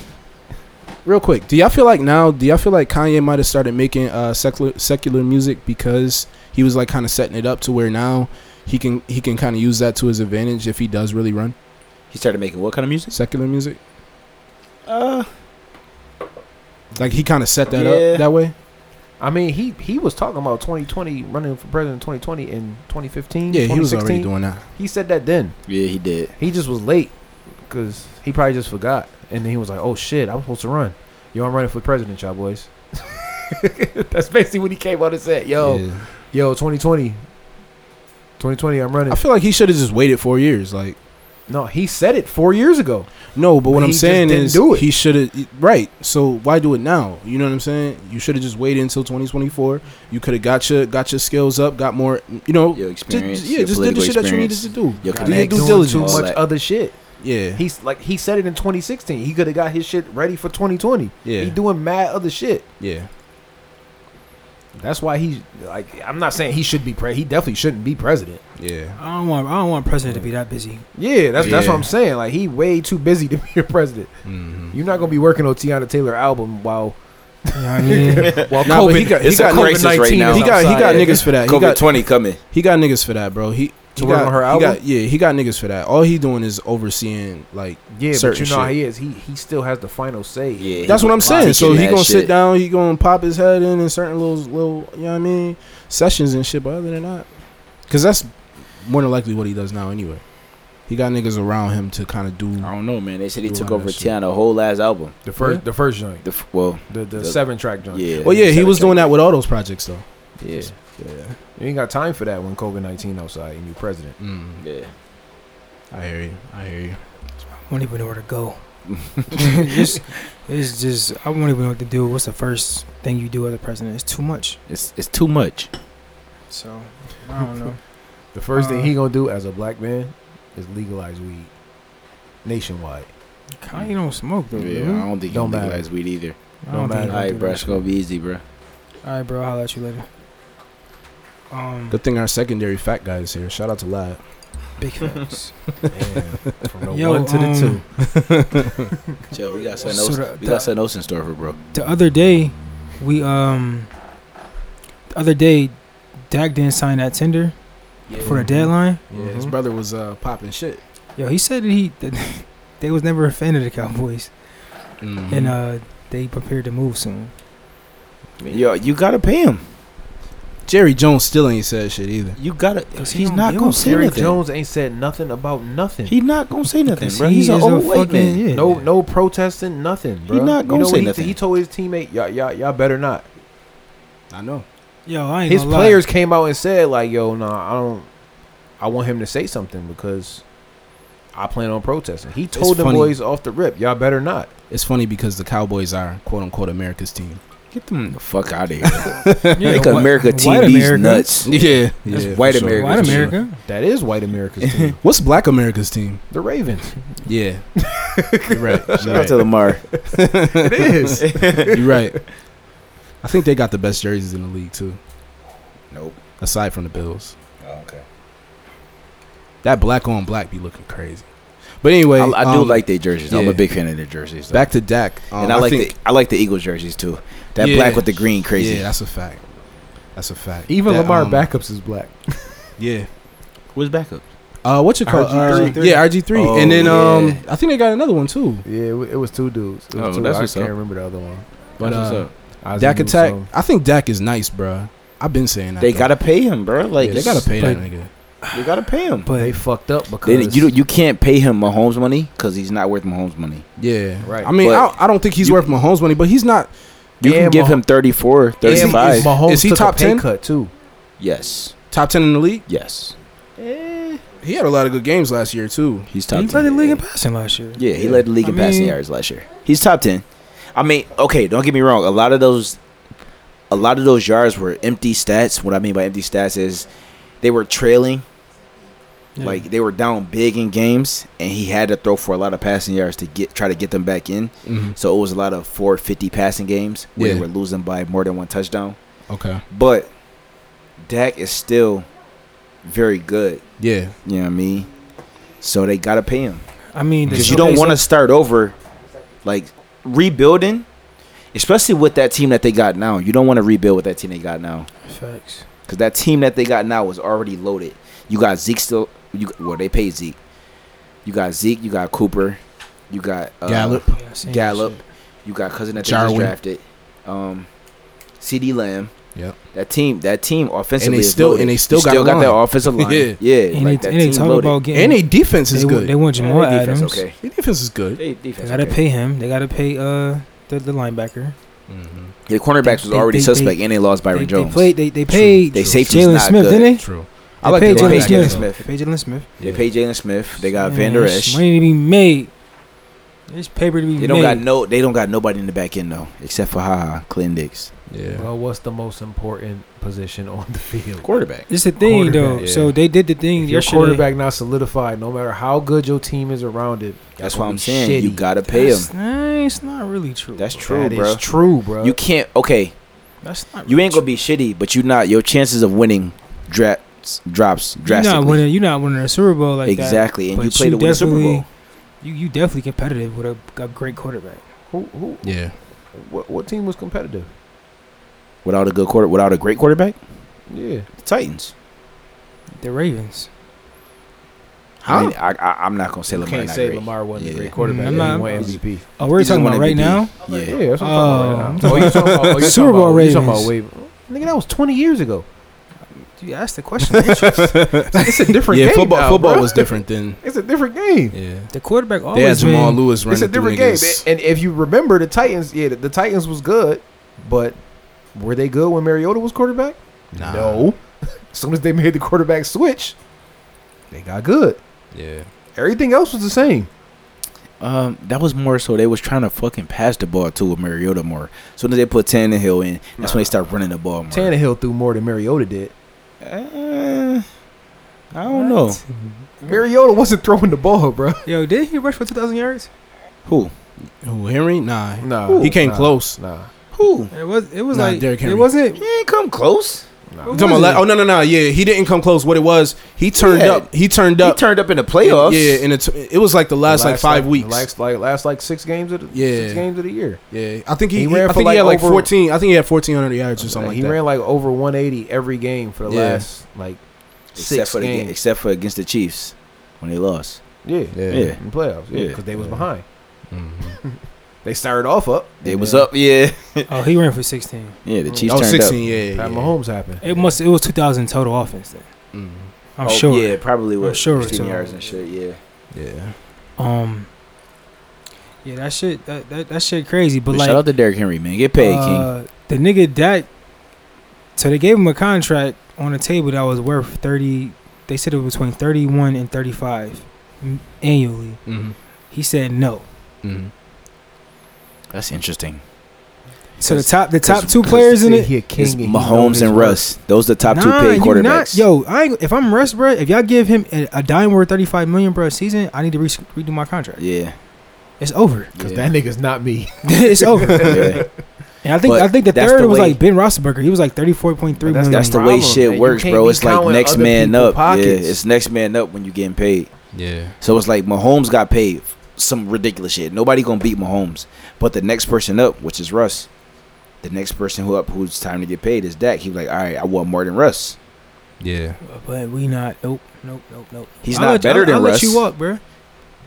Speaker 1: real quick? Do y'all feel like now? Do y'all feel like Kanye might have started making uh, secular secular music because he was like kind of setting it up to where now he can he can kind of use that to his advantage if he does really run
Speaker 5: He started making what kind of music?
Speaker 1: secular music?
Speaker 5: Uh,
Speaker 1: Like he kind of set that
Speaker 5: Yeah.
Speaker 1: up that way.
Speaker 2: I mean, he he was talking about 2020 running for president in 2020 and 2015.
Speaker 1: Yeah, he was already
Speaker 2: 2016.
Speaker 1: doing that.
Speaker 2: He said that then.
Speaker 5: Yeah, he did.
Speaker 2: He just was late because he probably just forgot, and then he was like, "Oh shit, I'm supposed to run. Yo, I'm running for president, y'all boys." That's basically what he came out and said. Yo,
Speaker 1: Yeah.
Speaker 2: yo, 2020, 2020, I'm running.
Speaker 1: I feel like he should have just waited four years. Like
Speaker 2: no, he said it four years ago.
Speaker 1: no, but what
Speaker 2: But
Speaker 1: I'm
Speaker 2: he just
Speaker 1: saying
Speaker 2: didn't
Speaker 1: is
Speaker 2: do it.
Speaker 1: he should have right. So why do it now? You know what I'm saying? You should have just waited until 2024. You could have got your got your skills up, got more. You know,
Speaker 5: Your
Speaker 1: ju- ju-
Speaker 5: experience.
Speaker 1: yeah,
Speaker 5: your
Speaker 1: Oh, just did the
Speaker 5: political
Speaker 1: shit that you needed
Speaker 5: experience,
Speaker 1: to do.
Speaker 5: Your
Speaker 1: Do your
Speaker 5: connects,
Speaker 1: due
Speaker 2: doing
Speaker 1: diligence.
Speaker 2: Too much
Speaker 5: that.
Speaker 2: other shit.
Speaker 1: Yeah,
Speaker 2: He's like he said it in 2016. He could have got his shit ready for 2020.
Speaker 1: yeah,
Speaker 2: He doing mad other shit.
Speaker 1: yeah.
Speaker 2: That's why he like. I'm not saying he should be pre. He definitely shouldn't be president.
Speaker 1: Yeah.
Speaker 3: I don't want I don't want president to be that busy.
Speaker 2: Yeah, that's that's what
Speaker 1: Yeah.
Speaker 2: I'm saying. Like he way too busy to be a president.
Speaker 1: Mhm.
Speaker 2: You're not gonna be working on Tiana Taylor album while
Speaker 3: You know what I mean?
Speaker 2: while
Speaker 1: Nah, but
Speaker 2: COVID.
Speaker 1: he got- he
Speaker 2: it's a
Speaker 1: got
Speaker 5: crisis
Speaker 2: COVID-19
Speaker 5: right now.
Speaker 2: is
Speaker 1: He got he got
Speaker 2: outside.
Speaker 1: niggas for that. He
Speaker 5: COVID
Speaker 1: got
Speaker 5: twenty coming.
Speaker 1: he got niggas for that, bro. He he
Speaker 2: work
Speaker 1: got,
Speaker 2: on her
Speaker 1: he got-
Speaker 2: album?
Speaker 1: yeah, he got niggas for that. All he doing is overseeing like
Speaker 2: Yeah, but you
Speaker 1: certain
Speaker 2: know how
Speaker 1: shit.
Speaker 2: he is. He he still has the final say.
Speaker 5: Yeah, he
Speaker 1: That's what I'm
Speaker 5: was
Speaker 1: saying. So
Speaker 5: teaching
Speaker 1: he
Speaker 5: that
Speaker 1: gonna sit
Speaker 5: shit.
Speaker 1: down. He gonna pop his head in in certain little little you know what I mean sessions and shit. But other than that, because that's more than likely what he does now anyway. He got niggas around him to kind of do.
Speaker 5: I don't know, man. They said he
Speaker 1: Doing
Speaker 5: took
Speaker 1: that
Speaker 5: over
Speaker 1: shit.
Speaker 5: Tiana the whole last album.
Speaker 2: The first
Speaker 1: Yeah.
Speaker 2: the first joint,
Speaker 5: The f- well,
Speaker 2: the the,
Speaker 5: The-
Speaker 2: seven track joint.
Speaker 5: yeah.
Speaker 1: Well, yeah, he
Speaker 5: Saturday
Speaker 1: was doing
Speaker 5: night.
Speaker 1: that with all those projects though.
Speaker 5: Yeah,
Speaker 2: You ain't got time for that when COVID nineteen outside and you president.
Speaker 1: Mm,
Speaker 5: yeah.
Speaker 1: I hear you. I hear you.
Speaker 3: I don't even know where to go. it's, it's just I don't even know what to do. What's the first thing you do as a president? It's too much.
Speaker 5: It's it's too much.
Speaker 3: So I don't know.
Speaker 2: The first
Speaker 3: Uh,
Speaker 2: thing he gonna do as a black man is legalize weed nationwide.
Speaker 3: Kanye don't smoke
Speaker 1: Mm-hmm.
Speaker 3: though.
Speaker 5: Yeah,
Speaker 3: dude.
Speaker 5: I don't think
Speaker 2: Don't
Speaker 5: don't
Speaker 2: matter.
Speaker 5: legalize weed either.
Speaker 3: I
Speaker 2: don't
Speaker 3: don't think
Speaker 2: matter.
Speaker 3: he
Speaker 5: All
Speaker 3: gonna do
Speaker 5: right, bro,
Speaker 3: that
Speaker 5: it's
Speaker 3: shit.
Speaker 5: gonna be easy, bro.
Speaker 3: All right, bro. I'll holler at you later. Um,
Speaker 1: Good thing our secondary fat guy is here. Shout out to Lab.
Speaker 3: big facts.
Speaker 2: Man, from the
Speaker 3: Yo,
Speaker 2: one to the
Speaker 3: um,
Speaker 2: two.
Speaker 5: Chill, we got
Speaker 3: So
Speaker 5: something else.
Speaker 3: the-
Speaker 5: we
Speaker 3: the-
Speaker 5: got something else in store for bro.
Speaker 3: the other day, we um, the other day, Dak didn't sign that tender for the deadline.
Speaker 1: Yeah, his brother was uh, popping shit.
Speaker 3: Yo, he said that he that they was never a fan of the Cowboys,
Speaker 1: Mm-hmm.
Speaker 3: and
Speaker 5: Mm-hmm.
Speaker 3: uh, they prepared to move soon.
Speaker 5: Yo, you gotta pay him.
Speaker 1: Jerry Jones still ain't said shit either.
Speaker 5: You gotta.
Speaker 3: Cause he
Speaker 5: He's
Speaker 3: don't
Speaker 5: not
Speaker 3: give
Speaker 5: gonna
Speaker 3: a
Speaker 5: say
Speaker 2: Jerry
Speaker 5: nothing.
Speaker 2: Jones ain't said nothing about nothing.
Speaker 5: He not gonna say nothing,
Speaker 3: Cause
Speaker 5: bro.
Speaker 3: he
Speaker 5: He's an
Speaker 3: is a
Speaker 5: old white
Speaker 3: fucking-
Speaker 5: man.
Speaker 3: yeah.
Speaker 2: No, no protesting, nothing, bro.
Speaker 5: not gonna
Speaker 2: you know
Speaker 5: say
Speaker 2: what he,
Speaker 5: nothing.
Speaker 2: He told his teammate, y'all, y'all, y'all better not.
Speaker 1: I know.
Speaker 3: Yo, I ain't
Speaker 2: His
Speaker 3: gonna
Speaker 2: players came out and said, like, yo, nah, I don't. I want him to say something because I plan on protesting. He told the
Speaker 1: funny.
Speaker 2: boys off the rip, y'all better not.
Speaker 1: It's funny because the Cowboys are quote unquote America's team.
Speaker 5: Get them the fuck out of here.
Speaker 3: Lie. Yeah,
Speaker 5: Make
Speaker 3: whi-
Speaker 5: America
Speaker 3: white
Speaker 5: team these
Speaker 3: America.
Speaker 5: nuts.
Speaker 1: Yeah,
Speaker 5: That's
Speaker 1: yeah,
Speaker 5: white
Speaker 1: for sure.
Speaker 5: America.
Speaker 3: White
Speaker 5: for sure.
Speaker 3: America.
Speaker 2: That is white America's team.
Speaker 1: What's Black America's team?
Speaker 2: the Ravens.
Speaker 1: Yeah, you're right. You're
Speaker 5: Shout out
Speaker 1: right.
Speaker 5: to Lamar.
Speaker 2: It is.
Speaker 1: You're right. I think they got the best jerseys in the league too,
Speaker 5: Nope.
Speaker 1: aside from the Bills.
Speaker 5: Oh, okay.
Speaker 1: That black on black be looking crazy. But anyway,
Speaker 5: I, I do
Speaker 1: um,
Speaker 5: like their jerseys. I'm
Speaker 1: yeah.
Speaker 5: a big fan of their jerseys. though.
Speaker 1: back to Dak, um,
Speaker 5: and I, like
Speaker 1: think-
Speaker 5: the I like the Eagles jerseys too. That
Speaker 1: Yeah.
Speaker 5: black with the green, crazy.
Speaker 1: Yeah, that's a fact. That's a fact.
Speaker 2: Even
Speaker 1: That,
Speaker 2: Lamar
Speaker 1: um,
Speaker 2: backups is black.
Speaker 1: Yeah.
Speaker 5: Who's backup?
Speaker 1: Uh, what you call?
Speaker 2: RG3.
Speaker 1: Uh, yeah, RG three,
Speaker 5: Oh,
Speaker 1: and then um,
Speaker 5: yeah.
Speaker 1: I think they got another one too.
Speaker 2: Yeah, it, wa- it was two dudes. It was
Speaker 5: Oh,
Speaker 2: two.
Speaker 5: that's
Speaker 2: I
Speaker 5: what's
Speaker 2: can't
Speaker 5: up.
Speaker 2: remember the other one.
Speaker 1: But
Speaker 5: That's
Speaker 1: uh,
Speaker 5: what's
Speaker 2: Isaac
Speaker 1: Dak
Speaker 2: Newsom.
Speaker 1: attack. I think Dak is nice, bruh. I've been saying that.
Speaker 5: They
Speaker 1: though.
Speaker 5: gotta pay him, bro. Like
Speaker 1: Yeah, they gotta pay that nigga.
Speaker 5: You gotta pay him.
Speaker 2: They
Speaker 3: But
Speaker 2: fucked up because
Speaker 5: They, you don't- you can't pay him Mahomes money because he's not worth Mahomes money.
Speaker 1: Yeah,
Speaker 2: Right.
Speaker 1: I mean,
Speaker 5: But
Speaker 1: I, I don't think he's
Speaker 5: you-
Speaker 1: worth Mahomes money, but he's not.
Speaker 5: You
Speaker 2: And
Speaker 5: can give
Speaker 2: Mah-
Speaker 5: him 34,
Speaker 1: Is he-
Speaker 5: 35.
Speaker 1: is
Speaker 2: Mahomes
Speaker 1: Is he
Speaker 2: took
Speaker 1: top
Speaker 2: a pay
Speaker 1: 10?
Speaker 2: cut too.
Speaker 5: yes,
Speaker 1: Top ten in the league.
Speaker 5: yes,
Speaker 1: He had a lot of good games last year too.
Speaker 5: he's top.
Speaker 3: he
Speaker 5: 10.
Speaker 3: led the league in passing last year.
Speaker 5: Yeah, he led the league
Speaker 3: I
Speaker 5: in passing
Speaker 3: mean-
Speaker 5: yards last year. He's top ten. I mean, okay, don't get me wrong. A lot of those, a lot of those yards were empty stats. What I mean by empty stats is they were trailing,
Speaker 3: Yeah.
Speaker 5: like they were down big in games, and he had to throw for a lot of passing yards to get try to get them back in. So it was a lot of 450 passing games where
Speaker 1: Yeah.
Speaker 5: they were losing by more than one touchdown.
Speaker 1: Okay.
Speaker 5: But Dak is still very good.
Speaker 1: Yeah.
Speaker 5: You know what I mean? So they gotta pay him
Speaker 3: I mean,
Speaker 5: because you don't want to start over, like rebuilding, especially with that team that they got now. You don't want to rebuild with that team they got now
Speaker 3: Facts.
Speaker 5: because that team that they got now is already loaded. You got Zeke still. You well, they paid Zeke. You got Zeke. You got Cooper. You got uh,
Speaker 1: Gallup.
Speaker 3: Yeah, I seen that
Speaker 5: Gallup.
Speaker 3: shit.
Speaker 5: You got cousin that they just
Speaker 1: Jarwin.
Speaker 5: drafted. Um, CD Lamb.
Speaker 1: Yep.
Speaker 5: That team, that team offensively,
Speaker 1: And they
Speaker 5: is
Speaker 1: still-
Speaker 5: loaded.
Speaker 1: and they still
Speaker 5: You
Speaker 1: got
Speaker 5: still got that
Speaker 1: line.
Speaker 5: offensive line.
Speaker 1: Yeah.
Speaker 5: yeah, like
Speaker 3: And they,
Speaker 5: that
Speaker 3: and they
Speaker 5: team
Speaker 3: talk
Speaker 5: loaded.
Speaker 3: about getting.
Speaker 1: And they defense is
Speaker 3: they, want-
Speaker 1: good.
Speaker 3: They want
Speaker 5: Yeah,
Speaker 3: Jamal
Speaker 5: their defense,
Speaker 3: Adams.
Speaker 5: okay.
Speaker 1: Their defense is good.
Speaker 5: They
Speaker 3: They
Speaker 5: defense,
Speaker 3: gotta
Speaker 5: okay.
Speaker 3: pay him. They gotta pay uh the, the linebacker.
Speaker 5: Their cornerbacks
Speaker 3: They-
Speaker 5: was
Speaker 3: they-
Speaker 5: already
Speaker 3: they-
Speaker 5: suspect, and they lost Byron
Speaker 3: They, they
Speaker 5: Jones.
Speaker 3: played. They they paid.
Speaker 5: They safety's
Speaker 3: Jalen
Speaker 5: not
Speaker 3: Smith,
Speaker 5: good.
Speaker 3: didn't they?
Speaker 1: True.
Speaker 5: I
Speaker 3: They
Speaker 5: like their
Speaker 3: paid Jalen
Speaker 5: linebacker,
Speaker 3: Smith.
Speaker 5: Smith.
Speaker 3: They paid Jalen Smith.
Speaker 5: They
Speaker 1: Yeah.
Speaker 5: paid Jalen Smith. They got
Speaker 3: Man,
Speaker 5: Van Der
Speaker 3: there's
Speaker 5: Esch.
Speaker 3: Money to be made. There's paper to be
Speaker 5: They
Speaker 3: made.
Speaker 5: don't got no. They don't got nobody in the back end though, except for Ha Clinton Dix,
Speaker 1: Yeah.
Speaker 2: Well, what's the most important position on the field?
Speaker 5: quarterback.
Speaker 3: It's the thing though.
Speaker 2: Quarterback, yeah.
Speaker 3: So they did the thing
Speaker 2: If your
Speaker 3: yesterday.
Speaker 2: quarterback not solidified, no matter how good your team is around it.
Speaker 5: That's
Speaker 2: that's
Speaker 5: why
Speaker 2: gonna
Speaker 5: I'm
Speaker 2: be
Speaker 5: saying you
Speaker 2: shitty.
Speaker 5: gotta pay him.
Speaker 3: That's, nah, it's not really true.
Speaker 5: That's
Speaker 3: bro.
Speaker 5: true,
Speaker 2: That is
Speaker 5: bro.
Speaker 2: true, bro.
Speaker 5: You can't. Okay,
Speaker 3: That's not.
Speaker 5: you
Speaker 3: really
Speaker 5: ain't gonna be shitty, but you not. Your chances of winning dra- drops
Speaker 3: true. You're
Speaker 5: drastically.
Speaker 3: not winning. You're not winning a Super Bowl like that.
Speaker 5: exactly, and you
Speaker 3: but
Speaker 5: play
Speaker 3: you
Speaker 5: to win the Super Bowl.
Speaker 3: definitely- You you definitely competitive with a, a great quarterback.
Speaker 2: Who, who,
Speaker 1: Yeah.
Speaker 2: what, what team was competitive?
Speaker 5: Without a good quarter, without a great quarterback,
Speaker 2: Yeah.
Speaker 5: the Titans.
Speaker 3: The Ravens.
Speaker 5: I mean, I, I, am not gonna say
Speaker 2: You
Speaker 5: Lamar
Speaker 2: can't
Speaker 5: not
Speaker 2: say
Speaker 5: great.
Speaker 2: Lamar wasn't
Speaker 5: Yeah.
Speaker 2: a great quarterback.
Speaker 3: I'm
Speaker 2: yeah, Mm,
Speaker 3: not-
Speaker 2: he won MVP.
Speaker 3: Oh, we're
Speaker 5: He just
Speaker 3: talking
Speaker 5: won
Speaker 3: about right
Speaker 5: MVP.
Speaker 3: now.
Speaker 5: Yeah,
Speaker 2: Yeah, that's what I'm talking about.
Speaker 3: Oh.
Speaker 2: Right now. Oh, you talking about, oh, you
Speaker 3: Super Bowl
Speaker 2: talking about,
Speaker 3: Ravens.
Speaker 2: You talking about way, nigga, that was 20 years ago.
Speaker 3: You asked the question. didn't you?
Speaker 2: It's a different
Speaker 1: Yeah.
Speaker 2: game.
Speaker 1: Football.
Speaker 2: now,
Speaker 1: football
Speaker 2: bro.
Speaker 1: was different then.
Speaker 2: It's a different game.
Speaker 1: Yeah.
Speaker 3: the quarterback
Speaker 1: They had
Speaker 3: always
Speaker 1: Jamal
Speaker 3: been-
Speaker 1: Lewis running
Speaker 2: It's a
Speaker 1: through
Speaker 2: different game.
Speaker 1: niggas.
Speaker 2: And if you remember, the Titans, yeah, the, the Titans was good, but were they good when Mariota was quarterback?
Speaker 1: Nah.
Speaker 2: No. as soon as they made the quarterback switch, they got good.
Speaker 1: Yeah.
Speaker 2: Everything else was the same.
Speaker 5: Um, that was more so they was trying to fucking pass the ball to Mariota more. As soon as they put Tannehill in, that's when they start running the ball more.
Speaker 2: Tannehill threw more than Mariota did.
Speaker 5: Uh, I don't know
Speaker 2: Mariota wasn't throwing the ball, bro.
Speaker 3: Yo, did he rush for 2,000 yards?
Speaker 5: who
Speaker 1: Who Henry? Nah.
Speaker 2: Nah,
Speaker 1: He came
Speaker 2: nah,
Speaker 1: close.
Speaker 2: Nah,
Speaker 5: who.
Speaker 3: It was. It was
Speaker 1: Nah,
Speaker 3: like
Speaker 1: Derrick Henry.
Speaker 3: it wasn't.
Speaker 5: He ain't come close.
Speaker 2: nah.
Speaker 3: Who
Speaker 1: You talking about
Speaker 3: was
Speaker 1: la- oh no no no yeah he didn't come close. What it was he turned
Speaker 5: Yeah.
Speaker 1: up he turned
Speaker 5: He
Speaker 1: up
Speaker 5: turned up in the playoffs.
Speaker 1: yeah and it, it was like the last, like five weeks
Speaker 2: Last like last like six games of the
Speaker 1: Yeah.
Speaker 2: six games of the year.
Speaker 1: yeah I think he,
Speaker 2: He
Speaker 1: he-
Speaker 2: ran
Speaker 1: I
Speaker 2: for
Speaker 1: think
Speaker 2: like
Speaker 1: he had like
Speaker 2: over-
Speaker 1: fourteen I think he had fourteen hundred yards or something
Speaker 2: Like,
Speaker 1: like
Speaker 2: he
Speaker 1: that.
Speaker 2: ran like over 180 every game for the
Speaker 1: Yeah.
Speaker 2: last like
Speaker 5: except
Speaker 2: six
Speaker 5: for the,
Speaker 2: games.
Speaker 5: ga- except for against the Chiefs when they lost.
Speaker 2: yeah,
Speaker 1: yeah
Speaker 5: Yeah.
Speaker 2: in the playoffs. Yeah,
Speaker 5: Yeah.
Speaker 2: because they was
Speaker 1: Yeah.
Speaker 2: behind.
Speaker 1: Mhm.
Speaker 2: They started off up.
Speaker 5: They
Speaker 2: and
Speaker 5: was
Speaker 2: then
Speaker 5: up. Yeah,
Speaker 3: Oh, he ran for 16.
Speaker 5: yeah. The Chiefs
Speaker 1: that was
Speaker 5: turned
Speaker 1: sixteen
Speaker 5: up.
Speaker 1: yeah, yeah
Speaker 2: Pat Mahomes happened.
Speaker 3: It must. It was 2,000 total offense then.
Speaker 1: Mhm.
Speaker 3: I'm
Speaker 5: Oh,
Speaker 3: sure.
Speaker 5: Yeah, probably with
Speaker 3: sure it's
Speaker 5: 15
Speaker 3: all-
Speaker 5: yards and shit. Yeah,
Speaker 1: yeah
Speaker 3: Um. Yeah, that shit. That that, that shit crazy. But
Speaker 5: But
Speaker 3: like,
Speaker 5: shout out to Derrick Henry, man. Get paid, King.
Speaker 3: uh, the nigga that. So they gave him a contract on a table that was worth 30. They said it was between 31 and 35 m- annually.
Speaker 1: hmm
Speaker 3: He said no.
Speaker 1: hmm
Speaker 5: That's interesting.
Speaker 3: So the top, the top
Speaker 5: Cause-
Speaker 3: two players in
Speaker 2: Say
Speaker 3: it.
Speaker 2: he a king
Speaker 5: It's
Speaker 2: and he know
Speaker 5: Mahomes
Speaker 2: his
Speaker 5: and
Speaker 2: worth.
Speaker 5: Russ. Those the top two
Speaker 3: Nah,
Speaker 5: paid
Speaker 3: you
Speaker 5: quarterbacks.
Speaker 3: Not, yo, I ain't, if I'm Russ, bro, if y'all give him a, a dime worth 35 million, bro, a season, I need to re- redo my contract.
Speaker 5: Yeah,
Speaker 3: It's over.
Speaker 2: Cause
Speaker 5: yeah.
Speaker 2: that nigga's not me.
Speaker 3: it's over.
Speaker 5: Yeah.
Speaker 3: And I think
Speaker 5: But
Speaker 3: I think the
Speaker 5: that's
Speaker 3: third
Speaker 5: the
Speaker 3: was
Speaker 5: way-
Speaker 3: like Ben Roethlisberger. He was like 34.3
Speaker 2: But
Speaker 3: million.
Speaker 5: That's the way
Speaker 2: problem,
Speaker 5: shit
Speaker 2: man. You
Speaker 5: works,
Speaker 2: can't
Speaker 5: bro.
Speaker 2: be
Speaker 5: It's like
Speaker 2: counting
Speaker 5: next
Speaker 2: other
Speaker 5: man
Speaker 2: people's
Speaker 5: up. Yeah,
Speaker 2: pockets.
Speaker 5: it's next man up when you getting paid.
Speaker 1: yeah
Speaker 5: So it's like Mahomes got paid f- some ridiculous shit. Nobody gonna beat Mahomes, but the next person up, which is Russ, the next person who up who's time to get paid is Dak. He was like, all right, I want more than Russ.
Speaker 1: yeah
Speaker 3: but we not. Nope. Nope. Nope. Nope.
Speaker 5: He's
Speaker 3: I'll
Speaker 5: not
Speaker 3: let-
Speaker 5: better
Speaker 3: I'll,
Speaker 5: than
Speaker 3: I'll
Speaker 5: Russ.
Speaker 3: let you walk, bro.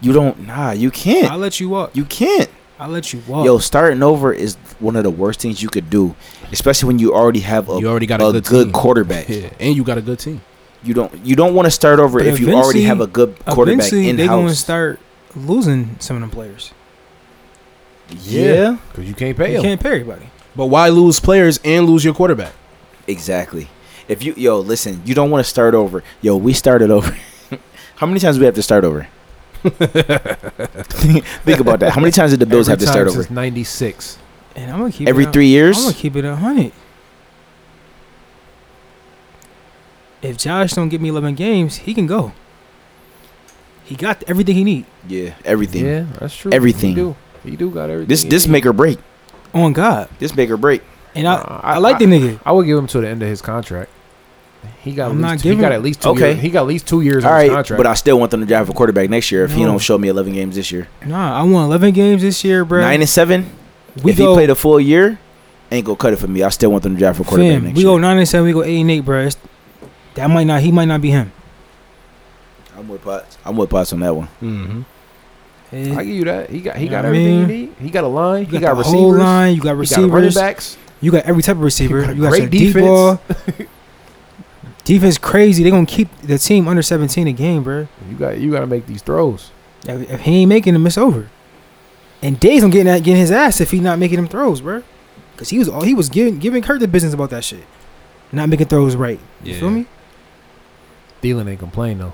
Speaker 5: You don't, nah, you
Speaker 3: I'll
Speaker 5: can't,
Speaker 3: let you walk.
Speaker 5: you can't.
Speaker 3: I'll let you walk.
Speaker 5: Yo, starting over is one of the worst things you could do, especially when you already have a,
Speaker 1: you already got a,
Speaker 5: a
Speaker 1: good,
Speaker 5: good,
Speaker 1: team.
Speaker 5: quarterback.
Speaker 1: yeah and you got a good team
Speaker 5: You don't, you don't want to start over
Speaker 3: But
Speaker 5: if you already
Speaker 3: eventually-
Speaker 5: have a good quarterback
Speaker 3: Eventually,
Speaker 5: in
Speaker 3: they going to
Speaker 5: house.
Speaker 3: start losing some of them players.
Speaker 5: yeah,
Speaker 2: Cause you can't
Speaker 3: They
Speaker 2: pay him.
Speaker 3: can't pay everybody.
Speaker 1: but why lose players and lose your quarterback
Speaker 5: Exactly. If you yo listen, you don't want to start over. Yo, we started over. How many times do we have to start over? Think about that. How many times did the Bills
Speaker 2: Every
Speaker 5: have to start
Speaker 2: time
Speaker 5: over?
Speaker 2: since '96.
Speaker 3: And I'm going to keep
Speaker 5: Every
Speaker 3: it
Speaker 5: three
Speaker 3: I'm
Speaker 5: years.
Speaker 3: gonna keep it a hundred. If Josh don't give me eleven games, he can go. He got everything he need
Speaker 5: Yeah, everything.
Speaker 2: Yeah, that's true.
Speaker 5: Everything.
Speaker 2: He do. He do got everything.
Speaker 5: This
Speaker 2: he
Speaker 5: this
Speaker 2: need.
Speaker 5: make or break.
Speaker 3: on God,
Speaker 5: This make or break.
Speaker 3: and I
Speaker 2: Nah,
Speaker 3: I, like the nigga.
Speaker 2: I would give him to the end of his contract. He got.
Speaker 3: I'm
Speaker 2: at
Speaker 3: not
Speaker 2: least,
Speaker 3: giving-
Speaker 2: He got at least two.
Speaker 5: Okay.
Speaker 2: Okay. Years. He got at least two years
Speaker 5: All
Speaker 2: on his
Speaker 5: right,
Speaker 2: contract.
Speaker 5: but I still want them to drive a quarterback next year if he
Speaker 3: No.
Speaker 5: don't show me eleven games this year.
Speaker 3: Nah, I won eleven games this year, bro.
Speaker 5: Nine and seven.
Speaker 3: we
Speaker 5: if
Speaker 3: go,
Speaker 5: he played a full year, ain't gonna cut it for me. I still want them to drive a quarterback
Speaker 3: fam,
Speaker 5: next
Speaker 3: we
Speaker 5: year.
Speaker 3: go nine and seven. We go eight and eight, bro. It's- that might not. He might not be him.
Speaker 5: I'm with Potts. I'm with Potts on that one.
Speaker 1: mm-hmm.
Speaker 3: It-
Speaker 2: I give you that. He got. He
Speaker 3: You
Speaker 2: got
Speaker 3: know what I
Speaker 2: everything
Speaker 3: mean?
Speaker 2: he need. He got a line.
Speaker 3: you
Speaker 2: He
Speaker 3: got,
Speaker 2: got
Speaker 3: the whole
Speaker 2: receivers.
Speaker 3: line. You got
Speaker 2: He got running
Speaker 3: receivers.
Speaker 2: backs.
Speaker 3: You got every type of receiver.
Speaker 2: got a
Speaker 3: You got
Speaker 2: great
Speaker 3: your deep
Speaker 2: defense.
Speaker 3: ball. defense crazy. They gonna keep the team under seventeen a game, bro.
Speaker 2: You got you got to make these throws.
Speaker 3: If, if he ain't making them, it's over. And Days gonna getting getting his ass if he not making them throws, bro. Cause he was all he was giving giving Kurt the business about that shit, not making throws right. You feel me?
Speaker 2: Thielen ain't complain though.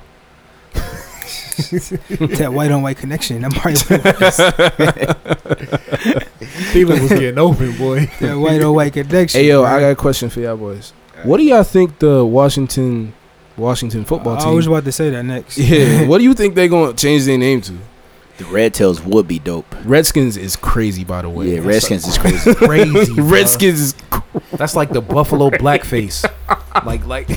Speaker 3: that white on white connection. That Mario that
Speaker 2: Thielen was getting open, boy.
Speaker 3: white on white connection.
Speaker 1: Hey yo, I
Speaker 3: bro.
Speaker 1: got a question for y'all boys. What do y'all think the Washington Washington football
Speaker 3: I was
Speaker 1: team?
Speaker 3: about to say that next.
Speaker 1: Yeah, what do you think they gonna change their name to?
Speaker 5: The Red Tails would be dope.
Speaker 1: Redskins is crazy, by the way.
Speaker 5: yeah, Redskins is crazy.
Speaker 2: Crazy. bruh.
Speaker 1: Redskins is
Speaker 2: That's like the Buffalo blackface. Like like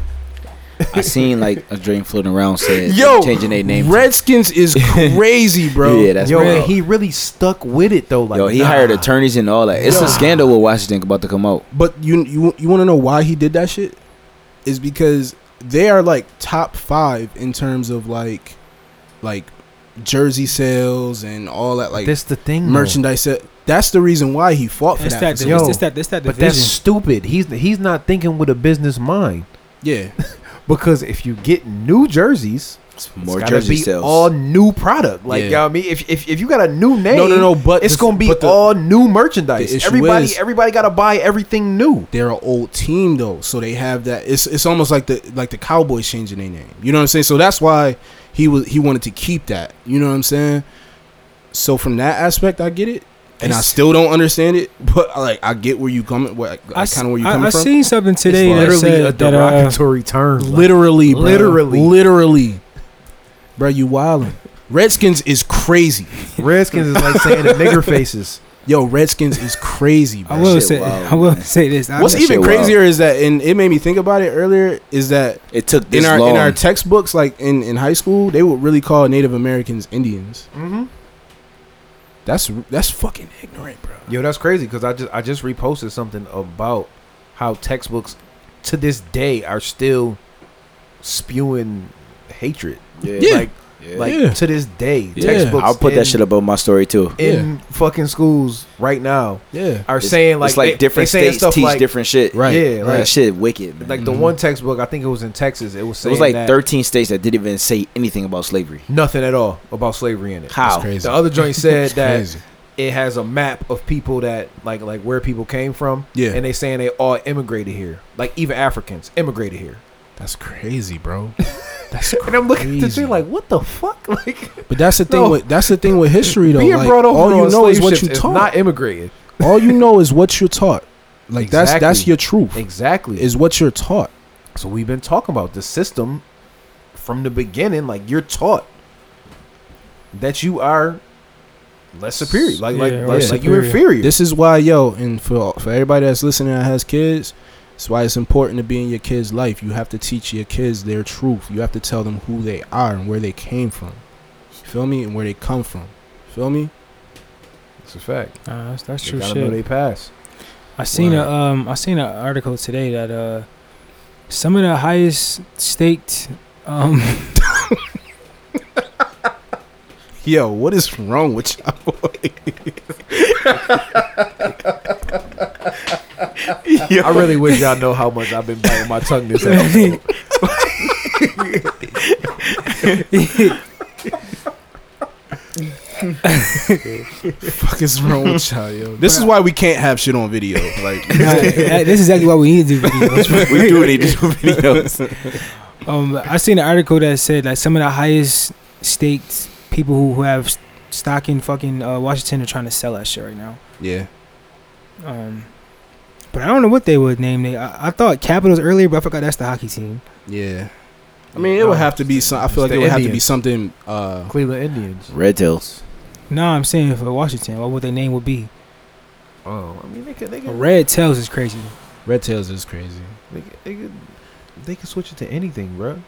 Speaker 5: I seen like a dream floating around said
Speaker 1: Yo,
Speaker 5: changing their name. to-
Speaker 1: Redskins is crazy, bro.
Speaker 5: Yeah, that's
Speaker 2: yo,
Speaker 5: wild.
Speaker 2: and he really stuck with it though. Like
Speaker 5: Yo, he
Speaker 2: nah.
Speaker 5: hired attorneys and all that. It's
Speaker 2: Nah.
Speaker 5: a scandal what Washington about to come out.
Speaker 1: But you you you want to know why he did that shit? Is because they are like top five in terms of like like jersey sales and all that like
Speaker 2: That's the thing. though.
Speaker 1: merchandise. Sale. That's the reason why he fought for
Speaker 3: It's
Speaker 1: that.
Speaker 3: that,
Speaker 1: for
Speaker 2: yo,
Speaker 1: so-
Speaker 3: it's, it's that, it's that
Speaker 2: But
Speaker 3: division.
Speaker 2: that's stupid. He's he's not thinking with a business mind
Speaker 1: yeah,
Speaker 2: because if you get new jerseys,
Speaker 5: More
Speaker 2: it's gotta
Speaker 5: jersey
Speaker 2: be
Speaker 5: sales.
Speaker 2: all new product. Like
Speaker 1: Yeah.
Speaker 2: you know what I mean, if, if if you got a new name,
Speaker 1: no, no, no. But
Speaker 2: it's
Speaker 1: the-
Speaker 2: gonna be
Speaker 1: but the-
Speaker 2: all new merchandise.
Speaker 1: the issue
Speaker 2: everybody
Speaker 1: is-
Speaker 2: everybody gotta buy everything new.
Speaker 1: They're an old team though, so they have that. It's it's almost like the like the Cowboys changing their name. You know what I'm saying? So that's why he was he wanted to keep that. You know what I'm saying? So from that aspect, I get it, and I
Speaker 3: It's-
Speaker 1: still don't understand it. But like, I get where you coming. Where I,
Speaker 3: s-
Speaker 1: kind of where you
Speaker 3: I-
Speaker 1: coming
Speaker 3: I
Speaker 1: from.
Speaker 3: seen something today that
Speaker 2: Literally a
Speaker 3: said that uh,
Speaker 2: derogatory term. Like,
Speaker 1: Literally, bro.
Speaker 2: Literally.
Speaker 1: literally, bro. You wildin'. Redskins is crazy.
Speaker 2: Redskins is like saying the nigger faces.
Speaker 1: Yo, Redskins is crazy,
Speaker 3: I
Speaker 1: bro.
Speaker 3: will
Speaker 5: shit
Speaker 3: say
Speaker 5: wild,
Speaker 3: I will
Speaker 5: man.
Speaker 3: say this. I
Speaker 1: What's
Speaker 5: that
Speaker 3: mean,
Speaker 1: even
Speaker 5: shit wild.
Speaker 1: crazier is that, and it made me think about it earlier. Is that
Speaker 5: It took this
Speaker 1: in our
Speaker 5: long.
Speaker 1: in our textbooks, like in in high school, they would really call Native Americans Indians.
Speaker 2: Mm-hmm.
Speaker 1: That's that's fucking ignorant, bro.
Speaker 2: Yo, that's crazy because I just I just reposted something about how textbooks to this day are still spewing hatred.
Speaker 1: Yeah.
Speaker 2: Like like
Speaker 1: Yeah.
Speaker 2: to this day,
Speaker 1: Yeah.
Speaker 2: textbooks.
Speaker 5: I'll put
Speaker 2: in-
Speaker 5: that shit above my story too.
Speaker 2: in fucking schools right now
Speaker 1: Yeah,
Speaker 2: are
Speaker 5: It's-
Speaker 2: saying like
Speaker 5: it's like
Speaker 2: they-
Speaker 5: different
Speaker 2: they saying
Speaker 5: states teach
Speaker 2: like,
Speaker 5: different shit.
Speaker 1: right.
Speaker 2: Yeah,
Speaker 5: Like,
Speaker 2: like
Speaker 5: that shit wicked. Man.
Speaker 2: like the
Speaker 1: Mhm.
Speaker 2: one textbook I think it was in Texas. It was
Speaker 5: it
Speaker 2: saying
Speaker 5: was like
Speaker 2: that
Speaker 5: 13 states that didn't even say anything about slavery.
Speaker 2: nothing at all about slavery in it.
Speaker 5: How?
Speaker 1: crazy.
Speaker 2: The other joint said
Speaker 1: It's
Speaker 2: that
Speaker 1: crazy.
Speaker 2: it has a map of people that like like where people came from.
Speaker 1: Yeah.
Speaker 2: And they saying they all immigrated here. Like even Africans immigrated here.
Speaker 1: That's crazy, bro. That's
Speaker 2: And I'm looking at this
Speaker 1: Crazy.
Speaker 2: thing like, what the fuck? Like
Speaker 1: but that's the thing.
Speaker 2: No.
Speaker 1: With, that's the thing with history, though.
Speaker 2: being
Speaker 1: Like,
Speaker 2: brought over
Speaker 1: all
Speaker 2: on
Speaker 1: you know is
Speaker 2: slave
Speaker 1: what
Speaker 2: ships
Speaker 1: you taught.
Speaker 2: not immigrated.
Speaker 1: all you know is what you're taught. Like that's that's
Speaker 2: Exactly.
Speaker 1: your truth.
Speaker 2: Exactly.
Speaker 1: Is what you're taught.
Speaker 2: so we've been talking about the system from the beginning. Like you're taught that you are less superior. Like like
Speaker 3: Yeah,
Speaker 2: like,
Speaker 1: yeah.
Speaker 2: like
Speaker 3: superior.
Speaker 2: you're inferior.
Speaker 1: This is why, yo, and for for everybody that's listening that has kids, it's why it's important to be in your kids' life. You have to teach your kids their truth. You have to tell them who they are and where they came from. You feel me? And where they come from. You Feel me?
Speaker 2: it's a fact.
Speaker 3: uh, that's, that's
Speaker 2: They
Speaker 3: true
Speaker 2: gotta
Speaker 3: shit.
Speaker 2: know they pass.
Speaker 3: I seen
Speaker 1: Right.
Speaker 3: a um I seen an article today that uh some of the highest staked um
Speaker 1: Yo, what is wrong with y'all boy? yo,
Speaker 2: I really wish y'all know how much I've been biting my tongue this episode.
Speaker 1: fuck is wrong with y'all, yo? This is why we can't have shit on video. Like,
Speaker 3: nah, that- this is exactly why we need to do videos.
Speaker 5: we do need to do videos.
Speaker 3: Um I seen an article that said like some of the highest staked people who, who have s- stock in fucking uh, Washington are trying to sell that shit right now.
Speaker 1: yeah,
Speaker 3: Um but I don't know what they would name they I, I thought Capitals earlier, but I forgot that's the hockey team.
Speaker 1: yeah. I mean, it would have to be some. I feel like
Speaker 2: It's
Speaker 1: it
Speaker 2: the
Speaker 1: would have to be
Speaker 2: Indians.
Speaker 1: something. Uh,
Speaker 2: Cleveland Indians.
Speaker 5: Red Tails.
Speaker 3: No, I'm saying for Washington, what would their name would be?
Speaker 2: Oh, I mean they could they could
Speaker 3: Red Tails is crazy.
Speaker 1: Red Tails is crazy.
Speaker 2: they could, they could, they could switch it to anything, bro.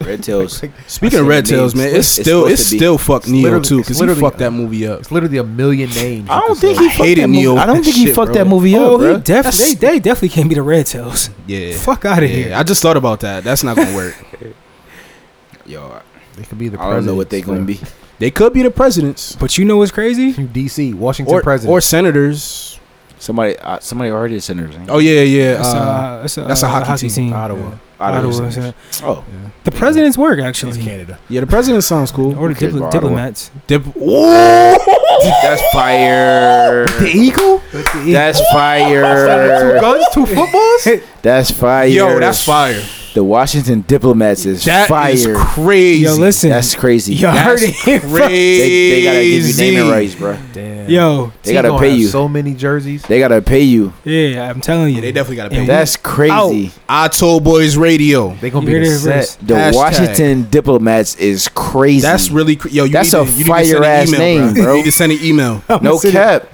Speaker 5: Red Tails.
Speaker 2: Like,
Speaker 1: Speaking of
Speaker 5: said
Speaker 1: Red
Speaker 5: the name.
Speaker 1: Tails, man, it's
Speaker 5: It's
Speaker 1: still
Speaker 5: supposed
Speaker 1: it's
Speaker 5: to be-
Speaker 1: still fuck
Speaker 2: it's
Speaker 1: Neo
Speaker 2: literally-
Speaker 1: too
Speaker 2: it's
Speaker 1: because he
Speaker 2: literally-
Speaker 1: fucked that movie up.
Speaker 2: it's literally a million names.
Speaker 5: I
Speaker 2: you
Speaker 5: don't
Speaker 2: could
Speaker 5: think
Speaker 2: say.
Speaker 5: he fucked that movie. I don't think he fucked that
Speaker 1: movie
Speaker 3: oh, he definitely they, they definitely can't be the Red Tails.
Speaker 1: yeah,
Speaker 3: Fuck out
Speaker 1: yeah.
Speaker 3: of here.
Speaker 1: I just thought about that. That's not gonna work.
Speaker 5: Yo, I-
Speaker 2: They could be the
Speaker 5: I don't know what they
Speaker 2: presidents,
Speaker 5: gonna be.
Speaker 1: they could be the presidents
Speaker 3: But you know what's crazy?
Speaker 2: bro. DC, Washington
Speaker 1: or,
Speaker 2: president.
Speaker 1: or senators.
Speaker 5: Somebody, uh, somebody already at Centers. ain't
Speaker 1: Oh yeah, yeah.
Speaker 3: That's,
Speaker 1: uh,
Speaker 3: a, that's, a,
Speaker 1: that's a hockey team.
Speaker 2: Ottawa.
Speaker 5: I
Speaker 3: Ottawa,
Speaker 5: don't know.
Speaker 3: is that-
Speaker 5: Oh,
Speaker 1: yeah.
Speaker 3: The president's work
Speaker 2: It's
Speaker 3: actually,
Speaker 2: Canada.
Speaker 1: yeah, the president sounds cool.
Speaker 3: or
Speaker 5: Who
Speaker 3: the
Speaker 5: cares
Speaker 3: dipl-
Speaker 5: about Ottawa?
Speaker 3: diplomats.
Speaker 1: Dip. Ooh!
Speaker 5: that's fire.
Speaker 3: eagle.
Speaker 5: That's fire.
Speaker 2: Guns, two footballs.
Speaker 5: That's fire.
Speaker 1: Yo, that's fire.
Speaker 5: The Washington diplomats is
Speaker 1: That is
Speaker 5: fire.
Speaker 1: crazy.
Speaker 3: Yo, listen.
Speaker 5: that's crazy.
Speaker 3: Yo, I
Speaker 1: That's
Speaker 3: heard it. here first.
Speaker 5: They, they gotta give you name and
Speaker 1: crazy.
Speaker 5: rights, bro.
Speaker 2: Damn.
Speaker 3: Yo,
Speaker 5: They gotta
Speaker 2: gonna
Speaker 5: pay
Speaker 2: have
Speaker 5: you.
Speaker 2: So many jerseys.
Speaker 5: They gotta pay you.
Speaker 3: yeah, I'm telling you.
Speaker 1: Yeah, they definitely got
Speaker 3: And
Speaker 1: to pay.
Speaker 3: we-
Speaker 5: That's crazy.
Speaker 1: I told boys radio.
Speaker 2: They gonna
Speaker 3: You
Speaker 2: be
Speaker 3: hear
Speaker 2: the
Speaker 3: that,
Speaker 2: set.
Speaker 3: Bruce?
Speaker 5: The
Speaker 1: Hashtag.
Speaker 5: Washington diplomats is crazy.
Speaker 1: That's really cr- yo. You
Speaker 5: That's
Speaker 1: need
Speaker 5: a
Speaker 1: to, you need to send
Speaker 5: fire-ass
Speaker 1: an email,
Speaker 5: name, bro.
Speaker 1: You need to send an email.
Speaker 5: no cap.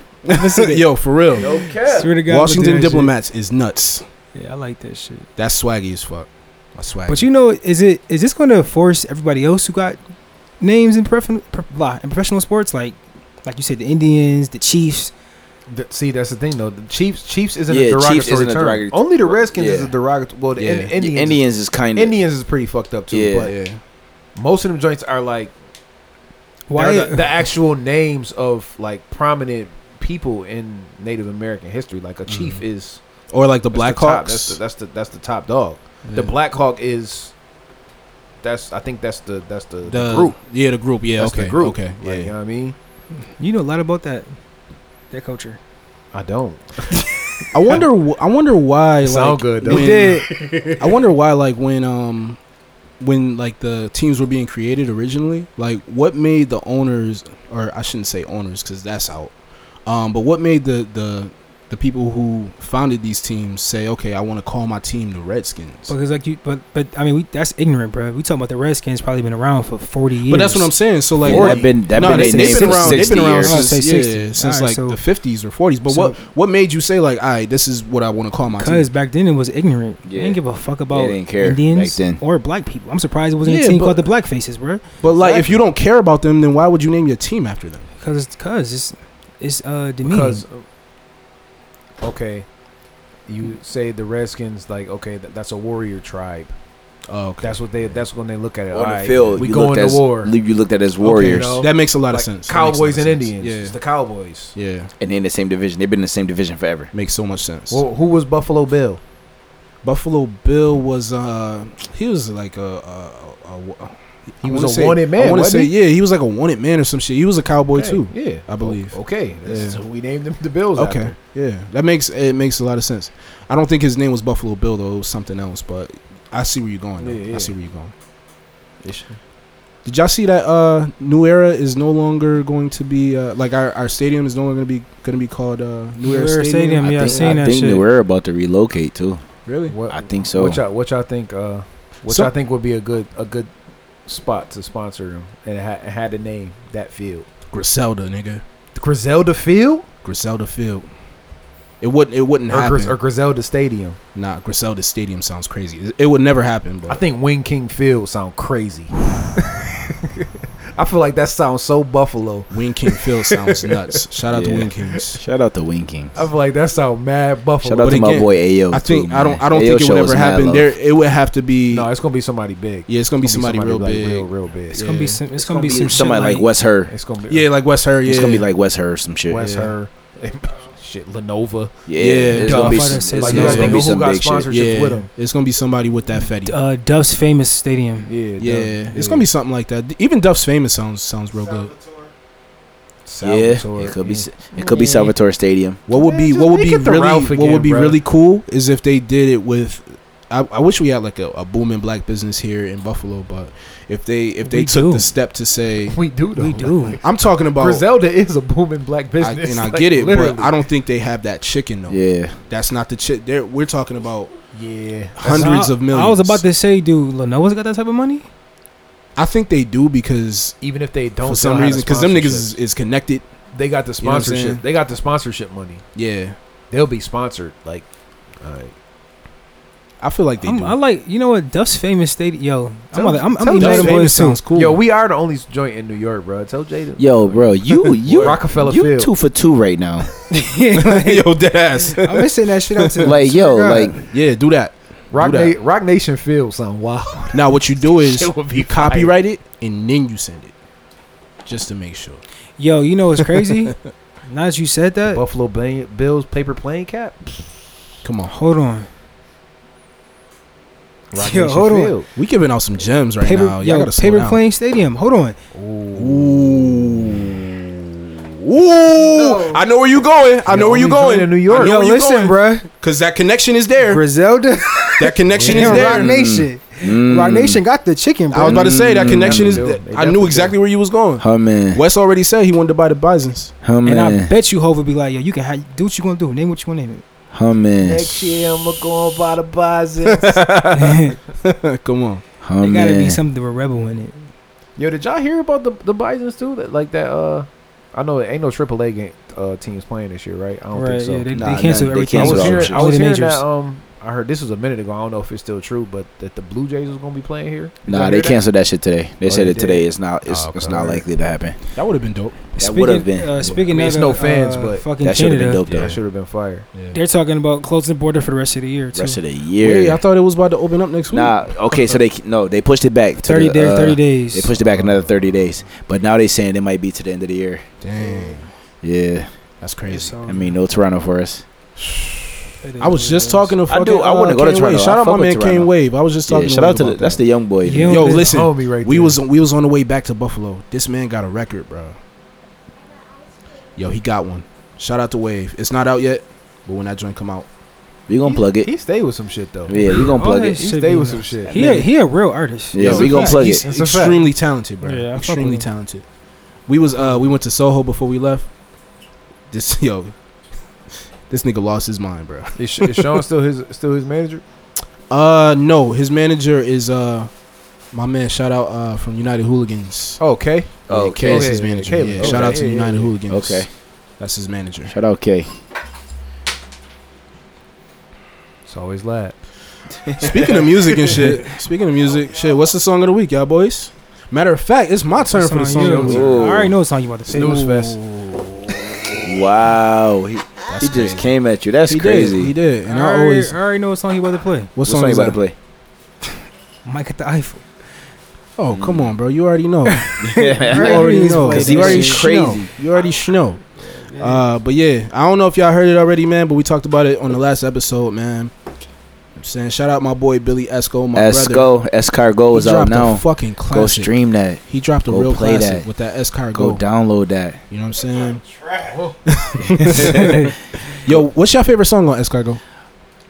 Speaker 1: yo, for real.
Speaker 3: Swear to God, I'ma do
Speaker 1: Washington
Speaker 3: that
Speaker 1: diplomats is nuts.
Speaker 3: shit. Yeah, I like that shit.
Speaker 1: That's swaggy as fuck. That's swaggy.
Speaker 3: But you know, is it is this going to force everybody else who got names in, prefen- pro- blah, in professional sports, like like you said, the Indians, the Chiefs?
Speaker 2: Th- See, that's the thing though. The Chiefs, Chiefs isn't
Speaker 5: Yeah,
Speaker 2: a
Speaker 5: Chiefs
Speaker 2: derogatory
Speaker 5: isn't a
Speaker 2: term.
Speaker 5: derogatory-
Speaker 2: Only the Redskins is
Speaker 5: Yeah.
Speaker 2: a derogatory. Well, the
Speaker 1: Yeah.
Speaker 2: Ind-
Speaker 1: The
Speaker 5: Indians,
Speaker 2: Indians,
Speaker 5: Indians is kind of.
Speaker 2: Indians is pretty fucked up too.
Speaker 5: Yeah.
Speaker 2: But
Speaker 1: yeah.
Speaker 2: most of them joints are like
Speaker 3: Why?
Speaker 2: they're the, the actual names of like prominent people in Native American history. Like a chief is
Speaker 1: Or like the
Speaker 2: that's the top-
Speaker 1: Blackhawks.
Speaker 2: That's the, that's the that's the top dog. The Black Hawk is. That's I think that's the that's the, the group.
Speaker 1: Yeah, the group. Yeah,
Speaker 2: that's
Speaker 1: okay.
Speaker 2: the group.
Speaker 1: Okay.
Speaker 2: Like, You know what I mean?
Speaker 3: You know a lot about that that culture.
Speaker 2: I don't.
Speaker 1: I wonder. wh- I wonder why.
Speaker 2: Sound
Speaker 1: like,
Speaker 2: good, though.
Speaker 1: When,
Speaker 2: It
Speaker 1: I wonder why. Like when um, when like the teams were being created originally, like what made the owners, or I shouldn't say owners, because that's out. Um, but what made the the the people who founded these teams say, okay, I want to call my team the Redskins.
Speaker 3: Because like you, but but I mean, we, that's ignorant, bro. We talking about the Redskins probably been around for forty years.
Speaker 1: But that's what I'm saying. So like,
Speaker 5: Yeah, that been that
Speaker 1: no,
Speaker 5: been
Speaker 1: they,
Speaker 5: their name
Speaker 1: they've been
Speaker 5: for
Speaker 1: around. They've
Speaker 5: sixty
Speaker 1: been around
Speaker 5: years.
Speaker 3: Oh, say
Speaker 1: since, yeah,
Speaker 3: 60.
Speaker 1: since
Speaker 3: Alright,
Speaker 1: like
Speaker 3: so-
Speaker 1: the fifties or forties. But what what made you say like, all right, this is what I want to call my team?
Speaker 3: Because back then it was ignorant. They
Speaker 5: Yeah.
Speaker 3: didn't give a fuck about
Speaker 5: They didn't care
Speaker 3: Indians
Speaker 5: back then.
Speaker 3: or black people. I'm surprised it wasn't
Speaker 1: Yeah,
Speaker 3: a team
Speaker 1: but-
Speaker 3: called the Black Faces, bro.
Speaker 1: But like, if you don't care about them, then why would you name your team after them?
Speaker 3: Because it's because it's it's uh demeaning.
Speaker 2: Because okay, you say the Redskins like okay th- that's a warrior tribe.
Speaker 1: Oh, okay.
Speaker 2: That's what they that's when they look at it. All
Speaker 5: On the
Speaker 2: right,
Speaker 5: field,
Speaker 2: we
Speaker 5: you
Speaker 2: going
Speaker 5: looked
Speaker 2: to
Speaker 5: as,
Speaker 2: war.
Speaker 5: you looked at as warriors,
Speaker 2: know,
Speaker 1: that makes a lot
Speaker 2: Like,
Speaker 1: of sense. That makes a lot
Speaker 2: Cowboys
Speaker 1: of
Speaker 2: and
Speaker 1: sense.
Speaker 2: Indians. It's the Cowboys.
Speaker 1: Yeah, yeah.
Speaker 5: and they're in the same division. They've been in the same division forever.
Speaker 1: Makes so much sense.
Speaker 2: Well, who was Buffalo Bill?
Speaker 1: Buffalo Bill was uh, he was like a. a, a, a
Speaker 2: He
Speaker 1: I
Speaker 2: was
Speaker 1: wanna
Speaker 2: a wanted man,
Speaker 1: I wanna
Speaker 2: wasn't
Speaker 1: say,
Speaker 2: he?
Speaker 1: yeah, he was like a wanted man or some shit. He was a cowboy
Speaker 2: Hey,
Speaker 1: too.
Speaker 2: Yeah,
Speaker 1: I believe.
Speaker 2: O- Okay, that's
Speaker 1: Yeah.
Speaker 2: who we named them the Bills.
Speaker 1: Okay,
Speaker 2: after.
Speaker 1: yeah, that makes it makes a lot of sense. I don't think his name was Buffalo Bill though; it was something else. But I see where you're going. Though.
Speaker 2: Yeah, yeah.
Speaker 1: I see where you're going. Did y'all see that uh, New Era is no longer going to be uh, like our, our stadium is no longer going to be going to be called uh, New, Era, Stadium?
Speaker 3: Stadium, yeah, I
Speaker 5: I
Speaker 3: seen
Speaker 5: think, I
Speaker 3: that
Speaker 5: think
Speaker 3: shit.
Speaker 5: they were about to relocate too.
Speaker 1: Really?
Speaker 2: What,
Speaker 5: I think so.
Speaker 2: What y'all, what y'all think? Uh, what
Speaker 1: So-
Speaker 2: y'all think would be a good a good spot to sponsor them and ha- had to name that field?
Speaker 1: Griselda, nigga.
Speaker 2: The Griselda Field
Speaker 1: Griselda Field. It wouldn't. It wouldn't
Speaker 2: or,
Speaker 1: happen.
Speaker 2: Gris- or Griselda Stadium?
Speaker 1: nah, Griselda Stadium sounds crazy. It- It would never happen. But
Speaker 2: I think Wing King Field sound crazy. I feel like that sounds so Buffalo.
Speaker 1: Wing King Field sounds nuts. Shout out
Speaker 5: Yeah.
Speaker 1: to Wing Kings.
Speaker 5: Shout out to Wing Kings.
Speaker 2: I feel like that sound mad Buffalo.
Speaker 5: Shout out
Speaker 1: But
Speaker 5: to my
Speaker 1: again,
Speaker 5: boy Ayo.
Speaker 1: I think
Speaker 5: too,
Speaker 1: I don't.
Speaker 5: man.
Speaker 1: I don't
Speaker 5: Ayo
Speaker 1: think it
Speaker 5: show
Speaker 1: would
Speaker 5: us
Speaker 1: ever
Speaker 5: mad
Speaker 1: happen.
Speaker 5: love.
Speaker 1: There, it would have to be.
Speaker 2: no, it's gonna be somebody big.
Speaker 1: yeah, it's gonna be somebody, real
Speaker 2: like,
Speaker 1: big.
Speaker 2: real, real big.
Speaker 3: it's gonna be
Speaker 1: yeah.
Speaker 3: some. It's,
Speaker 2: It's
Speaker 3: gonna,
Speaker 2: gonna
Speaker 3: be
Speaker 2: be
Speaker 3: some
Speaker 5: somebody
Speaker 3: shit
Speaker 5: like West Her.
Speaker 2: It's gonna be
Speaker 1: Yeah, like West Her. Yeah,
Speaker 5: It's gonna be like West Her or some shit.
Speaker 2: West
Speaker 1: yeah.
Speaker 2: Her, shit Lenova.
Speaker 5: Yeah,
Speaker 1: Yeah.
Speaker 5: it's gonna be
Speaker 3: Dog.
Speaker 5: some,
Speaker 3: Like,
Speaker 5: it's,
Speaker 3: you
Speaker 5: it's
Speaker 1: gotta
Speaker 5: gonna
Speaker 1: think
Speaker 5: be
Speaker 1: of
Speaker 2: who
Speaker 5: some
Speaker 2: got
Speaker 5: big shit.
Speaker 2: sponsored.
Speaker 1: yeah.
Speaker 2: with 'em.
Speaker 1: It's gonna be somebody with that fetty.
Speaker 3: Uh, Duff's famous stadium.
Speaker 2: Yeah,
Speaker 1: yeah, it's gonna be something like that. Even Duff's famous sounds sounds real good.
Speaker 4: Salvatore.
Speaker 5: Yeah, it could be it could be
Speaker 3: Yeah.
Speaker 5: Salvatore Stadium.
Speaker 1: What would
Speaker 2: Man,
Speaker 1: be
Speaker 2: just
Speaker 1: what would
Speaker 2: make
Speaker 1: be
Speaker 2: it the
Speaker 1: really
Speaker 2: Ralph
Speaker 1: what would
Speaker 2: again,
Speaker 1: be
Speaker 2: bruh.
Speaker 1: really cool is if they did it with. I, I wish we had like a, a booming black business here in Buffalo, but if they if they
Speaker 3: We
Speaker 1: took
Speaker 3: do.
Speaker 1: the step to say,
Speaker 2: We do though.
Speaker 3: We do.
Speaker 1: I'm talking about
Speaker 2: Griselda is a booming black
Speaker 1: I,
Speaker 2: business,
Speaker 1: and I
Speaker 2: like,
Speaker 1: get it,
Speaker 2: literally.
Speaker 1: but I don't think they have that chicken though.
Speaker 5: Yeah,
Speaker 1: That's not the chick. There we're talking about.
Speaker 2: yeah,
Speaker 1: Hundred- hundreds
Speaker 3: I,
Speaker 1: of millions.
Speaker 3: I was about to say, dude, Lenova's got that type of money.
Speaker 1: I think they do because
Speaker 2: Even if they don't,
Speaker 1: for some reason,
Speaker 2: because
Speaker 1: because them niggas is, is connected.
Speaker 2: they got the
Speaker 1: know what I'm
Speaker 2: sponsorship.
Speaker 1: saying?
Speaker 2: They got the sponsorship money.
Speaker 1: Yeah,
Speaker 2: They'll be sponsored. Like, all right.
Speaker 1: I feel like they
Speaker 3: I'm,
Speaker 1: do.
Speaker 3: I like you know what Duff's famous stadium. Yo, I'm
Speaker 2: Tell-
Speaker 3: about to, I'm, I'm
Speaker 2: tell
Speaker 3: eating
Speaker 2: Duff's
Speaker 3: them boys
Speaker 1: famous
Speaker 3: soon.
Speaker 1: sounds cool.
Speaker 2: Yo, we are the only joint in New York, bro. Tell Jada.
Speaker 5: yo, bro, you you
Speaker 2: Rockefeller
Speaker 5: you
Speaker 2: Field.
Speaker 5: two for two right now.
Speaker 3: I've
Speaker 1: yo, dead ass.
Speaker 3: been sending that shit out to
Speaker 5: like yo,
Speaker 3: God.
Speaker 5: like
Speaker 1: Yeah, do that.
Speaker 2: Rock,
Speaker 1: do that.
Speaker 2: Na- Rock Nation Field sound wild.
Speaker 1: Now what you do is
Speaker 2: Shit would be
Speaker 1: you copyright it and then you send it, just to make sure.
Speaker 3: Yo, you know what's crazy? Now that you said that,
Speaker 2: Buffalo Ban- Bills paper plane cap.
Speaker 1: Come on,
Speaker 3: hold on.
Speaker 2: Rock
Speaker 3: Yo,
Speaker 2: Nation
Speaker 3: hold on.
Speaker 2: Field.
Speaker 1: we giving out some gems right
Speaker 3: paper,
Speaker 1: now. Y'all
Speaker 3: yo,
Speaker 1: gotta slow
Speaker 3: paper
Speaker 1: down.
Speaker 3: plane stadium. Hold on.
Speaker 1: Ooh, ooh! I know where you going. I
Speaker 2: You
Speaker 1: know where you
Speaker 2: only joined
Speaker 1: going.
Speaker 2: in New York.
Speaker 1: I know
Speaker 3: Yo,
Speaker 1: where you
Speaker 3: listen,
Speaker 1: going.
Speaker 3: bruh.
Speaker 1: Cause that connection is there.
Speaker 3: Griselda
Speaker 1: That connection is
Speaker 3: and Rock
Speaker 1: there.
Speaker 3: Nation.
Speaker 5: Mm.
Speaker 3: Rock Nation got the chicken,
Speaker 1: I was
Speaker 3: bro.
Speaker 1: about to say that
Speaker 5: Mm.
Speaker 1: connection is.
Speaker 2: They
Speaker 1: I
Speaker 2: definitely
Speaker 1: knew
Speaker 2: do.
Speaker 1: exactly where you was going.
Speaker 5: Humming.
Speaker 1: Wes already said he wanted to buy the Bisons.
Speaker 5: Humming.
Speaker 3: and I bet you Hov would be like, yo, you can ha- do what you gonna do. Name what you gonna name
Speaker 5: Humming.
Speaker 2: Next year I'm gonna go and buy the Bisons.
Speaker 3: it.
Speaker 1: Come on.
Speaker 3: It
Speaker 5: Humming.
Speaker 3: gotta be something with rebel in it.
Speaker 2: Yo, did y'all hear about the the Bisons too? That like that. Uh, I know it ain't no AAA game, uh, teams playing this year, right? I don't
Speaker 3: Right?
Speaker 2: think so.
Speaker 3: Yeah, they,
Speaker 5: Nah,
Speaker 3: they canceled
Speaker 5: nah, they
Speaker 3: everything.
Speaker 2: I was
Speaker 5: canceled all
Speaker 2: hearing,
Speaker 5: the
Speaker 2: I was
Speaker 3: shit.
Speaker 2: hearing
Speaker 3: Majors.
Speaker 2: that. Um, I heard this was a minute ago. I don't know if it's still true, but that the Blue Jays was gonna be playing here. Did y'all
Speaker 5: Nah,
Speaker 2: hear
Speaker 5: they
Speaker 2: that?
Speaker 5: canceled that shit today. They
Speaker 2: Oh,
Speaker 5: said
Speaker 2: they
Speaker 5: it
Speaker 2: did?
Speaker 5: today. It's not. It's,
Speaker 2: Oh, okay.
Speaker 5: it's not likely to happen.
Speaker 1: That would have been dope.
Speaker 5: That would have
Speaker 3: Speaking-
Speaker 5: been.
Speaker 3: Uh, speaking
Speaker 2: I mean,
Speaker 3: of
Speaker 2: it's
Speaker 3: uh,
Speaker 2: no fans,
Speaker 3: uh,
Speaker 2: but
Speaker 3: fucking
Speaker 5: That should have been
Speaker 3: Canada,
Speaker 5: dope
Speaker 1: Yeah.
Speaker 5: though.
Speaker 2: That should have been fire.
Speaker 1: Yeah.
Speaker 3: They're talking about closing the border for the rest of the year too.
Speaker 5: Rest of the
Speaker 1: Wait,
Speaker 5: year.
Speaker 1: I thought it was about to open up next week.
Speaker 5: Nah. Okay, so they no. They pushed it back. to
Speaker 3: thirty
Speaker 5: the,
Speaker 3: days.
Speaker 5: uh,
Speaker 3: thirty days.
Speaker 5: They pushed it back another thirty days. But now they saying it might be to the end of the year.
Speaker 1: Dang,
Speaker 5: Yeah.
Speaker 1: that's crazy.
Speaker 3: So,
Speaker 5: I mean, no Toronto for us.
Speaker 3: it is
Speaker 1: I was
Speaker 3: what
Speaker 1: just
Speaker 3: it
Speaker 1: talking to
Speaker 5: I
Speaker 1: fucking.
Speaker 5: do- I wanna
Speaker 1: uh,
Speaker 5: go to
Speaker 1: Kane
Speaker 5: Toronto.
Speaker 1: Wave. Shout
Speaker 5: I
Speaker 1: out my
Speaker 5: fuck with
Speaker 1: man Kane
Speaker 5: Toronto.
Speaker 1: Wave. I was just
Speaker 5: Yeah,
Speaker 1: talking.
Speaker 5: shout
Speaker 1: to
Speaker 5: out to the, that's the young boy.
Speaker 3: Yeah.
Speaker 1: Yo,
Speaker 3: That's
Speaker 1: listen.
Speaker 2: homie right
Speaker 1: we
Speaker 2: there.
Speaker 1: was we was on the way back to Buffalo. This man got a record, bro. Yo, he got one. Shout out to Wave. It's not out yet, but when that joint come out,
Speaker 5: We gonna
Speaker 2: He-
Speaker 5: plug it.
Speaker 2: He stayed with some shit though.
Speaker 5: Yeah, we gonna
Speaker 3: All
Speaker 5: plug
Speaker 3: that
Speaker 5: it.
Speaker 2: He
Speaker 3: shit
Speaker 2: stayed
Speaker 3: be nice.
Speaker 2: with some shit.
Speaker 3: is. He a, he a real artist.
Speaker 5: Yeah,
Speaker 1: Yo,
Speaker 5: we gonna
Speaker 1: he's-
Speaker 5: plug
Speaker 1: Oh, he's
Speaker 5: it.
Speaker 2: It's a fact.
Speaker 1: extremely talented, bro.
Speaker 3: Yeah, I fuck
Speaker 1: extremely
Speaker 3: with him.
Speaker 1: talented. We was uh we went to Soho before we left. This yo, this nigga lost his mind, bro.
Speaker 2: Is, Sh- is Sean still his still his manager?
Speaker 1: Uh, no, his manager is uh my man. Shout out uh from United Hooligans.
Speaker 2: Oh, okay.
Speaker 5: Oh,
Speaker 1: Yeah, Kay is
Speaker 2: okay.
Speaker 1: his manager.
Speaker 2: Kay,
Speaker 1: yeah,
Speaker 2: okay.
Speaker 1: shout out to
Speaker 2: Yeah, yeah,
Speaker 1: United
Speaker 2: yeah.
Speaker 1: Hooligans.
Speaker 5: Okay.
Speaker 1: that's his manager.
Speaker 5: Shout out K.
Speaker 2: It's always lad.
Speaker 1: Speaking of music and shit. Speaking of music, shit. What's the song of the week, y'all boys? Matter of fact, it's my turn
Speaker 3: It's
Speaker 1: for the
Speaker 3: on
Speaker 1: song
Speaker 3: you.
Speaker 1: of the week.
Speaker 5: Ooh.
Speaker 3: I already know it's on you about to say.
Speaker 2: Snooze fest.
Speaker 5: Wow. He, he just came at you. That's
Speaker 1: he
Speaker 5: crazy.
Speaker 1: Did, he did,
Speaker 3: I
Speaker 1: and I,
Speaker 3: already,
Speaker 1: always.
Speaker 3: I already know what song he about to play.
Speaker 1: What
Speaker 5: What
Speaker 1: song,
Speaker 5: song you
Speaker 1: is
Speaker 5: about to
Speaker 1: that?
Speaker 5: play?
Speaker 3: Mike at the Eiffel.
Speaker 1: Oh, come on, bro. You already know. you
Speaker 3: Already
Speaker 1: already
Speaker 3: is
Speaker 1: know.
Speaker 3: playing
Speaker 5: Cause he
Speaker 1: You
Speaker 3: that
Speaker 1: already
Speaker 5: already
Speaker 3: shit.
Speaker 1: crazy.
Speaker 5: crazy.
Speaker 1: You already know. Uh, but yeah, I don't know if y'all heard it already, man. But we talked about it on the last episode, man. I'm saying, shout out my boy Billy Esco, my brother.
Speaker 5: Esco, Escargo
Speaker 1: He
Speaker 5: is out
Speaker 1: dropped a
Speaker 5: now.
Speaker 1: fucking
Speaker 5: Go
Speaker 1: classic.
Speaker 5: stream that.
Speaker 1: He dropped a
Speaker 5: Go
Speaker 1: real
Speaker 5: play
Speaker 1: classic
Speaker 5: that.
Speaker 1: with that
Speaker 5: Go
Speaker 1: Escargo.
Speaker 5: download that.
Speaker 1: you know what I'm saying?
Speaker 4: Trash.
Speaker 1: Yo, what's your favorite song on Escargo?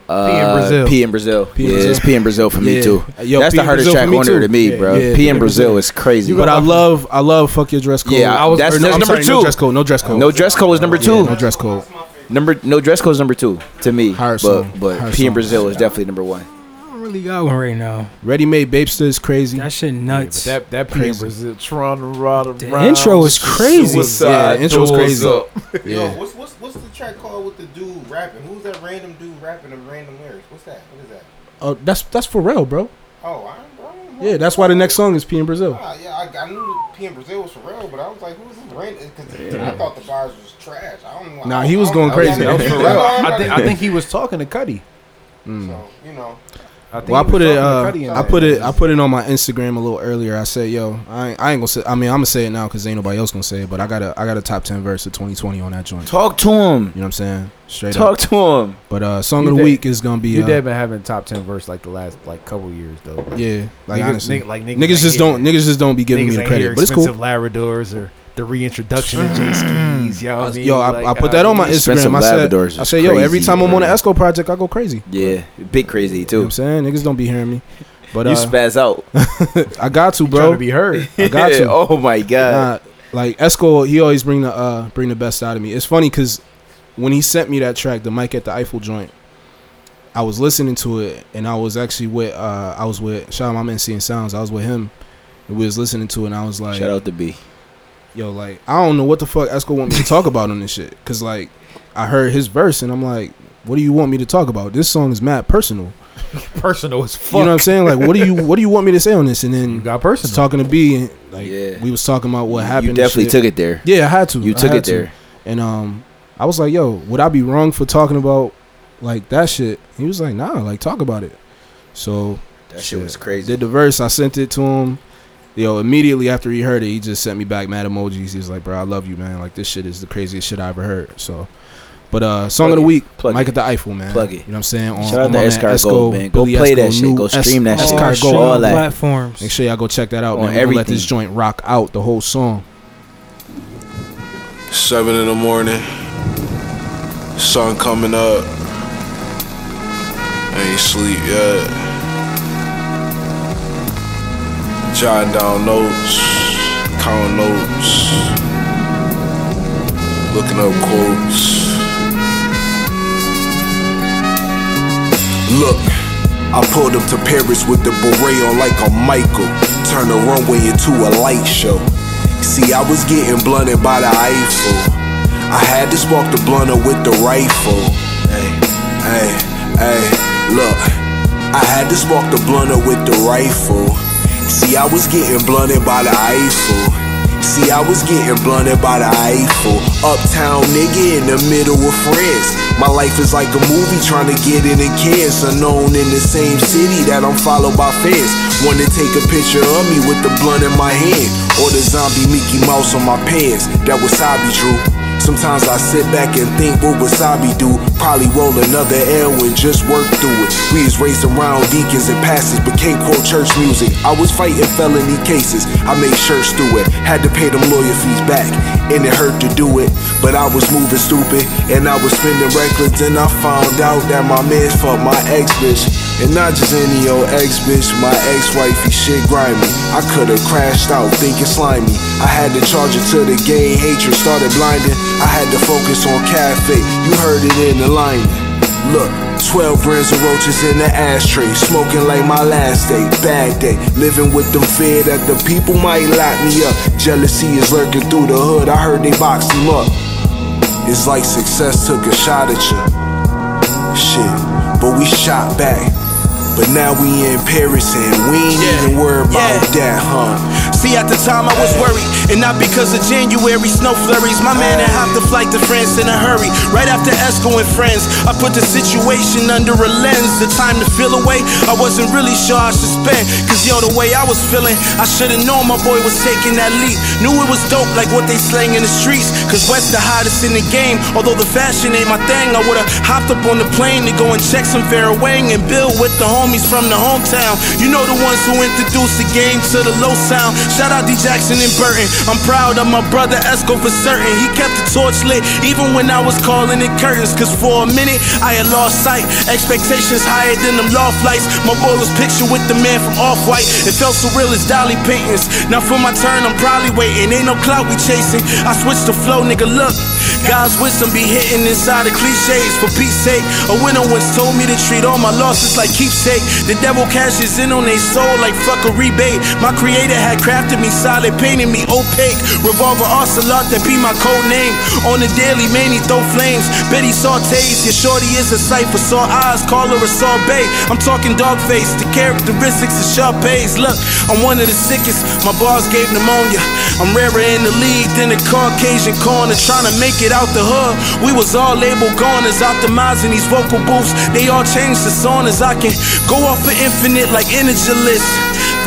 Speaker 5: Uh,
Speaker 2: Brazil.
Speaker 5: P in Brazil.
Speaker 1: P in
Speaker 5: yeah,
Speaker 1: Brazil.
Speaker 5: it's P in Brazil for
Speaker 1: Yeah.
Speaker 5: me too.
Speaker 1: Yo,
Speaker 5: That's
Speaker 1: P
Speaker 5: the
Speaker 1: in
Speaker 5: hardest
Speaker 1: Brazil for
Speaker 5: track
Speaker 1: me
Speaker 5: on there
Speaker 1: too.
Speaker 5: to me,
Speaker 2: Yeah,
Speaker 5: bro.
Speaker 1: yeah, P
Speaker 5: P
Speaker 1: in
Speaker 5: in Brazil is crazy.
Speaker 1: But I love, I love fuck your dress code.
Speaker 5: Yeah, I was-
Speaker 1: Or
Speaker 5: that's-
Speaker 1: no,
Speaker 5: that's
Speaker 1: I'm
Speaker 5: number
Speaker 1: sorry, No
Speaker 5: two.
Speaker 1: dress code. No dress code.
Speaker 5: no dress code is number
Speaker 1: Yeah,
Speaker 5: two.
Speaker 1: no dress code.
Speaker 4: That's my favorite.
Speaker 5: Number no dress code is number two to me.
Speaker 1: Hard
Speaker 5: but
Speaker 1: song.
Speaker 5: but
Speaker 1: Hard
Speaker 5: P
Speaker 1: song.
Speaker 5: in Brazil is definitely number one.
Speaker 3: I don't really got one right now.
Speaker 1: Ready made babester is crazy.
Speaker 3: That shit nuts.
Speaker 2: Yeah, but that that P in
Speaker 1: Crazy.
Speaker 2: Brazil, Toronto, Rada,
Speaker 3: The intro is crazy.
Speaker 1: Yeah, intro was crazy.
Speaker 4: Yo,
Speaker 1: yeah.
Speaker 4: what's, what's what's the track called with the dude rapping? Who's that random dude rapping them random lyrics? What's that? What is that?
Speaker 1: Oh, that's that's for real, bro.
Speaker 4: Oh, I don't, I don't know.
Speaker 1: Yeah, that's why the next song is P in Brazil.
Speaker 4: Ah, yeah, I, I knew P in Brazil was Pharrell, but I was like, who is this random? Because I thought the bars was trash. I don't know.
Speaker 1: Nah,
Speaker 4: I don't-
Speaker 1: he was
Speaker 4: I
Speaker 1: going
Speaker 4: don't- I
Speaker 1: crazy.
Speaker 4: don't-
Speaker 1: That was
Speaker 4: I don't-
Speaker 1: Pharrell.
Speaker 2: I think I think he was talking to Cuddy.
Speaker 1: Mm.
Speaker 4: So you know,
Speaker 2: I think
Speaker 1: Well, I
Speaker 2: he was
Speaker 1: put
Speaker 2: talking
Speaker 1: it.
Speaker 2: to
Speaker 1: Uh,
Speaker 2: Cudi in
Speaker 1: I
Speaker 2: there.
Speaker 1: put it. I put it on my Instagram a little earlier. I said, "Yo, I ain't, I ain't gonna say. I mean, I'm gonna say it now because ain't nobody else gonna say it. But I got a. I got a top ten verse of 2020 on that joint. You
Speaker 5: Talk to him.
Speaker 1: know what I'm saying? Straight
Speaker 5: Talk
Speaker 1: up.
Speaker 5: to him.
Speaker 1: But uh, song
Speaker 2: You
Speaker 1: of the
Speaker 2: dead-
Speaker 1: week is gonna be.
Speaker 2: Your
Speaker 1: Uh,
Speaker 2: dad been having top ten verse like the last like couple years though. Like,
Speaker 1: yeah, like
Speaker 2: niggas,
Speaker 1: honestly,
Speaker 2: nigg- like
Speaker 1: niggas just don't. Niggas just don't be giving me the credit. But it's cool.
Speaker 2: Labradors or the reintroduction of J skis. Y'all
Speaker 1: I- Mm. Yo, I, I put that
Speaker 2: uh,
Speaker 1: on my
Speaker 5: Expensive
Speaker 1: Instagram. I said,
Speaker 5: Labradors
Speaker 1: I
Speaker 5: is
Speaker 1: said, yo, every
Speaker 5: crazy,
Speaker 1: time I'm on an
Speaker 5: bro.
Speaker 1: Esco project, I go crazy.
Speaker 5: Yeah, big crazy
Speaker 1: You know what
Speaker 5: too.
Speaker 1: I'm saying? Niggas don't be hearing me. But
Speaker 5: You
Speaker 1: uh,
Speaker 5: spaz out,
Speaker 1: I got to,
Speaker 2: bro.
Speaker 1: bro.
Speaker 2: To be heard.
Speaker 1: I got
Speaker 5: Yeah,
Speaker 1: to.
Speaker 5: Oh my god.
Speaker 1: Nah, like Esco, he always bring the uh bring the best out of me. It's funny because when he sent me that track, the mic at the Eiffel joint, I was listening to it and I was actually with uh I was with shout out my man seeing sounds. I was with him and we was listening to it and I was like,
Speaker 5: Shout out to B.
Speaker 1: yo, like I don't know what the fuck Esco want me to talk about on this shit because like I heard his verse and I'm like, what do you want me to talk about? This song is mad personal.
Speaker 2: Personal as fuck.
Speaker 1: You know what I'm saying? Like, what do you what do you want me to say on this? And then
Speaker 2: You got
Speaker 1: I was
Speaker 2: personal.
Speaker 1: talking to B and like
Speaker 5: Yeah.
Speaker 1: we was talking about what happened.
Speaker 5: You
Speaker 1: and
Speaker 5: definitely
Speaker 1: shit.
Speaker 5: took it there.
Speaker 1: Yeah, I had to.
Speaker 5: You
Speaker 1: I
Speaker 5: took
Speaker 1: had
Speaker 5: it
Speaker 1: to.
Speaker 5: there.
Speaker 1: And um, I was like, "Yo, would I be wrong for talking about like that shit?" He was like, "Nah, like talk about it." So
Speaker 5: That shit was
Speaker 1: I
Speaker 5: crazy.
Speaker 1: did the verse. I sent it to him. yo, immediately after he heard it, he just sent me back mad emojis. He was like, bro, I love you, man. Like, this shit is the craziest shit I ever heard. So, but uh, song
Speaker 5: Plug
Speaker 1: of the
Speaker 5: it.
Speaker 1: week,
Speaker 5: Plug
Speaker 1: Mike at the Eiffel, man.
Speaker 5: Plug it.
Speaker 1: You know what I'm saying? On,
Speaker 5: Shout out
Speaker 1: on
Speaker 5: to
Speaker 1: my man
Speaker 5: Escargot, man. Go
Speaker 1: Billy
Speaker 5: play that
Speaker 1: Esco,
Speaker 5: shit.
Speaker 1: new
Speaker 5: Go
Speaker 1: Es-
Speaker 5: stream that shit.
Speaker 3: All
Speaker 1: Escargot,
Speaker 3: streaming
Speaker 5: all that.
Speaker 3: platforms.
Speaker 1: Make sure y'all go check that out,
Speaker 5: On
Speaker 1: man. We're gonna let this
Speaker 5: everything.
Speaker 1: joint rock out the whole song.
Speaker 6: Seven in the morning. Sun coming up. Ain't sleep yet. Jotting down notes, counting notes, looking up quotes. Look, I pulled up to Paris with the beret on like a Michael. Turned the runway into a light show. See, I was getting blunted by the Eiffel. I had to spark the blunter with the rifle. Hey, hey, hey, look. I had to spark the blunter with the rifle. See, I was getting blunted by the Eiffel. See, I was getting blunted by the Eiffel. Uptown nigga in the middle of France. My life is like a movie trying to get in and kids. Unknown in the same city that I'm followed by fans. Wanna take a picture of me with the blunt in my hand. Or the zombie Mickey Mouse on my pants. That wasabi drew. Sometimes I sit back and think what wasabi do. Probably roll another L and just work through it. We was raised around deacons and pastors, but can't quote church music. I was fighting felony cases. I made shirts through it. Had to pay them lawyer fees back, and it hurt to do it. But I was moving stupid, and I was spending reckless. Then I found out that my man fucked my ex bitch, and not just any old ex bitch. My ex wifey shit grimy. I coulda crashed out thinking slimy. I had to charge it to the game. Hatred started blinding. I had to focus on cafe. You heard it in the line. Look, 12 brands of roaches in the ashtray. Smoking like my last day, bad day. Living with the fear that the people might lock me up. Jealousy is lurking through the hood. I heard they boxed him up. It's like success took a shot at you. Shit, but we shot back. But now we in Paris and we ain't even worried about that, huh?
Speaker 7: See, at the time I was worried, and not because of January snow flurries. My man had hopped a flight to France in a hurry. Right after Esco and friends, I put the situation under a lens. The time to feel away, I wasn't really sure I should spend. Cause yo, the way I was feeling, I should've known my boy was taking that leap. Knew it was dope, like what they slang in the streets. Cause West the hottest in the game. Although the fashion ain't my thing, I would've hopped up on the plane to go and check some Farrah Wang and build with the homies from the hometown. You know the ones who introduced the game to the low sound. Shout out D Jackson and Burton. I'm proud of my brother Esco for certain. He kept the torch lit even when I was calling it curtains. Cause for a minute I had lost sight. Expectations higher than them loft lights. My boy was pictured with the man from Off White. It felt surreal as Dolly paintings. Now for my turn, I'm probably waiting. Ain't no clout we chasing. I switched the flow, nigga. Look, God's wisdom be hitting inside the cliches. For Pete's sake, a winner once told me to treat all my losses like keepsake. The devil cashes in on their soul like fuck a rebate. My creator had crafted me solid, painted me opaque. Revolver Ocelot, that be my code name. On the daily, man, he throw flames. Betty sautés, your shorty is a sight for sore eyes. Call her a sorbet. I'm talking dog face, the characteristics of Sharpays. Look, I'm one of the sickest. My bars gave pneumonia. I'm rarer in the league than the Caucasian corner. Trying to make it out the hood. We was all labeled goners, optimizing these vocal booths. They all changed the song as I can go off for infinite like energiless.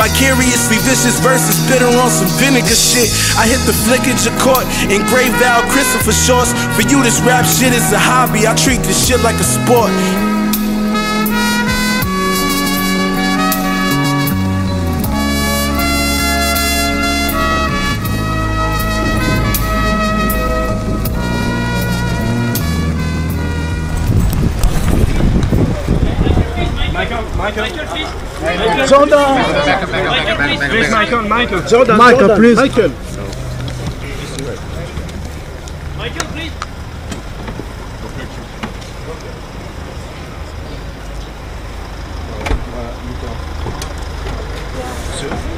Speaker 7: Vicariously vicious verses, bitter on some vinegar shit. I hit the flick of Jacquard, engraved Val Christopher shorts. For you, this rap shit is a hobby. I treat this shit like a sport.
Speaker 8: Michael, please.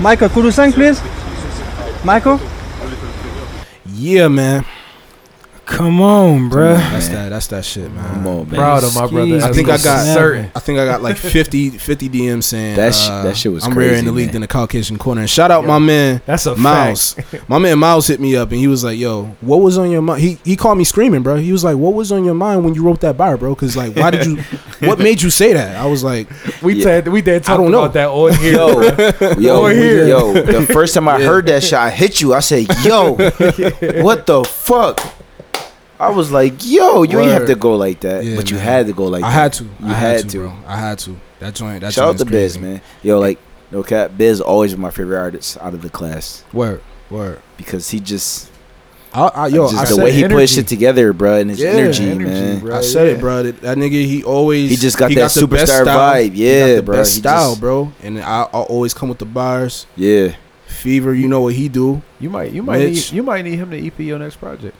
Speaker 3: Michael, could you sing, please? Michael?
Speaker 1: Yeah, man.
Speaker 3: Come on, bruh.
Speaker 1: That's that. That's that shit, man.
Speaker 5: Come on, man.
Speaker 2: Proud of my brother.
Speaker 3: Jeez,
Speaker 1: I think I
Speaker 2: Esco.
Speaker 1: got-
Speaker 2: certain.
Speaker 1: I think I got like 50, 50 DMs saying
Speaker 5: That sh-
Speaker 1: uh,
Speaker 5: that shit was
Speaker 1: I'm
Speaker 5: crazy,
Speaker 1: rearing the league
Speaker 5: man.
Speaker 1: in the Caucasian corner. And shout out my man
Speaker 2: That's a fact.
Speaker 1: Miles. my man Miles hit me up and he was like, "Yo, what was on your mind?" He he called me screaming, bro. He was like, "What was on your mind when you wrote that bar, bro? Because like, why did you? what made you say that?" I was like,
Speaker 2: We
Speaker 5: Yeah.
Speaker 2: said we did talk
Speaker 1: don't know.
Speaker 2: about that on here.
Speaker 5: Yo, yo,
Speaker 2: Over here.
Speaker 5: yo! The first time I heard that shot, I hit you. I said, "Yo, what the fuck?" I was like, "Yo, you ain't have
Speaker 1: Word.
Speaker 5: to go like that,
Speaker 1: Yeah,
Speaker 5: but you
Speaker 1: man.
Speaker 5: had to go like
Speaker 1: "I
Speaker 5: that."
Speaker 1: had to.
Speaker 5: You
Speaker 1: I
Speaker 5: had
Speaker 1: had,
Speaker 5: to.
Speaker 1: to, bro. I had to." That joint. That
Speaker 5: Shout out
Speaker 1: joint
Speaker 5: to
Speaker 1: is
Speaker 5: Biz,
Speaker 1: crazy.
Speaker 5: man. Yo, like no cap, Biz always was my favorite artist out of the class
Speaker 1: Word, word.
Speaker 5: because he just
Speaker 1: I, I, yo,
Speaker 5: just
Speaker 1: I
Speaker 5: the
Speaker 1: said
Speaker 5: way he
Speaker 1: energy.
Speaker 5: put shit together, bro, and his
Speaker 1: Yeah,
Speaker 5: energy,
Speaker 1: energy,
Speaker 5: man.
Speaker 1: I said it, bro. That, that nigga, he always
Speaker 5: He just got that
Speaker 1: the best
Speaker 5: superstar
Speaker 1: style.
Speaker 5: vibe.
Speaker 1: He got
Speaker 5: Yeah,
Speaker 1: the
Speaker 5: bro.
Speaker 1: best
Speaker 5: He
Speaker 1: style,
Speaker 5: just-
Speaker 1: bro. And I, I always come with the bars.
Speaker 5: Yeah,
Speaker 1: Fever, you know what he do.
Speaker 2: You might you might
Speaker 1: Mitch.
Speaker 2: need, you might need him to EP your next project.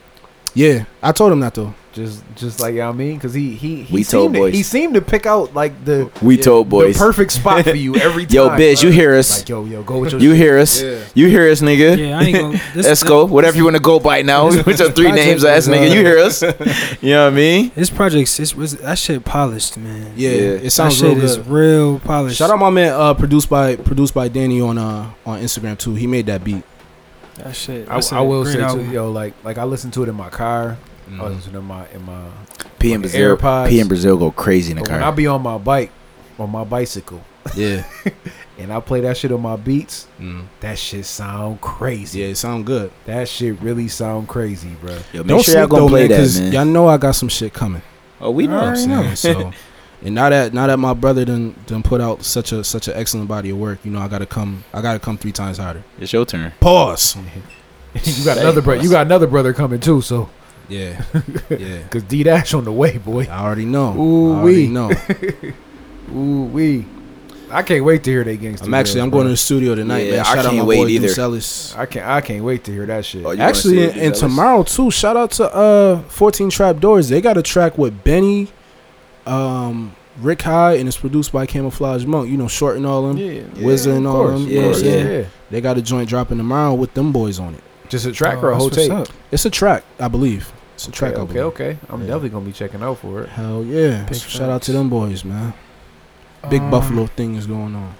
Speaker 1: Yeah, I told him that though.
Speaker 2: Just just like you know what I mean, because he he he
Speaker 5: We told
Speaker 2: seemed to,
Speaker 5: boys.
Speaker 2: he seemed to pick out like the,
Speaker 5: we told
Speaker 2: the
Speaker 5: boys.
Speaker 2: perfect spot for you every time.
Speaker 5: Yo, Biz,
Speaker 2: bro.
Speaker 5: you hear us?
Speaker 2: Like yo yo go with your
Speaker 5: You
Speaker 2: shit.
Speaker 5: hear us? You hear us, nigga?
Speaker 3: Yeah, I ain't gonna. This,
Speaker 5: Esco, whatever you want to go by now.
Speaker 3: this-
Speaker 5: With your
Speaker 3: this
Speaker 5: three
Speaker 3: project
Speaker 5: names, ass
Speaker 3: is,
Speaker 5: nigga,
Speaker 3: uh,
Speaker 5: you hear us? You know what I mean?
Speaker 3: This project's it's, it's, that shit polished, man.
Speaker 1: Yeah,
Speaker 5: Yeah.
Speaker 1: it sounds
Speaker 3: that
Speaker 1: real
Speaker 3: shit is
Speaker 1: good.
Speaker 3: real polished.
Speaker 1: Shout out my man, uh, produced by produced by Danny on uh on Instagram too. He made that beat.
Speaker 3: That shit.
Speaker 2: I,
Speaker 3: that's a
Speaker 2: I will
Speaker 3: great
Speaker 2: say too,
Speaker 3: album.
Speaker 2: yo, like like I listened to it in my car. I listened to it in my in my.
Speaker 5: P and Brazil,
Speaker 2: AirPods.
Speaker 5: P and Brazil go crazy in the
Speaker 2: But when I
Speaker 5: car.
Speaker 2: be on my bike, on my bicycle,
Speaker 1: Yeah,
Speaker 2: and I play that shit on my beats,
Speaker 1: Mm.
Speaker 2: that shit sound crazy.
Speaker 1: yeah, it sound good.
Speaker 2: That shit really sound crazy, bro.
Speaker 5: Yo, make
Speaker 1: Don't
Speaker 5: sure y'all
Speaker 1: sleep
Speaker 5: gonna
Speaker 1: though,
Speaker 5: play
Speaker 1: man,
Speaker 5: that,
Speaker 1: because
Speaker 5: man.
Speaker 1: y'all know I got some shit coming.
Speaker 5: oh, we know.
Speaker 1: You know what I'm saying? so, and now that now that my brother done done put out such a such an excellent body of work, you know I gotta come I gotta come three times harder.
Speaker 5: It's your turn.
Speaker 1: Pause.
Speaker 2: you got another brother. You got another brother coming too. So
Speaker 1: Yeah, yeah.
Speaker 2: because D Dash on the way, boy.
Speaker 1: I already know. I
Speaker 2: Ooh-wee.
Speaker 1: already know.
Speaker 2: Ooh wee. I can't wait to hear that gangster.
Speaker 1: I'm actually
Speaker 2: Raps,
Speaker 1: I'm going to
Speaker 2: bro.
Speaker 1: the studio tonight,
Speaker 5: Yeah,
Speaker 1: man.
Speaker 5: I
Speaker 1: Shout out
Speaker 5: can't
Speaker 1: my
Speaker 5: wait
Speaker 1: boy
Speaker 5: either.
Speaker 1: Ducelis.
Speaker 2: I can't. I can't wait to hear that shit.
Speaker 5: Oh, you wanna see
Speaker 1: Actually,
Speaker 5: it,
Speaker 1: and, and
Speaker 5: Ducelis?
Speaker 1: tomorrow too. Shout out to uh 14 Trap Doors. They got a track with Benny, um, Rick High, and it's produced by Camouflage Monk. You know, Short and all them,
Speaker 2: yeah,
Speaker 1: Wizard and all them. you know
Speaker 5: yeah,
Speaker 1: what I'm saying?
Speaker 2: yeah.
Speaker 1: They got a joint dropping tomorrow with them boys on it.
Speaker 2: Just a track
Speaker 3: Oh,
Speaker 2: or a
Speaker 3: that's
Speaker 2: whole
Speaker 3: what's
Speaker 2: tape.
Speaker 3: up.
Speaker 1: It's a track, I believe. It's a track.
Speaker 2: Okay,
Speaker 1: I
Speaker 2: okay, okay.
Speaker 1: believe.
Speaker 2: I'm
Speaker 1: Yeah.
Speaker 2: definitely gonna be checking out for it.
Speaker 1: Hell yeah!
Speaker 3: Big
Speaker 1: So shout out to them boys, man. Big
Speaker 3: Um,
Speaker 1: Buffalo thing is going on.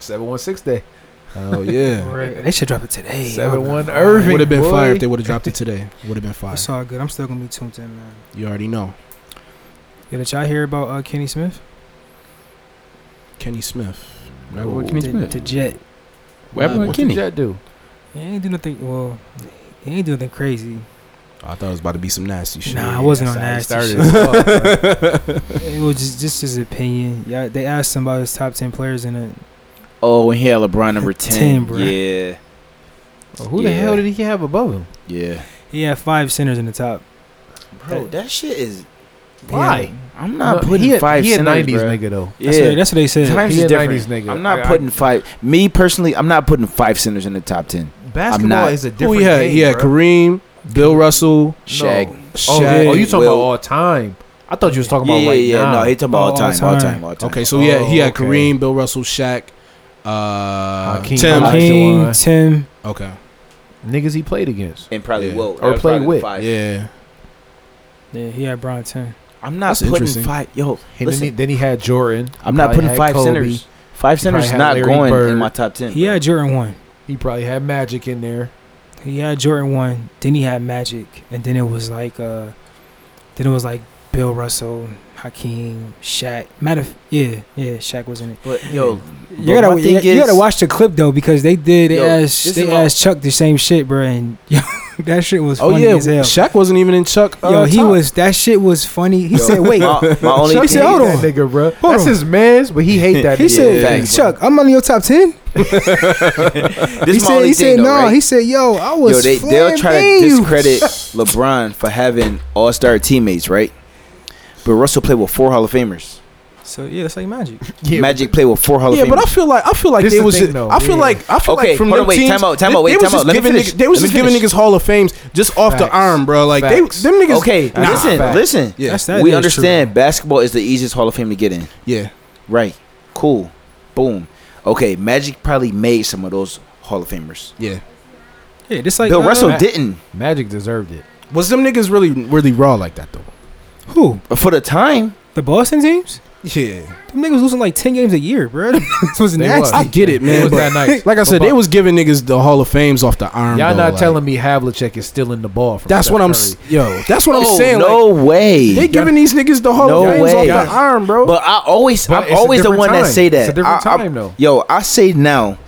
Speaker 2: Seven one six day.
Speaker 1: Hell yeah!
Speaker 3: right. They should drop it today.
Speaker 2: Seven one
Speaker 3: Oh,
Speaker 2: Irving.
Speaker 1: Would have been
Speaker 2: boy.
Speaker 1: fire if they would have dropped it today. Would have been fire.
Speaker 3: It's all good. I'm still gonna be tuned in, man.
Speaker 1: You already know.
Speaker 3: Yeah, did y'all hear about uh, Kenny Smith?
Speaker 1: Kenny Smith.
Speaker 2: Oh,
Speaker 5: What
Speaker 3: The, the Jet.
Speaker 1: happened
Speaker 2: What did that do?
Speaker 3: He ain't do nothing. Well, he ain't do nothing crazy.
Speaker 1: I thought it was about to be some nasty shit.
Speaker 3: Nah, I wasn't on
Speaker 2: That's
Speaker 3: nasty
Speaker 2: how
Speaker 3: shit.
Speaker 2: he started. Fuck, man.
Speaker 3: It was just, just his opinion. Yeah, they asked him about his top ten players in it.
Speaker 5: Oh, when he had LeBron number ten.
Speaker 3: Ten, bro.
Speaker 5: yeah,
Speaker 2: Well, Who the
Speaker 5: Yeah.
Speaker 2: hell did he have above him?
Speaker 5: yeah.
Speaker 3: He had five centers in the top.
Speaker 5: Bro, that shit is.
Speaker 2: Why?
Speaker 5: I'm
Speaker 2: No,
Speaker 5: not putting
Speaker 2: he a-
Speaker 5: five
Speaker 2: He a
Speaker 5: centers,
Speaker 2: nineties
Speaker 5: bro.
Speaker 2: nigga though.
Speaker 5: Yeah,
Speaker 3: That's, what, that's what they said.
Speaker 5: times
Speaker 2: He
Speaker 5: is
Speaker 2: a
Speaker 5: different.
Speaker 2: 90s nigga.
Speaker 5: I'm not
Speaker 2: I- I-
Speaker 5: putting five. Me personally, I'm not putting five centers in the top ten.
Speaker 2: Basketball
Speaker 5: not-
Speaker 2: is a
Speaker 1: Who
Speaker 2: different
Speaker 1: he had?
Speaker 2: game.
Speaker 1: he had
Speaker 2: bro.
Speaker 1: Kareem, Bill Russell,
Speaker 5: Shaq.
Speaker 2: No. Oh,
Speaker 1: Shaq.
Speaker 2: oh, you talking
Speaker 5: Will.
Speaker 2: about all time? I thought you was talking
Speaker 5: yeah,
Speaker 2: about
Speaker 5: yeah,
Speaker 2: right
Speaker 5: yeah.
Speaker 2: now.
Speaker 5: No, he talking about all
Speaker 3: Oh,
Speaker 5: time, all
Speaker 3: all
Speaker 5: time, all time.
Speaker 1: okay, so he had he had
Speaker 2: Oh, okay.
Speaker 1: Kareem, Bill Russell, Shaq, uh,
Speaker 2: Hakeem
Speaker 1: Tim.
Speaker 2: Olajuwon.
Speaker 3: King, Tim.
Speaker 1: Okay,
Speaker 2: niggas he played against.
Speaker 5: and probably
Speaker 1: Yeah.
Speaker 5: will
Speaker 2: Or played with.
Speaker 1: yeah,
Speaker 3: Yeah, he had Bron ten.
Speaker 5: I'm not
Speaker 1: That's
Speaker 5: putting
Speaker 1: interesting.
Speaker 5: five. Yo,
Speaker 2: And then, he,
Speaker 5: listen,
Speaker 2: then he had Jordan. He
Speaker 5: I'm not
Speaker 2: probably
Speaker 5: putting
Speaker 2: had
Speaker 5: five
Speaker 2: Kobe.
Speaker 5: centers. Five centers is
Speaker 2: had
Speaker 5: not
Speaker 2: Larry
Speaker 5: going
Speaker 2: Bird.
Speaker 5: in my top ten.
Speaker 3: He had Jordan one.
Speaker 2: He probably had Magic in there.
Speaker 3: He had Jordan one. Then he had Magic, and then it was like uh, then it was like Bill Russell, Hakeem, Shaq. Matter of, yeah, yeah, Shaq was in it.
Speaker 5: But yo, But
Speaker 3: You gotta,
Speaker 5: my
Speaker 3: you,
Speaker 5: thing
Speaker 3: you
Speaker 5: is-
Speaker 3: gotta watch the clip though because they did. They
Speaker 5: Yo,
Speaker 3: asked,
Speaker 5: this
Speaker 3: they
Speaker 5: is all-
Speaker 3: asked Chuck the same shit, bro, and yo, that shit was
Speaker 1: oh
Speaker 3: funny
Speaker 1: yeah,
Speaker 3: as hell.
Speaker 1: Shaq wasn't even in Chuck. Uh,
Speaker 3: yo, he
Speaker 1: top.
Speaker 3: was that shit was funny. He
Speaker 5: yo,
Speaker 3: said, "Wait."
Speaker 5: my, my only thing,
Speaker 3: Chuck He said, "Hold on."
Speaker 2: That nigga, bro.
Speaker 3: Hold
Speaker 2: That's
Speaker 3: on.
Speaker 2: his man's, but he hate that.
Speaker 3: He
Speaker 2: nigga.
Speaker 3: said,
Speaker 5: facts.
Speaker 3: "Chuck, I'm on your top 10?
Speaker 5: this
Speaker 3: He
Speaker 5: is my
Speaker 3: said,
Speaker 5: only thing,
Speaker 3: "He said no."
Speaker 5: though, right?
Speaker 3: He said,
Speaker 1: Oh,
Speaker 3: "Yo, I was."
Speaker 5: yo, they they'll try to
Speaker 3: flaming you."
Speaker 5: discredit LeBron for having all star teammates, right? But Russell played with four Hall of Famers.
Speaker 3: So yeah, that's like Magic.
Speaker 2: Yeah,
Speaker 5: Magic played with four Hall
Speaker 1: Yeah,
Speaker 5: of Famers.
Speaker 1: but I feel like I feel like
Speaker 2: This
Speaker 1: they
Speaker 2: the
Speaker 1: was.
Speaker 2: thing, though,
Speaker 1: I feel
Speaker 2: yeah.
Speaker 1: like I feel
Speaker 5: Okay,
Speaker 1: like from
Speaker 5: hold on,
Speaker 1: them
Speaker 5: wait,
Speaker 1: teams,
Speaker 5: time out, time
Speaker 1: they-
Speaker 5: out, wait,
Speaker 1: they was
Speaker 5: time
Speaker 1: just
Speaker 5: out. Let me
Speaker 1: giving
Speaker 5: finish.
Speaker 1: niggas- They was
Speaker 5: Let me
Speaker 1: just giving
Speaker 5: finish.
Speaker 1: niggas Hall of Fames just off the
Speaker 2: Facts.
Speaker 1: arm, bro. Like they,
Speaker 2: Facts.
Speaker 1: them niggas.
Speaker 5: okay,
Speaker 1: Nah,
Speaker 5: listen,
Speaker 2: facts.
Speaker 5: listen.
Speaker 1: Yeah,
Speaker 3: That's that
Speaker 5: we
Speaker 3: is true.
Speaker 5: understand basketball is the easiest Hall of Fame to get in.
Speaker 1: yeah.
Speaker 5: Right. Cool. Boom. Okay, Magic probably made some of those Hall of Famers.
Speaker 1: Yeah.
Speaker 3: Yeah, just like
Speaker 5: Bill
Speaker 3: uh,
Speaker 5: Russell
Speaker 2: Matt-
Speaker 5: didn't.
Speaker 2: Magic deserved it.
Speaker 1: Was them niggas really really raw like that though?
Speaker 3: Who?
Speaker 5: But for the time,
Speaker 3: The Boston teams?
Speaker 1: Yeah,
Speaker 3: Them niggas losing like ten games a year, bro. this was
Speaker 2: They
Speaker 3: nasty.
Speaker 2: was.
Speaker 1: I get it,
Speaker 2: It
Speaker 1: man.
Speaker 2: was
Speaker 1: but
Speaker 2: that nice.
Speaker 1: Like I said,
Speaker 2: But-
Speaker 1: they was giving niggas the Hall of Fames off the arm.
Speaker 2: Y'all
Speaker 1: though,
Speaker 2: not
Speaker 1: like-
Speaker 2: telling me Havlicek is still in the ball. From
Speaker 1: That's
Speaker 2: Steph
Speaker 1: what I'm.
Speaker 2: Curry.
Speaker 1: s- Yo, that's what I'm
Speaker 5: Oh,
Speaker 1: saying.
Speaker 5: no way.
Speaker 1: like, they giving these niggas the Hall
Speaker 5: No
Speaker 1: of Fames
Speaker 5: way.
Speaker 1: off the arm, bro.
Speaker 5: But I always,
Speaker 2: But it's
Speaker 5: I'm
Speaker 2: a
Speaker 5: always the
Speaker 2: different
Speaker 5: one that
Speaker 2: time.
Speaker 5: say that.
Speaker 2: It's a different
Speaker 5: I- I-
Speaker 2: time, though.
Speaker 5: Yo, I say now,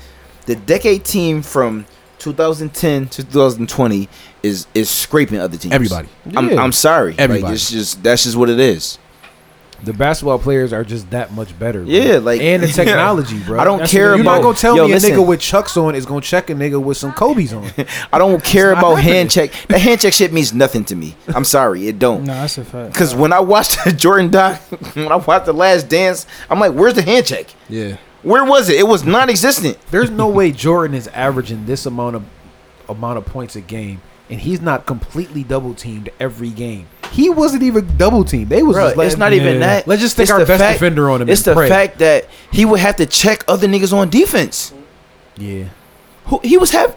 Speaker 5: the decade team from 2010 to 2020 is is scraping other teams.
Speaker 1: Everybody.
Speaker 5: I'm,
Speaker 2: Yeah.
Speaker 5: I'm sorry. Like,
Speaker 1: Everybody.
Speaker 5: it's just that's just what it is.
Speaker 2: The basketball players are just that much better. bro.
Speaker 5: Yeah, like-
Speaker 2: and the
Speaker 5: Yeah.
Speaker 2: technology, bro.
Speaker 5: I don't
Speaker 2: That's
Speaker 5: care
Speaker 2: the- You're not
Speaker 5: about-
Speaker 2: gonna tell
Speaker 5: Yo,
Speaker 2: me
Speaker 5: listen.
Speaker 2: a nigga with Chucks on is gonna check a nigga with some Kobe's on.
Speaker 5: I don't care
Speaker 2: not
Speaker 5: about
Speaker 2: happening.
Speaker 5: hand check. The hand check shit means nothing to me. I'm sorry, it don't.
Speaker 3: no, that's a fact.
Speaker 5: Cause when I watched the Jordan doc, when I watched the Last Dance, I'm like, "Where's the hand check?
Speaker 1: yeah,
Speaker 5: Where was it? It was non-existent."
Speaker 2: There's no way Jordan is averaging this amount of amount of points a game, and he's not completely double teamed every game. He wasn't even double teamed. They was
Speaker 5: Bro,
Speaker 2: just
Speaker 5: it's
Speaker 2: letting-
Speaker 5: not even
Speaker 2: Yeah.
Speaker 5: that.
Speaker 2: Let's just stick
Speaker 5: It's
Speaker 2: our
Speaker 5: the
Speaker 2: best defender on him.
Speaker 5: It's
Speaker 2: and
Speaker 5: the
Speaker 2: pray.
Speaker 5: fact that he would have to check other niggas on defense.
Speaker 2: Yeah.
Speaker 5: Who he was having?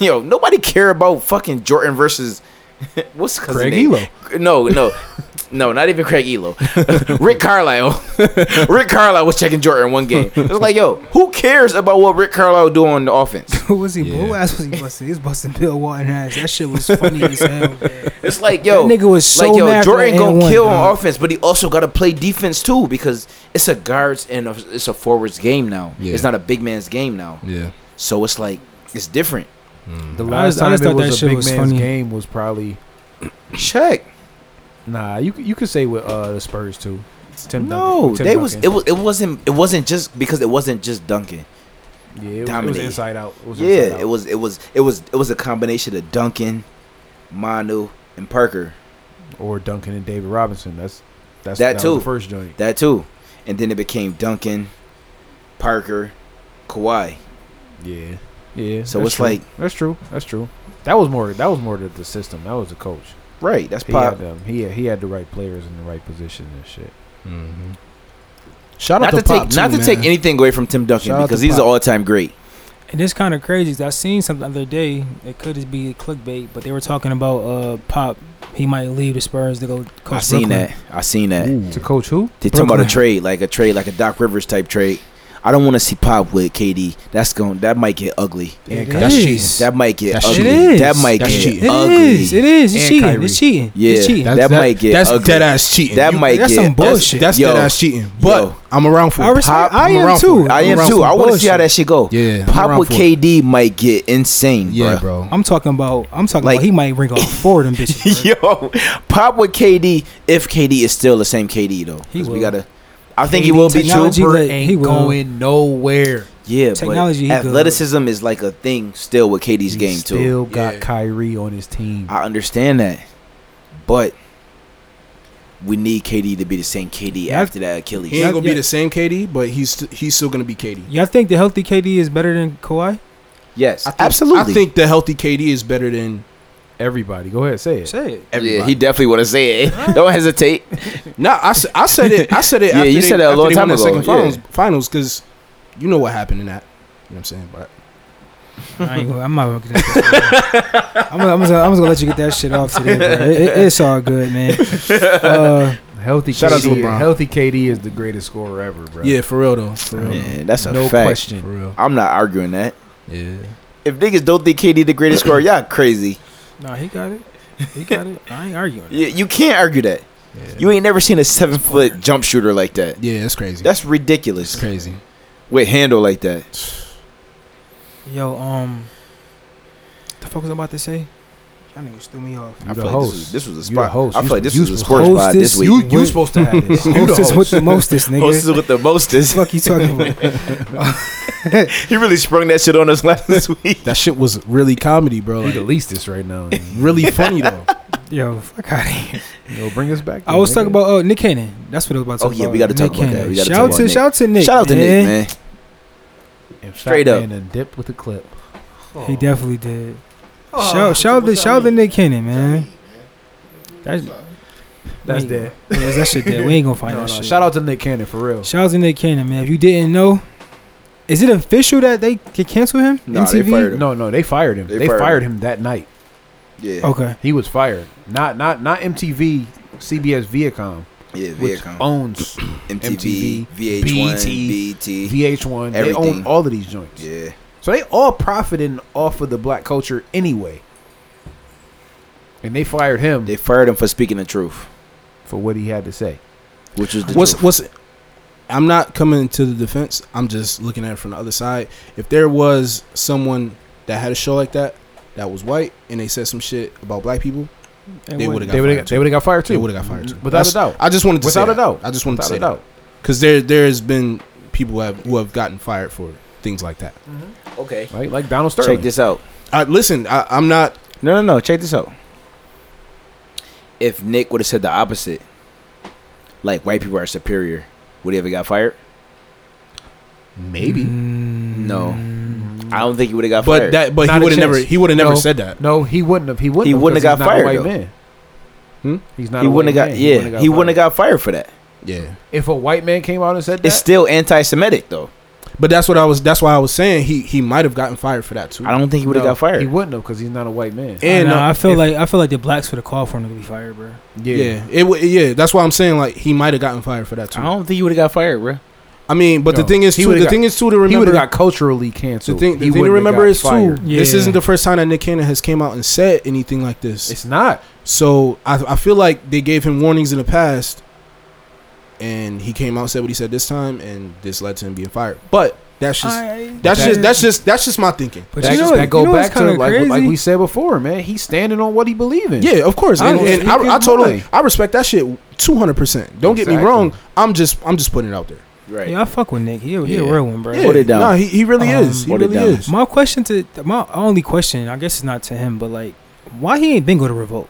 Speaker 5: Yo, nobody care about fucking Jordan versus what's his
Speaker 2: Craig
Speaker 5: name? No, no, no, not even Craig Elo. Rick Carlisle. Rick Carlisle was checking Jordan one game. It's like, yo, who cares about what Rick Carlisle do on the offense?
Speaker 3: Who was he? Who ass was he busting? He was busting Bill Walton ass. That shit was funny as hell. man.
Speaker 5: It's like, yo,
Speaker 3: That nigga was so
Speaker 5: like, yo,
Speaker 3: mad for
Speaker 5: Jordan
Speaker 3: the
Speaker 5: gonna
Speaker 3: and
Speaker 5: kill
Speaker 3: one,
Speaker 5: on
Speaker 3: dog.
Speaker 5: offense, but he also got to play defense too because it's a guards and a, it's a forwards game now.
Speaker 1: Yeah.
Speaker 5: It's not a big man's game now.
Speaker 1: yeah.
Speaker 5: So it's like it's different.
Speaker 2: The
Speaker 3: I
Speaker 2: last
Speaker 3: just- I
Speaker 2: time
Speaker 3: just
Speaker 2: it
Speaker 3: thought that
Speaker 2: was a
Speaker 3: shit
Speaker 2: big
Speaker 3: was
Speaker 2: man's
Speaker 3: funny.
Speaker 2: game was probably
Speaker 5: Check.
Speaker 2: nah. You you could say with uh, the Spurs too. It's Tim
Speaker 5: No,
Speaker 2: Duncan. Tim
Speaker 5: they was it
Speaker 2: Duncan.
Speaker 5: was it wasn't it wasn't just because it wasn't just Duncan.
Speaker 2: yeah, it was, it was
Speaker 5: dominated.
Speaker 2: inside out. It was inside
Speaker 5: Yeah,
Speaker 2: out.
Speaker 5: it was it was it was it was a combination of Duncan, Manu, and Parker.
Speaker 2: or Duncan and David Robinson. That's that's
Speaker 5: That
Speaker 2: was
Speaker 5: too.
Speaker 2: the first joint.
Speaker 5: That too. And then it became Duncan, Parker, Kawhi.
Speaker 2: Yeah, yeah.
Speaker 5: So
Speaker 2: that's
Speaker 5: it's
Speaker 2: true.
Speaker 5: like-
Speaker 2: that's true. That's true. That was more. That was more the, the system. That was the coach.
Speaker 5: Right, that's
Speaker 2: He had
Speaker 5: pop.
Speaker 2: them. He had, he had the right players in the right position and shit.
Speaker 1: Shout out
Speaker 5: Not to
Speaker 1: Pop
Speaker 5: take not
Speaker 1: too,
Speaker 5: to take
Speaker 1: man.
Speaker 5: anything away from Tim Duncan
Speaker 1: Shout out
Speaker 5: because
Speaker 1: to
Speaker 5: he's an
Speaker 1: Pop.
Speaker 5: all-time great.
Speaker 3: And it's kind of crazy. 'cause I seen something the other day. It could just be clickbait, but they were talking about uh Pop. He might leave the Spurs to go coach
Speaker 5: I seen
Speaker 3: Brooklyn.
Speaker 5: that. I seen that.
Speaker 2: To coach who?
Speaker 5: They talking about a
Speaker 3: Brooklyn.
Speaker 5: trade, like a trade, like a Doc Rivers type trade. I don't want to see Pop with KD. That's going. That might get ugly.
Speaker 3: It
Speaker 1: That's
Speaker 3: is.
Speaker 1: cheating.
Speaker 5: That might get
Speaker 1: That's
Speaker 5: ugly.
Speaker 3: cheating.
Speaker 5: That might
Speaker 1: That's
Speaker 5: get
Speaker 1: cheating.
Speaker 3: It
Speaker 5: ugly.
Speaker 3: is. It is. It's
Speaker 2: And
Speaker 3: cheating.
Speaker 2: Kyrie.
Speaker 3: It's cheating.
Speaker 5: Yeah,
Speaker 3: It's cheating.
Speaker 5: that, might get
Speaker 1: that's
Speaker 5: ugly.
Speaker 1: dead ass cheating.
Speaker 5: that
Speaker 1: You-
Speaker 5: might
Speaker 3: that's
Speaker 5: get
Speaker 3: some bullshit.
Speaker 1: That's
Speaker 5: Yo.
Speaker 1: dead ass cheating. But
Speaker 5: Yo.
Speaker 1: I'm around for
Speaker 3: I
Speaker 1: it.
Speaker 3: respect-
Speaker 1: Pop,
Speaker 3: I
Speaker 1: I'm
Speaker 3: am
Speaker 1: around
Speaker 3: too.
Speaker 1: for it.
Speaker 5: I
Speaker 1: I'm
Speaker 5: am
Speaker 1: around
Speaker 5: too.
Speaker 1: for
Speaker 5: I want
Speaker 1: it.
Speaker 5: to see
Speaker 3: bullshit.
Speaker 5: how that shit go.
Speaker 1: Yeah, I'm
Speaker 5: Pop
Speaker 1: around
Speaker 5: with
Speaker 1: for it.
Speaker 5: KD might get insane.
Speaker 1: Yeah,
Speaker 5: Yeah,
Speaker 1: bro.
Speaker 3: I'm talking about. I'm talking
Speaker 5: Like-
Speaker 3: about. He might ring off four of them bitches. bro.
Speaker 5: Yo, Pop with KD if KD is still the same KD though. 'Cause
Speaker 3: He
Speaker 5: we
Speaker 3: will.
Speaker 5: gotta. I think he
Speaker 3: KD
Speaker 5: will be
Speaker 3: technology
Speaker 5: too.
Speaker 3: G lit, he will.
Speaker 2: nowhere.
Speaker 5: Yeah,
Speaker 3: technology, he
Speaker 5: but
Speaker 3: good.
Speaker 5: athleticism is like a thing still with KD's game too.
Speaker 2: Still got
Speaker 1: Yeah.
Speaker 2: Kyrie on his team.
Speaker 5: I understand that, but we need KD to be the same KD
Speaker 3: Yeah,
Speaker 5: after that Achilles.
Speaker 1: He ain't gonna
Speaker 3: Yeah.
Speaker 1: be the same KD, but he's st- he's still gonna be KD.
Speaker 3: Y'all think the healthy KD is better than Kawhi?
Speaker 5: Yes,
Speaker 1: I think-
Speaker 5: absolutely.
Speaker 1: I think the healthy KD is better than
Speaker 2: Everybody, go ahead, say it.
Speaker 3: Say it.
Speaker 5: yeah, he definitely would have said it. Don't hesitate.
Speaker 1: No, I, s- I said it. I said it.
Speaker 5: Yeah,
Speaker 1: after
Speaker 5: you
Speaker 1: they,
Speaker 5: said that a
Speaker 1: after
Speaker 5: long
Speaker 1: they
Speaker 5: time
Speaker 1: won that
Speaker 5: ago,
Speaker 1: Second
Speaker 5: yeah.
Speaker 1: finals, finals, because you know what happened in that. You know what I'm saying? But
Speaker 3: I ain't gonna, I'm not gonna get that. I'm, gonna- I'm, just gonna, I'm just gonna let you get that shit off today, bro. It, it- it's all good, man. Uh,
Speaker 2: Healthy
Speaker 1: Shout out to
Speaker 2: KD.
Speaker 1: LeBron.
Speaker 2: Healthy KD is the greatest scorer ever, bro.
Speaker 1: yeah, for real though. For real.
Speaker 5: Man, that's a
Speaker 2: no
Speaker 5: fact.
Speaker 1: For
Speaker 2: question.
Speaker 1: real.
Speaker 5: I'm not arguing that.
Speaker 1: Yeah.
Speaker 5: If niggas don't think KD the greatest scorer, y'all crazy.
Speaker 3: nah, he got it. He got it. I ain't arguing.
Speaker 5: You, you can't argue that. You ain't never seen a seven foot jump shooter like that.
Speaker 1: Yeah, it's crazy.
Speaker 5: That's
Speaker 1: it's
Speaker 5: ridiculous.
Speaker 1: crazy.
Speaker 5: With handle like that.
Speaker 3: Yo, um, the fuck was I about to say? Y'all niggas threw me off.
Speaker 5: I
Speaker 2: the
Speaker 5: feel like this
Speaker 2: host.
Speaker 5: was, this was a
Speaker 2: You the
Speaker 5: spot.
Speaker 2: host.
Speaker 5: I
Speaker 2: You
Speaker 5: feel like this
Speaker 2: you
Speaker 5: was a
Speaker 2: supposed-
Speaker 5: sports
Speaker 3: host
Speaker 5: pod
Speaker 3: this-
Speaker 5: this week.
Speaker 3: you-
Speaker 2: You supposed to have this. You the
Speaker 3: Hostess with
Speaker 2: host.
Speaker 3: the mostest, nigga.
Speaker 5: Hostess with the mostest.
Speaker 3: fuck you talking about?
Speaker 5: he really sprung that shit on us last week.
Speaker 1: That shit was really comedy, bro.
Speaker 2: You the
Speaker 1: Like,
Speaker 2: leastest right now.
Speaker 1: really funny though.
Speaker 3: Yo, fuck out of here.
Speaker 2: Yo, bring us back.
Speaker 3: I was
Speaker 2: nigga.
Speaker 3: talking about uh, Nick Cannon. That's what I was about to
Speaker 5: Oh,
Speaker 3: talk
Speaker 5: yeah,
Speaker 3: about.
Speaker 5: we gotta talk
Speaker 3: Nick
Speaker 5: about that.
Speaker 3: Cannon.
Speaker 5: We gotta
Speaker 3: shout
Speaker 5: talk
Speaker 3: out to
Speaker 5: about
Speaker 3: shout out to Nick.
Speaker 5: Shout out to Nick,
Speaker 3: Yeah.
Speaker 5: man.
Speaker 2: And fat
Speaker 5: Straight up.
Speaker 2: man and dip with a clip. Oh.
Speaker 3: He definitely did. shout shout the shout the Nick Cannon, man. That's
Speaker 2: That's
Speaker 3: we-
Speaker 2: dead.
Speaker 3: Yeah, that shit dead. We ain't gonna find
Speaker 2: No,
Speaker 3: that
Speaker 2: no,
Speaker 3: shit.
Speaker 2: Shout out to Nick Cannon for real.
Speaker 3: Shout out to Nick Cannon, man. If you didn't know, is it official that they can cancel him?
Speaker 5: Nah, they fired him.
Speaker 2: No, no, they fired him.
Speaker 5: They
Speaker 2: They,
Speaker 5: fired
Speaker 2: fired, him. that night.
Speaker 5: Yeah.
Speaker 3: Okay.
Speaker 2: He was fired. Not not not MTV, CBS, Viacom,
Speaker 5: Yeah,
Speaker 2: which
Speaker 5: Viacom.
Speaker 2: owns
Speaker 5: MTV,
Speaker 2: MTV,
Speaker 5: VH1,
Speaker 2: BT,
Speaker 5: BT.
Speaker 2: VH1. They
Speaker 5: Everything.
Speaker 2: own all of these joints.
Speaker 5: E Yeah.
Speaker 2: So they all profiting off of the black culture anyway. And they fired him
Speaker 5: They fired him for speaking the truth,
Speaker 2: for what he had to say.
Speaker 5: which is the
Speaker 1: What's
Speaker 5: truth.
Speaker 1: what's? I'm not coming to the defense. I'm just looking at it from the other side. If there was someone that had a show like that, that was white, and they said some shit about black people, they would have got
Speaker 2: They would
Speaker 1: fired.
Speaker 2: have they would have got fired
Speaker 1: too. They
Speaker 2: too.
Speaker 1: would have got fired too.
Speaker 2: Without a
Speaker 1: That's-
Speaker 2: doubt.
Speaker 1: I just wanted to
Speaker 2: Without
Speaker 1: say
Speaker 2: a
Speaker 1: that.
Speaker 2: doubt.
Speaker 1: I just wanted
Speaker 2: Without
Speaker 1: to
Speaker 2: a
Speaker 1: say that
Speaker 2: doubt.
Speaker 1: because there there has been people who have who have gotten fired for things like that.
Speaker 5: okay.
Speaker 2: Right? Like Donald Sterling.
Speaker 5: Check this out.
Speaker 1: I, listen, I, I'm not.
Speaker 5: No, no, no. Check this out. If Nick would have said the opposite, like white people are superior, would he ever got fired?
Speaker 2: Maybe.
Speaker 5: No. I don't think he would have got
Speaker 1: Mm-hmm. But
Speaker 5: fired.
Speaker 1: that but
Speaker 2: Not
Speaker 1: he
Speaker 2: a
Speaker 1: would have never
Speaker 2: chance.
Speaker 1: he would have never
Speaker 2: No.
Speaker 1: said that.
Speaker 2: No, he wouldn't have. He wouldn't.
Speaker 5: He
Speaker 2: have,
Speaker 5: wouldn't have
Speaker 2: 'cause
Speaker 5: got
Speaker 2: he's not
Speaker 5: fired,
Speaker 2: a white
Speaker 1: Hmm?
Speaker 2: Man. He's not.
Speaker 5: he
Speaker 2: a
Speaker 5: wouldn't
Speaker 2: white
Speaker 5: have got.
Speaker 2: man.
Speaker 5: Yeah, he wouldn't have
Speaker 2: fired.
Speaker 5: got fired for that.
Speaker 1: Yeah,
Speaker 2: If a white man came out and said
Speaker 5: It's
Speaker 2: that,
Speaker 5: still anti-Semitic though.
Speaker 1: but that's what I was. That's why I was saying he he might have gotten fired for that too.
Speaker 5: I don't think he would have
Speaker 2: no,
Speaker 5: got fired.
Speaker 2: He wouldn't have because he's not a white man.
Speaker 1: And
Speaker 3: And
Speaker 1: uh,
Speaker 3: I feel
Speaker 1: if-
Speaker 3: like I feel like the blacks would have called for him to be fired, bro.
Speaker 2: yeah.
Speaker 1: yeah, it would yeah. That's why I'm saying like he might have gotten fired for that
Speaker 5: I
Speaker 1: too. I,
Speaker 5: don't think he would have got fired, bro.
Speaker 1: mean, but the
Speaker 2: No,
Speaker 1: thing is
Speaker 2: he
Speaker 1: too. The
Speaker 2: would've got-
Speaker 1: thing is too to
Speaker 2: He would
Speaker 1: remember.
Speaker 2: have got culturally
Speaker 1: the
Speaker 2: canceled.
Speaker 1: thing, the
Speaker 2: He
Speaker 1: thing to
Speaker 2: wouldn't have
Speaker 1: remember
Speaker 2: got
Speaker 1: is too.
Speaker 2: fired.
Speaker 1: This
Speaker 3: Yeah.
Speaker 1: isn't the first time that Nick Cannon has came out and said anything like this.
Speaker 2: It's not.
Speaker 1: So I, I feel like they gave him warnings in the past, and he came out and said what he said this time, and this led to him being fired. But that's just that's just that's just that's just my thinking.
Speaker 3: But
Speaker 2: That,
Speaker 3: you know,
Speaker 2: that
Speaker 3: what-
Speaker 2: go
Speaker 3: you know
Speaker 2: back
Speaker 3: what's
Speaker 2: to
Speaker 3: kind of
Speaker 2: like,
Speaker 3: crazy?
Speaker 2: like we said before, man. He's standing on what he believes in.
Speaker 1: Yeah, of course, and,
Speaker 3: I
Speaker 1: and
Speaker 2: don't
Speaker 1: I, I
Speaker 2: think
Speaker 1: totally
Speaker 2: it's
Speaker 1: I respect that shit two hundred percent. Don't get me
Speaker 2: Exactly.
Speaker 1: wrong. I'm just I'm just putting it out there.
Speaker 5: Right.
Speaker 3: yeah, I fuck with Nick. He a, he a
Speaker 5: Yeah.
Speaker 3: real one, bro.
Speaker 5: Yeah. Put it down. Uh-huh.
Speaker 1: Nah, he, he really
Speaker 3: Um,
Speaker 1: is. He
Speaker 5: Put it
Speaker 1: really
Speaker 5: down.
Speaker 1: is.
Speaker 3: My question to my only question, I guess it's not to him, but like, why he ain't been go to revolt?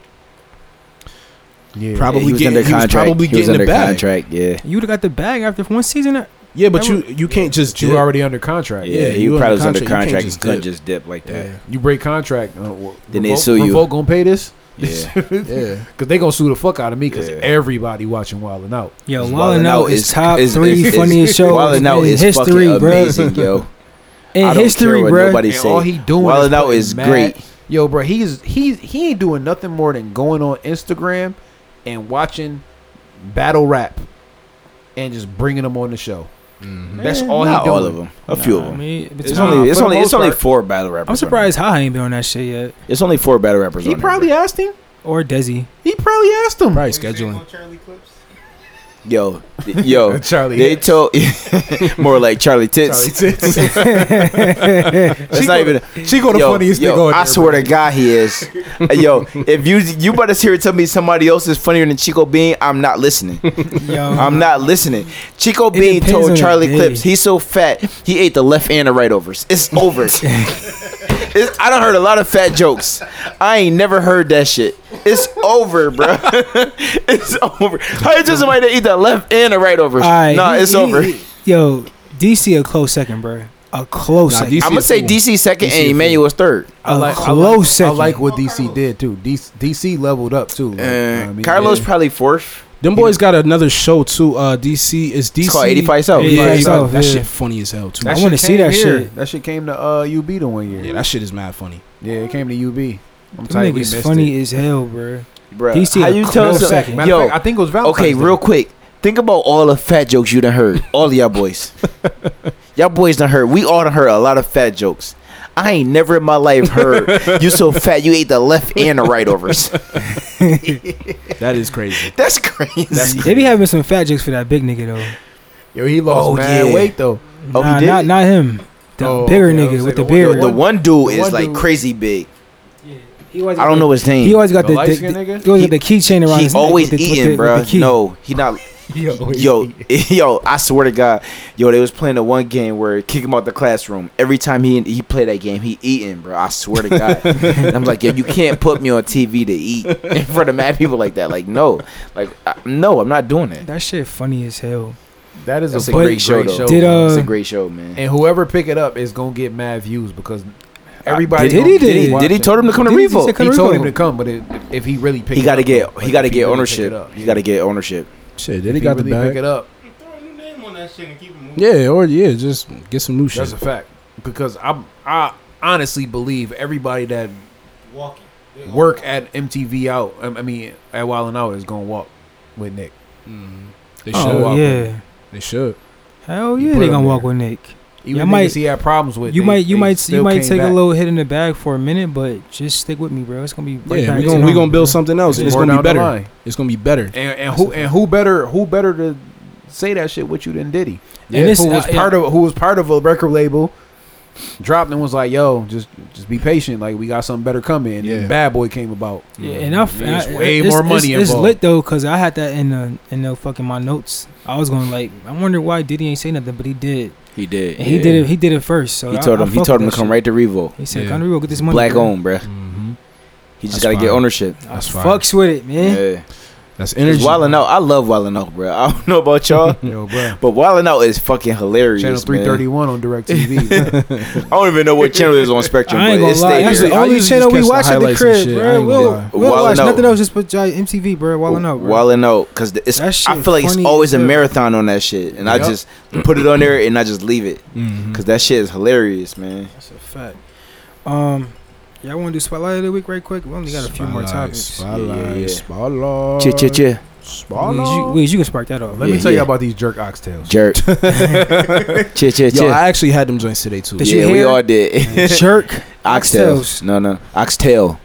Speaker 2: yeah.
Speaker 1: Probably
Speaker 5: Yeah, he was
Speaker 1: getting
Speaker 5: under
Speaker 1: he was
Speaker 5: contract.
Speaker 1: probably
Speaker 5: He was
Speaker 1: getting the
Speaker 5: under
Speaker 1: bag.
Speaker 5: contract. Yeah.
Speaker 3: You would have got the bag after one season. uh,
Speaker 1: Yeah, but
Speaker 3: That
Speaker 1: you you can't just
Speaker 2: But you
Speaker 1: dip.
Speaker 2: already under contract.
Speaker 5: Yeah,
Speaker 1: Yeah,
Speaker 5: he
Speaker 1: you
Speaker 5: probably was
Speaker 1: under
Speaker 5: under
Speaker 1: contract, you can't
Speaker 5: contract. He
Speaker 1: just
Speaker 5: couldn't
Speaker 1: dip.
Speaker 5: just dip like that.
Speaker 1: yeah.
Speaker 2: You break contract. Uh, well,
Speaker 5: Then they
Speaker 2: Revolt-
Speaker 5: sue you.
Speaker 2: Revolt gonna pay this.
Speaker 5: Yeah.
Speaker 1: yeah.
Speaker 2: Cause they gonna sue the fuck out of me. Cause
Speaker 5: Yeah.
Speaker 2: everybody watching Wildin' Out.
Speaker 3: Yo,
Speaker 5: Wildin'
Speaker 3: Wildin' Out is top
Speaker 5: is-
Speaker 3: three
Speaker 5: is-
Speaker 3: funniest shows
Speaker 5: Wildin' Out
Speaker 3: in
Speaker 5: is
Speaker 3: history,
Speaker 5: fucking
Speaker 3: bro.
Speaker 5: amazing, yo. I
Speaker 3: In
Speaker 5: don't
Speaker 3: history,
Speaker 5: care what
Speaker 3: bro.
Speaker 5: nobody
Speaker 2: And
Speaker 5: say.
Speaker 2: all he doing
Speaker 5: Wildin'
Speaker 2: is
Speaker 5: Out
Speaker 2: putting
Speaker 5: is
Speaker 2: mad-
Speaker 5: great.
Speaker 2: Yo, bro, he's he's he ain't doing nothing more than going on Instagram and watching battle rap and just bringing them on the show. That's all he
Speaker 5: Not
Speaker 2: doing.
Speaker 5: all of them. A few of
Speaker 3: I
Speaker 5: them.
Speaker 3: mean, but
Speaker 5: It's
Speaker 3: nah,
Speaker 5: only it's
Speaker 2: for the
Speaker 5: only it's
Speaker 2: most
Speaker 5: only
Speaker 2: part.
Speaker 5: four battle rappers.
Speaker 3: I'm
Speaker 5: on
Speaker 3: surprised Ha ain't been on that shit yet,
Speaker 5: there. It's only four battle rappers.
Speaker 2: He
Speaker 5: on there,
Speaker 2: probably asked him.
Speaker 3: or Desi.
Speaker 2: He probably asked him.
Speaker 1: Probably
Speaker 4: They
Speaker 1: scheduling.
Speaker 4: on Charlie Clips.
Speaker 5: Yo, th- yo,
Speaker 2: Charlie
Speaker 5: They
Speaker 2: Hits.
Speaker 5: told more like Charlie Tits. That's not even.
Speaker 2: She go the
Speaker 5: yo,
Speaker 2: funniest
Speaker 5: yo,
Speaker 2: thing on
Speaker 5: I
Speaker 2: there,
Speaker 5: swear to God, he is. yo, if you you about to hear tell me somebody else is funnier than Chico Bean, I'm not listening.
Speaker 3: Yo,
Speaker 5: I'm not listening. Chico
Speaker 3: It
Speaker 5: Bean
Speaker 3: depends on
Speaker 5: told
Speaker 3: the
Speaker 5: Charlie
Speaker 3: day.
Speaker 5: Clips he's so fat he ate the left and the right overs. It's over. It's- I done heard a lot of fat jokes. I ain't never heard that shit. It's over, bro. it's over. How you tell somebody to eat the left and the right overs?
Speaker 3: Alright,
Speaker 5: nah,
Speaker 3: he-
Speaker 5: it's
Speaker 3: he-
Speaker 5: over.
Speaker 3: he- yo, DC a close second, bro. A close
Speaker 1: Nah,
Speaker 3: second.
Speaker 1: DC
Speaker 5: I'm gonna
Speaker 1: is
Speaker 5: say
Speaker 1: cool.
Speaker 5: DC second
Speaker 1: DC
Speaker 5: and
Speaker 1: is
Speaker 5: Emmanuel's third.
Speaker 2: I
Speaker 3: a
Speaker 2: like, I like,
Speaker 3: close
Speaker 2: I
Speaker 3: second.
Speaker 2: like what DC did too. DC, DC leveled up too. like, you know what I
Speaker 5: Uh,
Speaker 2: mean?
Speaker 5: Carlos
Speaker 2: Yeah.
Speaker 5: probably fourth.
Speaker 1: Them boys got another show too. Uh, DC is DC.
Speaker 5: It's called 85 South.
Speaker 1: Yeah,
Speaker 3: 85 South,
Speaker 1: that
Speaker 3: yeah.
Speaker 1: shit funny as hell
Speaker 3: I
Speaker 2: That
Speaker 1: too. That
Speaker 2: shit
Speaker 3: wanna see
Speaker 2: came
Speaker 3: that
Speaker 2: here.
Speaker 3: shit.
Speaker 2: That shit came to uh, UB the one year.
Speaker 1: yeah, that shit is mad funny.
Speaker 2: Yeah, it came to UB. I'm
Speaker 3: Them
Speaker 2: tight. We
Speaker 3: niggas
Speaker 2: missed
Speaker 3: funny
Speaker 2: it.
Speaker 3: as hell, bro.
Speaker 5: Bro,
Speaker 3: DC
Speaker 5: how
Speaker 3: a
Speaker 5: you tell
Speaker 3: close
Speaker 5: some-
Speaker 3: second.
Speaker 2: Matter
Speaker 5: Yo,
Speaker 2: of fact, I think it was Valentine's
Speaker 5: okay,
Speaker 2: Day.
Speaker 5: real quick. Think about all the fat jokes you done heard. All of y'all boys. y'all boys done heard. We all done heard a lot of fat jokes. I ain't never in my life heard you so fat you ate the left and the right overs.
Speaker 1: That is crazy.
Speaker 5: That's crazy.
Speaker 3: They be having some fat jokes for that big nigga though.
Speaker 2: Yo, he lost
Speaker 5: Oh,
Speaker 2: mad
Speaker 5: yeah.
Speaker 2: weight though.
Speaker 5: Oh, he
Speaker 3: nah,
Speaker 5: did?
Speaker 3: not not him. The
Speaker 2: Oh,
Speaker 3: bigger
Speaker 2: okay, I was
Speaker 3: nigga with the
Speaker 2: like, the
Speaker 5: Yo,
Speaker 3: beard.
Speaker 5: the one dude is
Speaker 2: one
Speaker 5: like
Speaker 2: dude-
Speaker 5: crazy big.
Speaker 3: He always
Speaker 5: I
Speaker 3: got
Speaker 5: don't
Speaker 3: the-
Speaker 5: know his name.
Speaker 3: He always got
Speaker 2: The
Speaker 3: the, the,
Speaker 2: light-skinned nigga?
Speaker 3: he always got
Speaker 5: Mm. He-
Speaker 3: the keychain around
Speaker 5: He
Speaker 3: his neck
Speaker 5: always
Speaker 3: with the- with the-
Speaker 5: eating,
Speaker 3: with
Speaker 5: bro.
Speaker 3: the key.
Speaker 5: No, he not. Yo, yo, I swear to God, yo, they was playing the one game where kick him out the classroom. Every time he he played that game, he eating, bro. I swear to God, And I'm like, yo, you can't put me on TV to eat in front of mad people like that. Like, no, like, I, no, I'm not doing it.
Speaker 3: That shit funny as hell.
Speaker 2: That is
Speaker 5: That's
Speaker 2: a
Speaker 5: a
Speaker 2: great,
Speaker 5: great show, though.
Speaker 3: Did,
Speaker 2: man.
Speaker 3: uh,
Speaker 5: it's a great show, man.
Speaker 2: and whoever pick it up is gonna get mad views because everybody.
Speaker 3: did he-
Speaker 2: gonna
Speaker 3: did he-
Speaker 2: watch
Speaker 5: Did he
Speaker 2: it.
Speaker 5: told him to come to
Speaker 3: Did he just
Speaker 5: Revo?
Speaker 3: say-
Speaker 2: He told him
Speaker 3: Revo?
Speaker 2: to come, but it, if he really pick,
Speaker 5: He
Speaker 2: it
Speaker 5: got to
Speaker 2: up,
Speaker 5: get
Speaker 2: like,
Speaker 5: he got to
Speaker 2: if
Speaker 5: get
Speaker 2: really
Speaker 5: ownership.
Speaker 2: pick it up,
Speaker 5: He
Speaker 2: yeah.
Speaker 5: got to get ownership.
Speaker 1: Shit,
Speaker 2: If
Speaker 1: then
Speaker 2: he
Speaker 1: he got the
Speaker 2: really pick
Speaker 1: bag.
Speaker 2: it up.
Speaker 4: Throw a new name on that shit and keep it moving.
Speaker 1: Yeah, or yeah, just get some new shit.
Speaker 2: That's a fact because I I honestly believe everybody that
Speaker 4: Walking.
Speaker 2: work at MTV out. I I mean, at Wild and Out is gonna walk with Nick.
Speaker 1: They should.
Speaker 3: Oh
Speaker 2: walk
Speaker 3: yeah,
Speaker 1: They should.
Speaker 3: hell
Speaker 2: You
Speaker 3: yeah,
Speaker 2: put
Speaker 3: they
Speaker 2: him
Speaker 3: gonna walk
Speaker 2: there.
Speaker 3: with Nick.
Speaker 2: Even
Speaker 3: Yeah, I
Speaker 2: niggas
Speaker 3: might-
Speaker 2: he had problems with.
Speaker 3: You
Speaker 2: they-
Speaker 3: might you
Speaker 2: they
Speaker 3: might you
Speaker 2: still
Speaker 3: might
Speaker 2: came
Speaker 3: take
Speaker 2: back.
Speaker 3: a little hit in the bag for a minute, but just stick with me, bro. It's gonna be right
Speaker 1: yeah,
Speaker 3: back
Speaker 1: we
Speaker 3: to
Speaker 1: gonna we
Speaker 3: normal,
Speaker 1: gonna
Speaker 3: bro.
Speaker 1: build something else.
Speaker 2: It's
Speaker 1: It's
Speaker 2: more
Speaker 1: gonna
Speaker 2: down
Speaker 1: be
Speaker 2: the
Speaker 1: better.
Speaker 2: line.
Speaker 1: It's gonna be better.
Speaker 2: And, and who and who better who better to say that shit with you than Diddy,
Speaker 3: And this-
Speaker 2: who was
Speaker 3: uh,
Speaker 2: part of who was part of a record label, dropped and was like, "Yo, just just be patient. Like we got something better coming." And
Speaker 1: Yeah.
Speaker 2: then Bad Boy came about.
Speaker 3: Yeah, and I,
Speaker 2: Yeah, it's
Speaker 3: I
Speaker 2: way
Speaker 3: it's-
Speaker 2: more
Speaker 3: it's-
Speaker 2: money
Speaker 3: It's
Speaker 2: involved.
Speaker 3: lit though, cause I had that in the in the fucking my notes. I was going like, I wonder why Diddy ain't say nothing, but he did.
Speaker 5: He did.
Speaker 3: And he
Speaker 5: yeah.
Speaker 3: did it. He did it first. So
Speaker 5: He
Speaker 3: I-
Speaker 5: told
Speaker 3: I
Speaker 5: him. He
Speaker 3: fuck
Speaker 5: told
Speaker 3: with
Speaker 5: him
Speaker 3: that
Speaker 5: to come
Speaker 3: shit.
Speaker 5: right to Revo.
Speaker 3: He said,
Speaker 1: Yeah.
Speaker 3: "Come to Real, get this money."
Speaker 5: Black
Speaker 3: bro."
Speaker 5: owned, bruh.
Speaker 1: Mm-hmm.
Speaker 5: He just
Speaker 1: That's
Speaker 5: gotta get
Speaker 1: fire.
Speaker 5: ownership.
Speaker 3: I
Speaker 1: That's fire.
Speaker 3: fucks with it, man.
Speaker 5: Yeah.
Speaker 1: That's
Speaker 5: It's
Speaker 1: energy.
Speaker 5: wildin' out. I love wildin' out, bruh. I don't know about y'all,
Speaker 2: Yo, bro.
Speaker 5: but wildin' out is fucking hilarious.
Speaker 2: Channel
Speaker 5: man.
Speaker 2: three thirty one on DirecTV.
Speaker 5: I don't even know what channel is on Spectrum,
Speaker 3: I
Speaker 5: but
Speaker 3: ain't gonna
Speaker 5: it's
Speaker 3: lie.
Speaker 5: stayed
Speaker 3: That's
Speaker 5: there.
Speaker 3: the
Speaker 1: I
Speaker 3: only
Speaker 1: used to
Speaker 3: channel
Speaker 1: just
Speaker 3: we
Speaker 1: catch the
Speaker 3: watch at the
Speaker 1: highlights and
Speaker 3: crib,
Speaker 1: shit. I
Speaker 3: bro.
Speaker 1: ain't
Speaker 3: We'll,
Speaker 1: gonna lie.
Speaker 3: we'll watch
Speaker 5: Wildin'
Speaker 3: nothing
Speaker 5: Out.
Speaker 3: else. Just put uh, Jai MTV, bro. Wildin' out, bro.
Speaker 5: Wildin' out, cause the- it's.
Speaker 3: That shit
Speaker 5: I feel like it's
Speaker 3: funny
Speaker 5: always
Speaker 3: as
Speaker 5: a
Speaker 3: hell.
Speaker 5: marathon on that shit, and I
Speaker 2: Yup.
Speaker 5: just put it on there and I just leave it,
Speaker 3: Mm-hmm.
Speaker 1: Mhm.
Speaker 5: cause that shit is hilarious, man.
Speaker 3: That's a fact. Um, y'all want to do spotlight of the week right quick? We only got a few more
Speaker 1: Spotlight,
Speaker 3: topics.
Speaker 1: Spotlight,
Speaker 5: Yeah, yeah, yeah.
Speaker 3: Uh,
Speaker 1: spotlight,
Speaker 5: Chia chia chia,
Speaker 3: Wiz, you,
Speaker 1: spotlight.
Speaker 3: Wiz, you can spark that off.
Speaker 2: Let
Speaker 5: Yeah,
Speaker 2: me tell
Speaker 5: yeah.
Speaker 2: you about these jerk oxtails.
Speaker 5: jerk. Chia chia
Speaker 1: Yo,
Speaker 5: chia.
Speaker 1: I actually had them joints today too.
Speaker 3: Did you
Speaker 5: Yeah, we
Speaker 3: hear?
Speaker 5: all did.
Speaker 3: Jerk.
Speaker 5: Oxtails. No, no. Oxtail.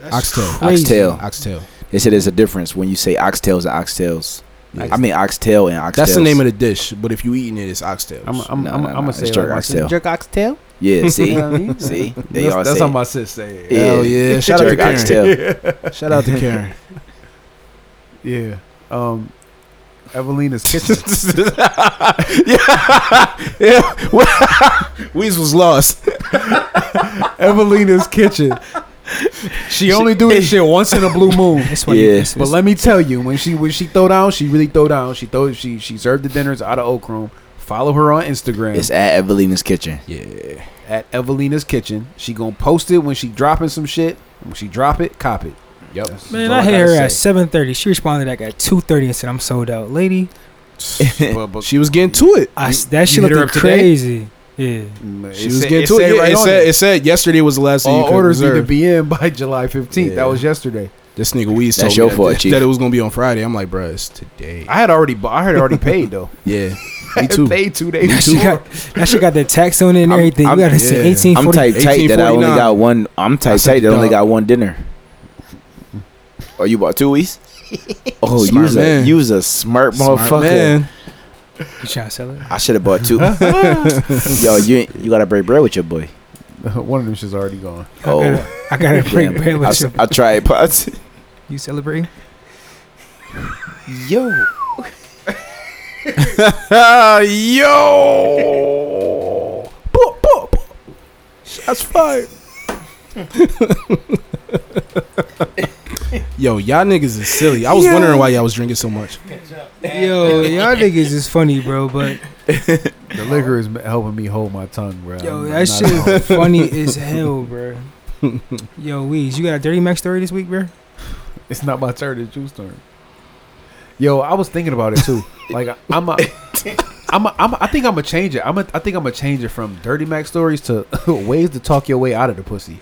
Speaker 3: That's
Speaker 1: Oxtail.
Speaker 3: crazy.
Speaker 5: Oxtail.
Speaker 1: Oxtail.
Speaker 5: They said there's a difference when you say oxtails and oxtails.
Speaker 1: Yeah.
Speaker 5: I mean oxtail and oxtails.
Speaker 1: That's the name of the dish, but if you eating it, it's oxtails.
Speaker 2: I'm I'm
Speaker 5: Nah,
Speaker 2: I'm,
Speaker 5: nah,
Speaker 2: I'm
Speaker 5: nah,
Speaker 2: gonna say
Speaker 5: it's jerk
Speaker 2: like my sis-
Speaker 5: oxtail.
Speaker 2: jerk oxtail.
Speaker 5: Yeah, see,
Speaker 2: You know what I mean?
Speaker 5: see, they all
Speaker 2: That's, that's
Speaker 5: say.
Speaker 2: how my sis say it.
Speaker 5: Yeah.
Speaker 1: Hell yeah! Shout out to
Speaker 5: Jerk
Speaker 1: Karen.
Speaker 5: oxtail.
Speaker 1: Shout out to Karen.
Speaker 2: Yeah. Um, Evelina's kitchen.
Speaker 1: Weez was lost.
Speaker 2: Evelina's kitchen. She only do this shit once in a blue moon.
Speaker 3: That's why you-
Speaker 5: Yeah.
Speaker 3: that's-
Speaker 2: But let me tell you, when she when she throw down, she really throw down. She throw she she served the dinners out of Oak Room. Follow her on Instagram
Speaker 5: It's at Evelina's kitchen.
Speaker 1: Yeah.
Speaker 2: at Evelina's Kitchen. She gonna post it when she dropping some shit. When she drop it, cop it. Yep. That's
Speaker 3: Man,
Speaker 2: all
Speaker 3: I hit
Speaker 2: gotta
Speaker 3: her
Speaker 2: say.
Speaker 3: at 7:30. She responded like at 2:30 and said, "I'm sold out, lady."
Speaker 2: But, but
Speaker 1: She was getting to it.
Speaker 3: I, s- that
Speaker 2: you
Speaker 3: shit
Speaker 2: hit her
Speaker 3: looked
Speaker 2: up today?
Speaker 3: crazy. Yeah.
Speaker 2: mm,
Speaker 1: She
Speaker 2: it
Speaker 1: was
Speaker 2: said-
Speaker 1: getting
Speaker 2: it
Speaker 1: to
Speaker 2: said
Speaker 1: it. Yeah,
Speaker 2: right
Speaker 1: it
Speaker 2: on
Speaker 1: said
Speaker 2: there.
Speaker 1: it said yesterday was the last thing
Speaker 2: all
Speaker 1: you could
Speaker 2: orders need to
Speaker 1: reserve.
Speaker 2: be in by July fifteenth.
Speaker 1: Yeah.
Speaker 2: That was yesterday.
Speaker 1: This nigga Weez
Speaker 5: That's
Speaker 1: told
Speaker 5: your
Speaker 1: me
Speaker 5: fault,
Speaker 1: that,
Speaker 5: Chief.
Speaker 1: that it was gonna be on Friday. I'm like, bruh, it's today.
Speaker 2: I had already bu- I had already paid though.
Speaker 1: yeah,
Speaker 2: I
Speaker 1: me
Speaker 2: had
Speaker 1: too.
Speaker 2: paid two days.
Speaker 3: That shit
Speaker 2: before.
Speaker 3: got that shit got the tax on it and
Speaker 5: I'm-
Speaker 3: everything.
Speaker 5: I'm-
Speaker 3: you gotta
Speaker 1: yeah.
Speaker 3: say 1840.
Speaker 5: I'm tight tight that I only
Speaker 1: 1849.
Speaker 5: got one. I'm tight
Speaker 1: That's a
Speaker 5: tight that I only
Speaker 1: dub.
Speaker 5: got one dinner. Oh, you bought two weeks? Oh, you
Speaker 1: Smart
Speaker 5: was a
Speaker 1: man.
Speaker 5: you was a smart,
Speaker 1: Smart
Speaker 5: motherfucker.
Speaker 1: man.
Speaker 3: You trying to sell it?
Speaker 5: I should have bought two. Yo, you ain't- you gotta break bread with your boy.
Speaker 2: One of them shit's already gone.
Speaker 5: Oh,
Speaker 3: I gotta break
Speaker 5: damn.
Speaker 3: bread
Speaker 5: I,
Speaker 3: with
Speaker 5: s-
Speaker 3: you.
Speaker 5: I tried pots.
Speaker 3: You celebrating?
Speaker 5: Yo,
Speaker 1: Yo, Boop, boop, boop. shots fired. Yo, y'all niggas is silly. I was
Speaker 3: Yo.
Speaker 1: wondering why y'all was drinking so much.
Speaker 3: Yo, y'all niggas is funny, bro. But
Speaker 2: The liquor is m- helping me hold my tongue, bro.
Speaker 3: yo,
Speaker 2: I'm
Speaker 3: that
Speaker 2: not at all.
Speaker 3: shit funny as hell, bro. Yo, Weez, you got a dirty Mac story this week, bro?
Speaker 2: It's not my turn. It's juice turn. Yo, I was thinking about it too. like I'm a. I'm a, I'm a, I think I'm gonna change it. I'm a, I think I'm gonna change it from dirty Mac stories to ways to talk your way out of the pussy.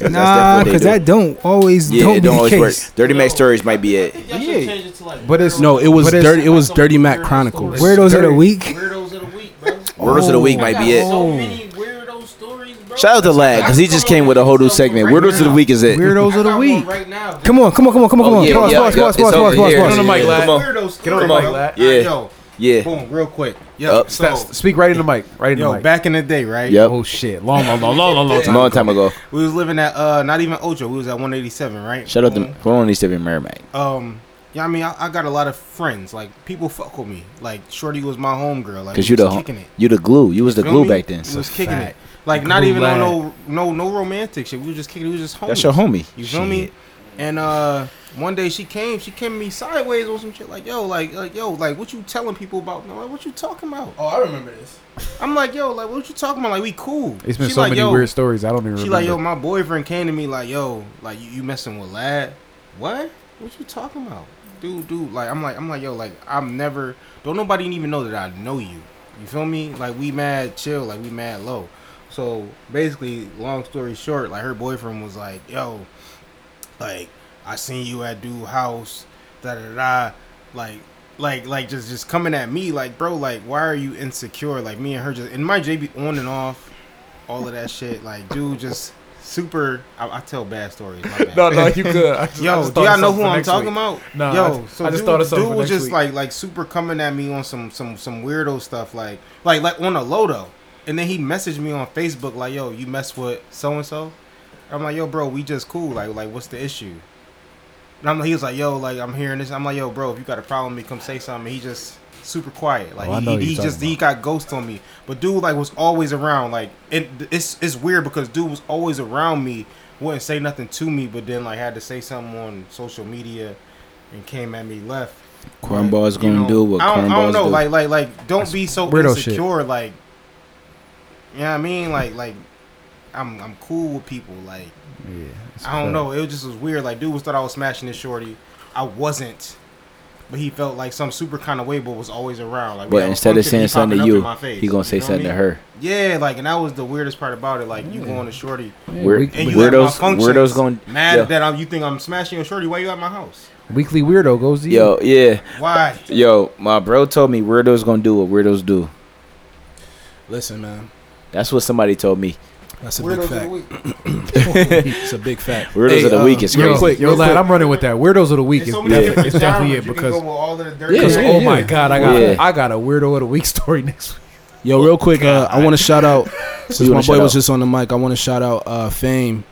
Speaker 3: Nah, because that don't always
Speaker 5: yeah,
Speaker 3: don't
Speaker 5: it
Speaker 3: be
Speaker 5: don't
Speaker 3: the
Speaker 5: always work.
Speaker 3: case.
Speaker 5: Dirty Mac stories might be it.
Speaker 4: Y'all should
Speaker 2: Yeah.
Speaker 4: change it to like
Speaker 2: But it's-
Speaker 1: No, it was
Speaker 2: But it's-
Speaker 1: dirty. It was Dirty Mac Chronicles.
Speaker 4: Where-
Speaker 3: Weirdos of the
Speaker 2: Dirty-
Speaker 3: week.
Speaker 4: weirdos of the week, bro.
Speaker 5: Words
Speaker 3: Oh.
Speaker 5: of the week might be
Speaker 4: I
Speaker 5: it.
Speaker 4: got
Speaker 2: Oh.
Speaker 4: So many weirdo stories, bro.
Speaker 5: Shout out to Lad because he just came with a whole new segment. Weirdos of the week is it?
Speaker 2: Weirdos
Speaker 4: I
Speaker 2: of
Speaker 4: got
Speaker 2: the
Speaker 4: one
Speaker 2: week.
Speaker 4: right now.
Speaker 3: Come on, come on, come on, come on,
Speaker 5: Oh,
Speaker 3: come on.
Speaker 5: yeah,
Speaker 3: Pause,
Speaker 5: yeah,
Speaker 3: pause,
Speaker 5: yeah,
Speaker 3: pause,
Speaker 5: it's
Speaker 3: pause,
Speaker 5: over
Speaker 3: pause, pause,
Speaker 5: here.
Speaker 3: pause.
Speaker 5: Yeah, yeah,
Speaker 4: Weirdo
Speaker 5: Come on,
Speaker 4: story,
Speaker 2: Get on the
Speaker 4: bro.
Speaker 2: mic, lad.
Speaker 5: Yeah.
Speaker 4: Yo,
Speaker 5: yeah.
Speaker 4: boom, real quick.
Speaker 5: Up.
Speaker 4: Yo, so,
Speaker 2: Speak right in the mic. Right in the
Speaker 4: yo,
Speaker 2: mic.
Speaker 4: back in the day, right?
Speaker 5: Yep.
Speaker 2: Oh shit! Long, long, long, long, long, long time.
Speaker 5: Long time ago.
Speaker 4: We was living at uh, not even Ocho. We was at 187, right?
Speaker 5: Shout out to
Speaker 4: Boom.
Speaker 5: hold on, these different Merrimack.
Speaker 4: um. Yeah, I mean, I, I got a lot of friends. Like people fuck with me. Like Shorty was my homegirl. Like
Speaker 5: Cause
Speaker 4: we
Speaker 5: you the
Speaker 4: was
Speaker 5: hom-
Speaker 4: kicking it.
Speaker 5: you the glue. You was the
Speaker 4: Feel
Speaker 5: glue
Speaker 4: me?
Speaker 5: back then.
Speaker 4: We was kicking
Speaker 2: fact.
Speaker 4: it. Like
Speaker 2: The
Speaker 4: not
Speaker 2: glue
Speaker 4: even on
Speaker 2: lad.
Speaker 4: no no no romantic shit. We was just kicking. We was just homies.
Speaker 5: That's your homie.
Speaker 4: You feel me? And uh, one day she came, she came to me sideways on some shit like, yo, like, like, yo, like, what you telling people about? And I'm like, what you talking about?
Speaker 1: Oh, I remember this.
Speaker 4: I'm like, yo, like, what you talking about? Like, we cool.
Speaker 2: It's been
Speaker 4: She
Speaker 2: so
Speaker 4: like,
Speaker 2: many
Speaker 4: yo,
Speaker 2: weird stories. I don't even
Speaker 4: She
Speaker 2: remember.
Speaker 4: like, yo, my boyfriend came to me like, yo, like, you, you messing with lad? What? What you talking about, dude? Dude, like, I'm like, I'm like, yo, like, I'm never. Don't nobody even know that I know you. You feel me? Like, we mad chill, like we mad low. So basically, long story short, like her boyfriend was like, "Yo, like I seen you at dude house, da da da, like." Like, like, just, just coming at me, like, bro, like, why are you insecure? Like, me and her just, and my JB on and off, all of that shit. Like, dude, just super. I, I tell bad stories. My bad.
Speaker 2: No, no, you good. I just, I
Speaker 4: Yo,
Speaker 2: just
Speaker 4: do
Speaker 2: thought
Speaker 4: y'all
Speaker 2: of
Speaker 4: know
Speaker 2: something
Speaker 4: who
Speaker 2: for
Speaker 4: I'm
Speaker 2: next
Speaker 4: talking
Speaker 2: week.
Speaker 4: about?
Speaker 2: Nah, I
Speaker 4: Yo,
Speaker 2: ju-
Speaker 4: so
Speaker 2: I just
Speaker 4: dude,
Speaker 2: thought of something
Speaker 4: dude
Speaker 2: for
Speaker 4: was
Speaker 2: next
Speaker 4: just
Speaker 2: week.
Speaker 4: like like super coming at me on some some some weirdo stuff, like like like on a lodo. And then he messaged me on Facebook like, "Yo, you mess with so and so." I'm like, "Yo, bro, we just cool. Like like what's the issue?" And I'm like, he was like, "Yo, like I'm hearing this." I'm like, "Yo, bro, if you got a problem, with me come say something." And he just super quiet. Like
Speaker 7: Oh, I
Speaker 4: he,
Speaker 7: know who
Speaker 4: he,
Speaker 7: you're
Speaker 4: he just
Speaker 7: talking
Speaker 4: he got ghost on me. But dude like was always around. Like it, it's it's weird because dude was always around me, wouldn't say nothing to me, but then like had to say something on social media, and came at me left.
Speaker 5: Cornball's
Speaker 4: You
Speaker 5: gonna
Speaker 4: know,
Speaker 5: do what
Speaker 4: I don't, I
Speaker 5: cornball's
Speaker 4: don't know.
Speaker 5: do.
Speaker 4: Like like like don't be so
Speaker 2: weirdo shit.
Speaker 4: insecure. Like you know what I mean. Like like I'm I'm cool with people. Like
Speaker 7: Yeah, it's
Speaker 4: I don't
Speaker 7: a fact.
Speaker 4: know. It just was weird. Like dude was thought I was smashing this shorty. I wasn't. But he felt like some super kind of way, but was always around. Like, we
Speaker 5: but
Speaker 4: had a
Speaker 5: instead of
Speaker 4: function,
Speaker 5: saying
Speaker 4: he
Speaker 5: something to
Speaker 4: popping up in
Speaker 5: you,
Speaker 4: my face,
Speaker 5: he gonna say
Speaker 4: you know what I
Speaker 5: something to
Speaker 4: mean?
Speaker 5: her.
Speaker 4: Yeah, like, and that was the weirdest part about it. Like, you going to shorty,
Speaker 5: Weird,
Speaker 4: and you at my
Speaker 5: weirdos,
Speaker 4: functions,
Speaker 5: weirdos gonna
Speaker 4: mad
Speaker 5: yo,
Speaker 4: that I'm, you think I'm smashing your shorty. Why you at my house?
Speaker 2: Weekly weirdo goes to you.
Speaker 5: yo, yeah,
Speaker 4: Why?
Speaker 5: yo. My bro told me weirdos gonna do what weirdos do.
Speaker 1: Listen, man,
Speaker 5: That's what somebody told me.
Speaker 1: that's a big fact. It's a big fact.
Speaker 5: Weirdos
Speaker 1: Hey,
Speaker 5: are the
Speaker 1: uh,
Speaker 5: weakest.
Speaker 1: real
Speaker 5: Crazy.
Speaker 1: quick,
Speaker 2: Yo,
Speaker 1: real
Speaker 2: lad,
Speaker 1: quick.
Speaker 2: I'm running with that. Weirdos of the week
Speaker 4: There's
Speaker 2: is
Speaker 4: so many different
Speaker 2: it's definitely
Speaker 4: genres.
Speaker 2: it
Speaker 4: You can
Speaker 2: because
Speaker 4: go with all of the dirty
Speaker 1: Yeah,
Speaker 2: because,
Speaker 4: shit.
Speaker 2: oh my god, I got
Speaker 5: Yeah.
Speaker 2: I got a weirdo of the week story next week.
Speaker 1: Yo, real quick, uh, I want to shout out since
Speaker 5: wanna
Speaker 1: my boy
Speaker 5: shout
Speaker 1: was
Speaker 5: out?
Speaker 1: just on the mic. I want to shout out uh, Fame.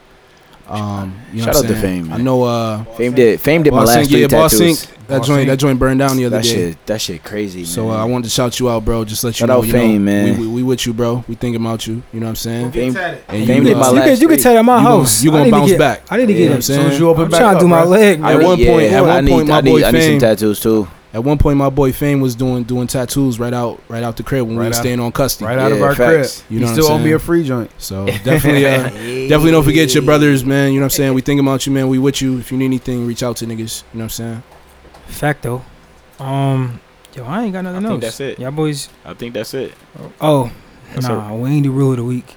Speaker 1: Um, you know
Speaker 5: Shout
Speaker 1: what
Speaker 5: out
Speaker 1: I'm
Speaker 5: to
Speaker 1: saying?
Speaker 5: Fame,
Speaker 1: I
Speaker 5: man.
Speaker 1: know. Uh,
Speaker 5: Fame did. Fame did my
Speaker 1: Boss
Speaker 5: last
Speaker 1: Inc, yeah,
Speaker 5: three
Speaker 1: Boss
Speaker 5: tattoos.
Speaker 1: Inc, That joint, that joint burned down the other
Speaker 5: That
Speaker 1: day.
Speaker 5: shit, that shit crazy.
Speaker 1: So
Speaker 5: man.
Speaker 1: uh, I wanted to shout you out, bro. Just let you
Speaker 5: Shout
Speaker 1: know,
Speaker 5: out
Speaker 1: you
Speaker 5: Fame,
Speaker 1: know,
Speaker 5: man.
Speaker 1: We, we, we with you, bro. We thinking about you. You know what I'm saying?
Speaker 5: Fame-
Speaker 4: Get at it.
Speaker 1: And
Speaker 5: Fame
Speaker 1: you,
Speaker 5: did my
Speaker 1: uh,
Speaker 3: you
Speaker 5: last
Speaker 3: can you could
Speaker 5: three.
Speaker 3: tell at my
Speaker 1: You gonna-
Speaker 3: house.
Speaker 1: you
Speaker 3: I
Speaker 1: gonna
Speaker 3: need to
Speaker 1: bounce
Speaker 3: get-
Speaker 1: back.
Speaker 3: I need to
Speaker 1: You know
Speaker 3: get
Speaker 1: what
Speaker 3: it.
Speaker 1: I'm saying?
Speaker 2: you open
Speaker 3: I'm
Speaker 2: back
Speaker 3: trying
Speaker 2: up,
Speaker 3: to do my
Speaker 2: bruh.
Speaker 3: leg.
Speaker 1: I
Speaker 3: man.
Speaker 1: at one
Speaker 5: yeah,
Speaker 1: point- at
Speaker 5: I
Speaker 1: one
Speaker 5: need,
Speaker 1: point, my
Speaker 5: I need,
Speaker 1: boy
Speaker 5: I need some
Speaker 1: Fame-
Speaker 5: tattoos too.
Speaker 1: At one point, my boy Fame was doing doing tattoos right out right out the crib when
Speaker 2: Right
Speaker 1: we were
Speaker 2: out-
Speaker 1: staying on custody.
Speaker 2: Right out of
Speaker 5: Yeah,
Speaker 2: our
Speaker 5: facts.
Speaker 1: You
Speaker 7: You
Speaker 1: know
Speaker 7: still
Speaker 1: what
Speaker 7: owe
Speaker 1: I'm
Speaker 7: me a
Speaker 1: saying?
Speaker 7: free joint.
Speaker 1: So definitely, uh, definitely don't forget your brothers, man. You know what I'm saying? We thinking about you, man. We with you. If you need anything, reach out to niggas. You know what I'm saying?
Speaker 3: Facto. Um, yo, I ain't got nothing
Speaker 5: I think
Speaker 3: else.
Speaker 5: that's it.
Speaker 3: Y'all boys.
Speaker 5: I think that's it.
Speaker 3: Oh,
Speaker 5: That's
Speaker 3: nah, we ain't the rule of the week.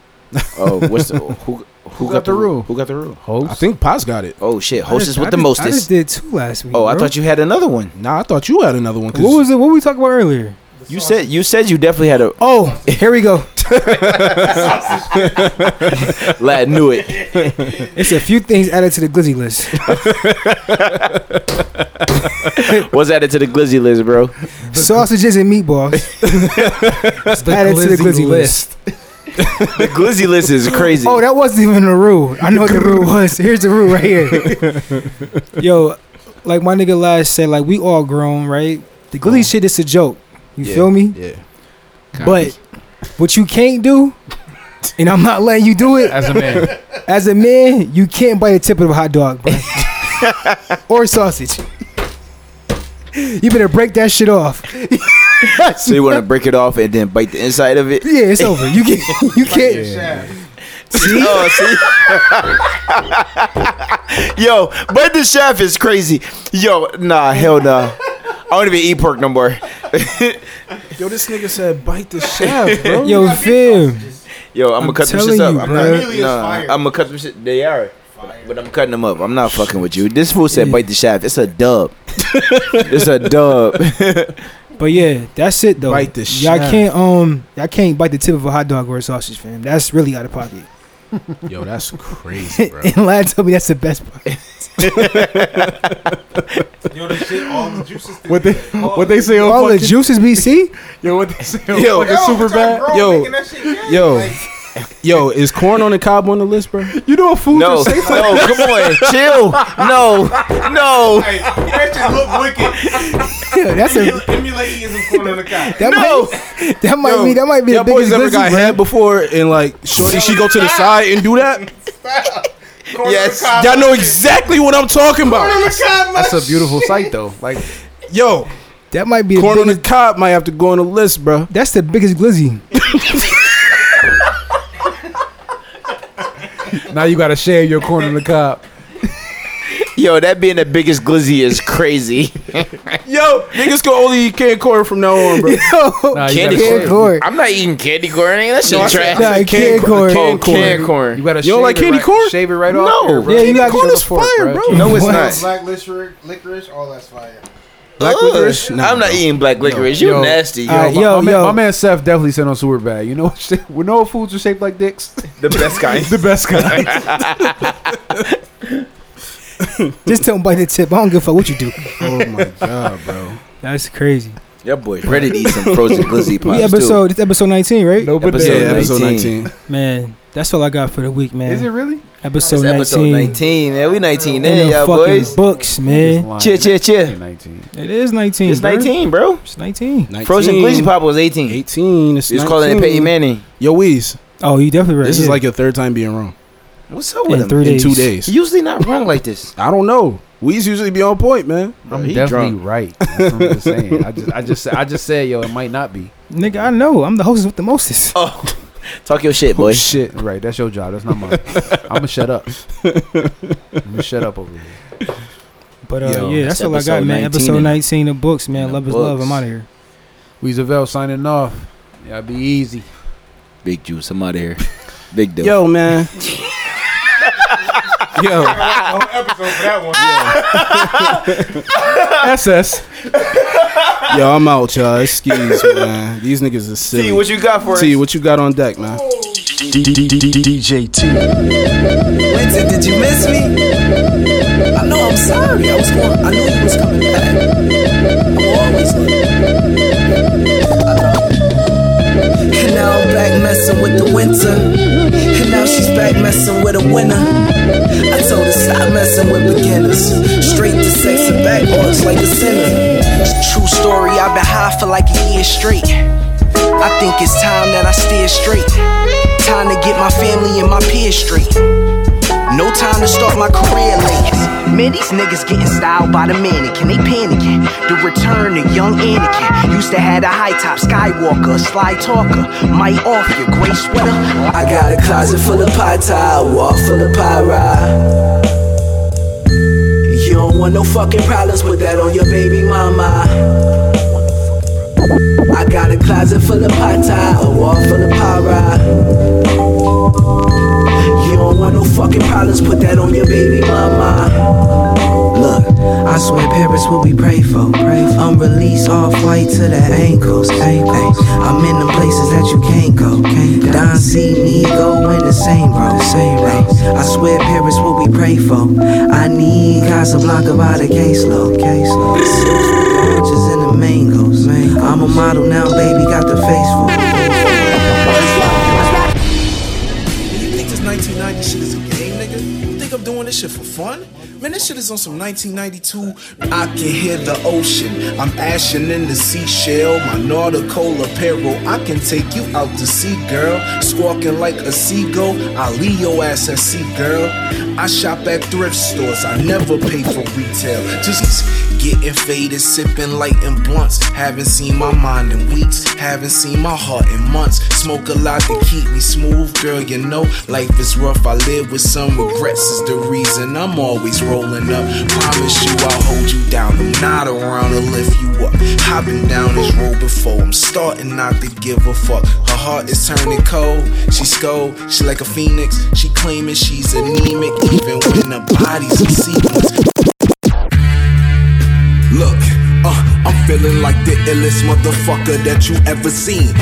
Speaker 5: Oh, what's the, who, who, who got,
Speaker 2: got the rule?
Speaker 5: Who got the rule?
Speaker 2: Host.
Speaker 1: I think Paz got it.
Speaker 5: Oh shit,
Speaker 3: I
Speaker 5: hostess
Speaker 3: just- I
Speaker 5: with the
Speaker 3: just- I just
Speaker 5: mostest.
Speaker 3: did two last week.
Speaker 5: Oh, I
Speaker 3: bro.
Speaker 5: thought you had another one.
Speaker 1: Nah, I thought you had another one. 'cause-
Speaker 3: What was it? What we talked about earlier?
Speaker 5: You said you said you definitely had a
Speaker 3: Oh, here we go.
Speaker 5: lad knew it.
Speaker 3: It's a few things added to the glizzy list.
Speaker 5: Was added to the glizzy list, bro.
Speaker 3: Sausages and meatballs. added to the glizzy list.
Speaker 5: The glizzy list is crazy.
Speaker 3: Oh, that wasn't even a rule. I know what the rule was. Here's the rule right here. Yo, like my nigga Laz said, like we all grown, right? The glizzy shit is a joke. You
Speaker 1: Yeah.
Speaker 3: feel me?
Speaker 1: Yeah.
Speaker 3: But what you can't do, and I'm not letting you do it,
Speaker 2: as a man.
Speaker 3: as a man, you can't bite the tip of a hot dog, bro. or sausage. You better break that shit off.
Speaker 5: so you want to break it off and then bite the inside of it?
Speaker 3: Yeah, it's over. You can't. You can't.
Speaker 5: Oh, see. Yo, but the chef is crazy. Yo, nah, hell nah. I don't even eat pork no more.
Speaker 1: Yo, this nigga said bite the chef, bro.
Speaker 3: Yo, fam.
Speaker 5: Yo, I'm gonna cut them
Speaker 3: telling
Speaker 5: shits up.
Speaker 3: you,
Speaker 5: I'm
Speaker 3: bro.
Speaker 5: not, nah, I'm gonna cut them shit. They are. But I'm cutting them up. I'm not fucking with you. This fool said bite the shaft. It's a dub. it's a dub.
Speaker 3: But yeah, that's it though.
Speaker 1: Bite the
Speaker 3: y'all
Speaker 1: shaft.
Speaker 3: can't um y'all can't bite the tip of a hot dog or a sausage, fam. That's really out of pocket.
Speaker 1: Yo, that's crazy, bro.
Speaker 3: and Lad told me that's the best part.
Speaker 4: Yo, the shit, all the juices.
Speaker 2: What they what they say
Speaker 3: All
Speaker 2: on
Speaker 3: the
Speaker 2: fucking,
Speaker 3: juices BC?
Speaker 2: yo, what they say on
Speaker 1: Yo,
Speaker 2: fucking super bad.
Speaker 1: Yo.
Speaker 4: Yo,
Speaker 1: Yo, yo, is corn on the cob on the list, bro?
Speaker 2: You know what food
Speaker 5: No, no,
Speaker 2: just say
Speaker 5: come on, chill. No, no,
Speaker 4: Hey, that shit look wicked.
Speaker 3: Yeah, that's a
Speaker 4: Emul- Emulating is corn on the cob.
Speaker 3: that
Speaker 5: no.
Speaker 3: might that might be that might be the
Speaker 1: Y'all boys
Speaker 3: biggest
Speaker 1: never
Speaker 3: glizzy,
Speaker 1: got
Speaker 3: bro.
Speaker 1: head before and like she, she go to the side and do that.
Speaker 4: Corn
Speaker 5: Yes,
Speaker 4: on the cob.
Speaker 1: Y'all know exactly what I'm talking about.
Speaker 2: That's a beautiful sight though. Like
Speaker 1: Yo,
Speaker 3: That might be the
Speaker 1: corn on the
Speaker 3: biggest,
Speaker 1: cob might have to go on the list, bro.
Speaker 3: that's the biggest glizzy.
Speaker 2: now you gotta share your corn on the cob.
Speaker 5: Yo, that being the biggest glizzy is crazy.
Speaker 1: Yo, niggas can only eat canned corn from now on, bro.
Speaker 2: Nah, you
Speaker 5: Candy
Speaker 2: gotta
Speaker 5: corn.
Speaker 2: shave.
Speaker 3: Corn.
Speaker 5: I'm not eating candy corn. Nigga. That shit
Speaker 1: I said-
Speaker 5: trash.
Speaker 1: I said
Speaker 3: canned corn.
Speaker 5: Oh,
Speaker 1: Canned corn.
Speaker 5: Candy corn.
Speaker 2: You gotta
Speaker 1: You don't
Speaker 2: shave
Speaker 1: like
Speaker 2: it
Speaker 1: candy
Speaker 2: right-
Speaker 1: corn?
Speaker 2: Shave it right
Speaker 1: No.
Speaker 2: off. there, bro.
Speaker 3: Yeah, you
Speaker 1: Candy
Speaker 3: gotta
Speaker 1: corn
Speaker 3: get
Speaker 1: is
Speaker 3: the fork,
Speaker 1: fire,
Speaker 3: bro.
Speaker 1: bro.
Speaker 5: No, it's
Speaker 3: What?
Speaker 5: not.
Speaker 4: Black licorice, licorice, all that's fire.
Speaker 1: Black
Speaker 5: Ugh.
Speaker 1: licorice? Nah,
Speaker 5: I'm not
Speaker 1: bro.
Speaker 5: eating black licorice.
Speaker 2: Yo,
Speaker 5: you
Speaker 2: yo.
Speaker 5: nasty.
Speaker 3: All right,
Speaker 2: my,
Speaker 3: yo,
Speaker 2: my Man,
Speaker 3: yo.
Speaker 2: my man Seth definitely sent on sewer bag. You know, what shit- when no foods are shaped like dicks,
Speaker 5: The best kind.
Speaker 2: the best kind.
Speaker 3: Just don't bite the tip. I don't give a fuck what you do.
Speaker 1: Oh my god, bro.
Speaker 3: That's crazy.
Speaker 5: Your boy ready to eat some frozen glizzy
Speaker 3: We
Speaker 5: pops
Speaker 3: episode. It's episode nineteen, right?
Speaker 2: no, but
Speaker 5: Episode
Speaker 1: Yeah,
Speaker 2: they-
Speaker 5: nine.
Speaker 1: episode
Speaker 5: 19.
Speaker 1: 19.
Speaker 3: Man, that's all I got for the week, man.
Speaker 2: is it really?
Speaker 5: too.
Speaker 3: Episode,
Speaker 5: It's
Speaker 3: 19.
Speaker 5: episode 19. Man, we 19
Speaker 3: In
Speaker 5: in,
Speaker 3: the
Speaker 5: y'all
Speaker 3: fucking
Speaker 5: boys.
Speaker 3: books,
Speaker 2: Just
Speaker 3: man.
Speaker 2: lying.
Speaker 5: Cheer, cheer, cheer.
Speaker 2: Nineteen.
Speaker 3: It is nineteen.
Speaker 5: It's
Speaker 3: bro.
Speaker 5: 19, bro.
Speaker 3: It's nineteen.
Speaker 1: 19.
Speaker 5: Frozen glizzy pop was 18.
Speaker 1: 18. It's
Speaker 5: He was calling it Peyton Manning.
Speaker 1: Yo, Weez,
Speaker 3: Oh, you definitely right.
Speaker 1: this is
Speaker 3: yeah.
Speaker 1: like your third time being wrong
Speaker 5: What's up
Speaker 3: in
Speaker 5: with him?
Speaker 3: three
Speaker 1: in
Speaker 3: days.
Speaker 1: two days.
Speaker 5: He usually not wrong like this.
Speaker 1: I don't know. Weez usually be on point, man.
Speaker 5: Bro,
Speaker 2: I'm
Speaker 5: he
Speaker 2: definitely
Speaker 5: drunk.
Speaker 2: right. That's what I'm just saying. I just, I just, I just said, yo, it might not be.
Speaker 3: Nigga, I know. I'm the host with the mostest.
Speaker 5: Oh, talk your shit, boy.
Speaker 3: Oh,
Speaker 2: Shit, right? That's your job. That's not mine. I'm gonna shut up. I'm gonna shut up over here.
Speaker 3: But uh,
Speaker 1: Yo,
Speaker 3: yeah, that's
Speaker 5: that's
Speaker 3: all I got,
Speaker 5: episode
Speaker 3: man.
Speaker 5: 19
Speaker 3: Episode
Speaker 5: and-
Speaker 3: 19 of books, man.
Speaker 5: and
Speaker 3: Love is
Speaker 5: books.
Speaker 3: love. I'm out of here.
Speaker 2: Weezavel signing off. Y'all be easy.
Speaker 5: Big juice. I'm out of here. Big deal.
Speaker 1: Yo, man. Yo,
Speaker 4: episode for that one. Yeah.
Speaker 2: SS.
Speaker 1: yo, I'm out, y'all. It's skis, man. These niggas is silly.
Speaker 5: See what you got for us.
Speaker 1: T, what you got on deck, man?
Speaker 7: Winter, did you miss me? I know I'm sorry. I was going. I knew you was coming back. I'm always late. I know. And now I'm back messing with the winter. And now she's back messing with a winner. I told her stop messing with beginners. Straight to sex and back arms like a sinner. True story. I've been high for like a year straight. I think it's time that I steer straight. Time to get my family and my peers straight. No time to start my career late. Man, these niggas getting styled by the mannequin. They panicking. The return of young Anakin. Used to have a high top Skywalker, a sly talker. Might off your gray sweater. I got a closet full of pie tie, a wall full of pyra. You don't want no fucking problems with that on your baby mama. I got a closet full of pie tie, a wall full of pyra. You don't want no fucking problems, put that on your baby mama. Look, I swear Paris what we pray for. Pray for. I'm released off white to the ankles. ankles. I'm in the places that you can't go. Don C, me go in the same road. Same road. I swear Paris what we pray for. I need Casablanca by the caseload. Caseload. Oranges and the mangoes. I'm a model now, baby, got the face for. it.
Speaker 6: You think this 1990 shit is a game, nigga? You think I'm doing this shit for fun? Man, this shit is on some 1992. I can hear the ocean. I'm ashing in the seashell. My nautical apparel. I can take you out to sea, girl. Squawking like a seagull. I leave your ass at sea, girl. I shop at thrift stores. I never pay for retail. Just getting faded, sipping light and blunts. Haven't seen my mind in weeks. Haven't seen my heart in months. Smoke a lot to keep me smooth, girl. You know, life is rough. I live with some regrets, is the reason I'm always rolling up. Promise you, I'll hold you down. I'm not around to lift you up. I've been down this road before. I'm starting not to give a fuck. Her heart is turning cold. She's cold. She like a phoenix. She claiming she's anemic, even when her body's in sequence. Look, uh, I'm feeling like the illest motherfucker that you ever seen.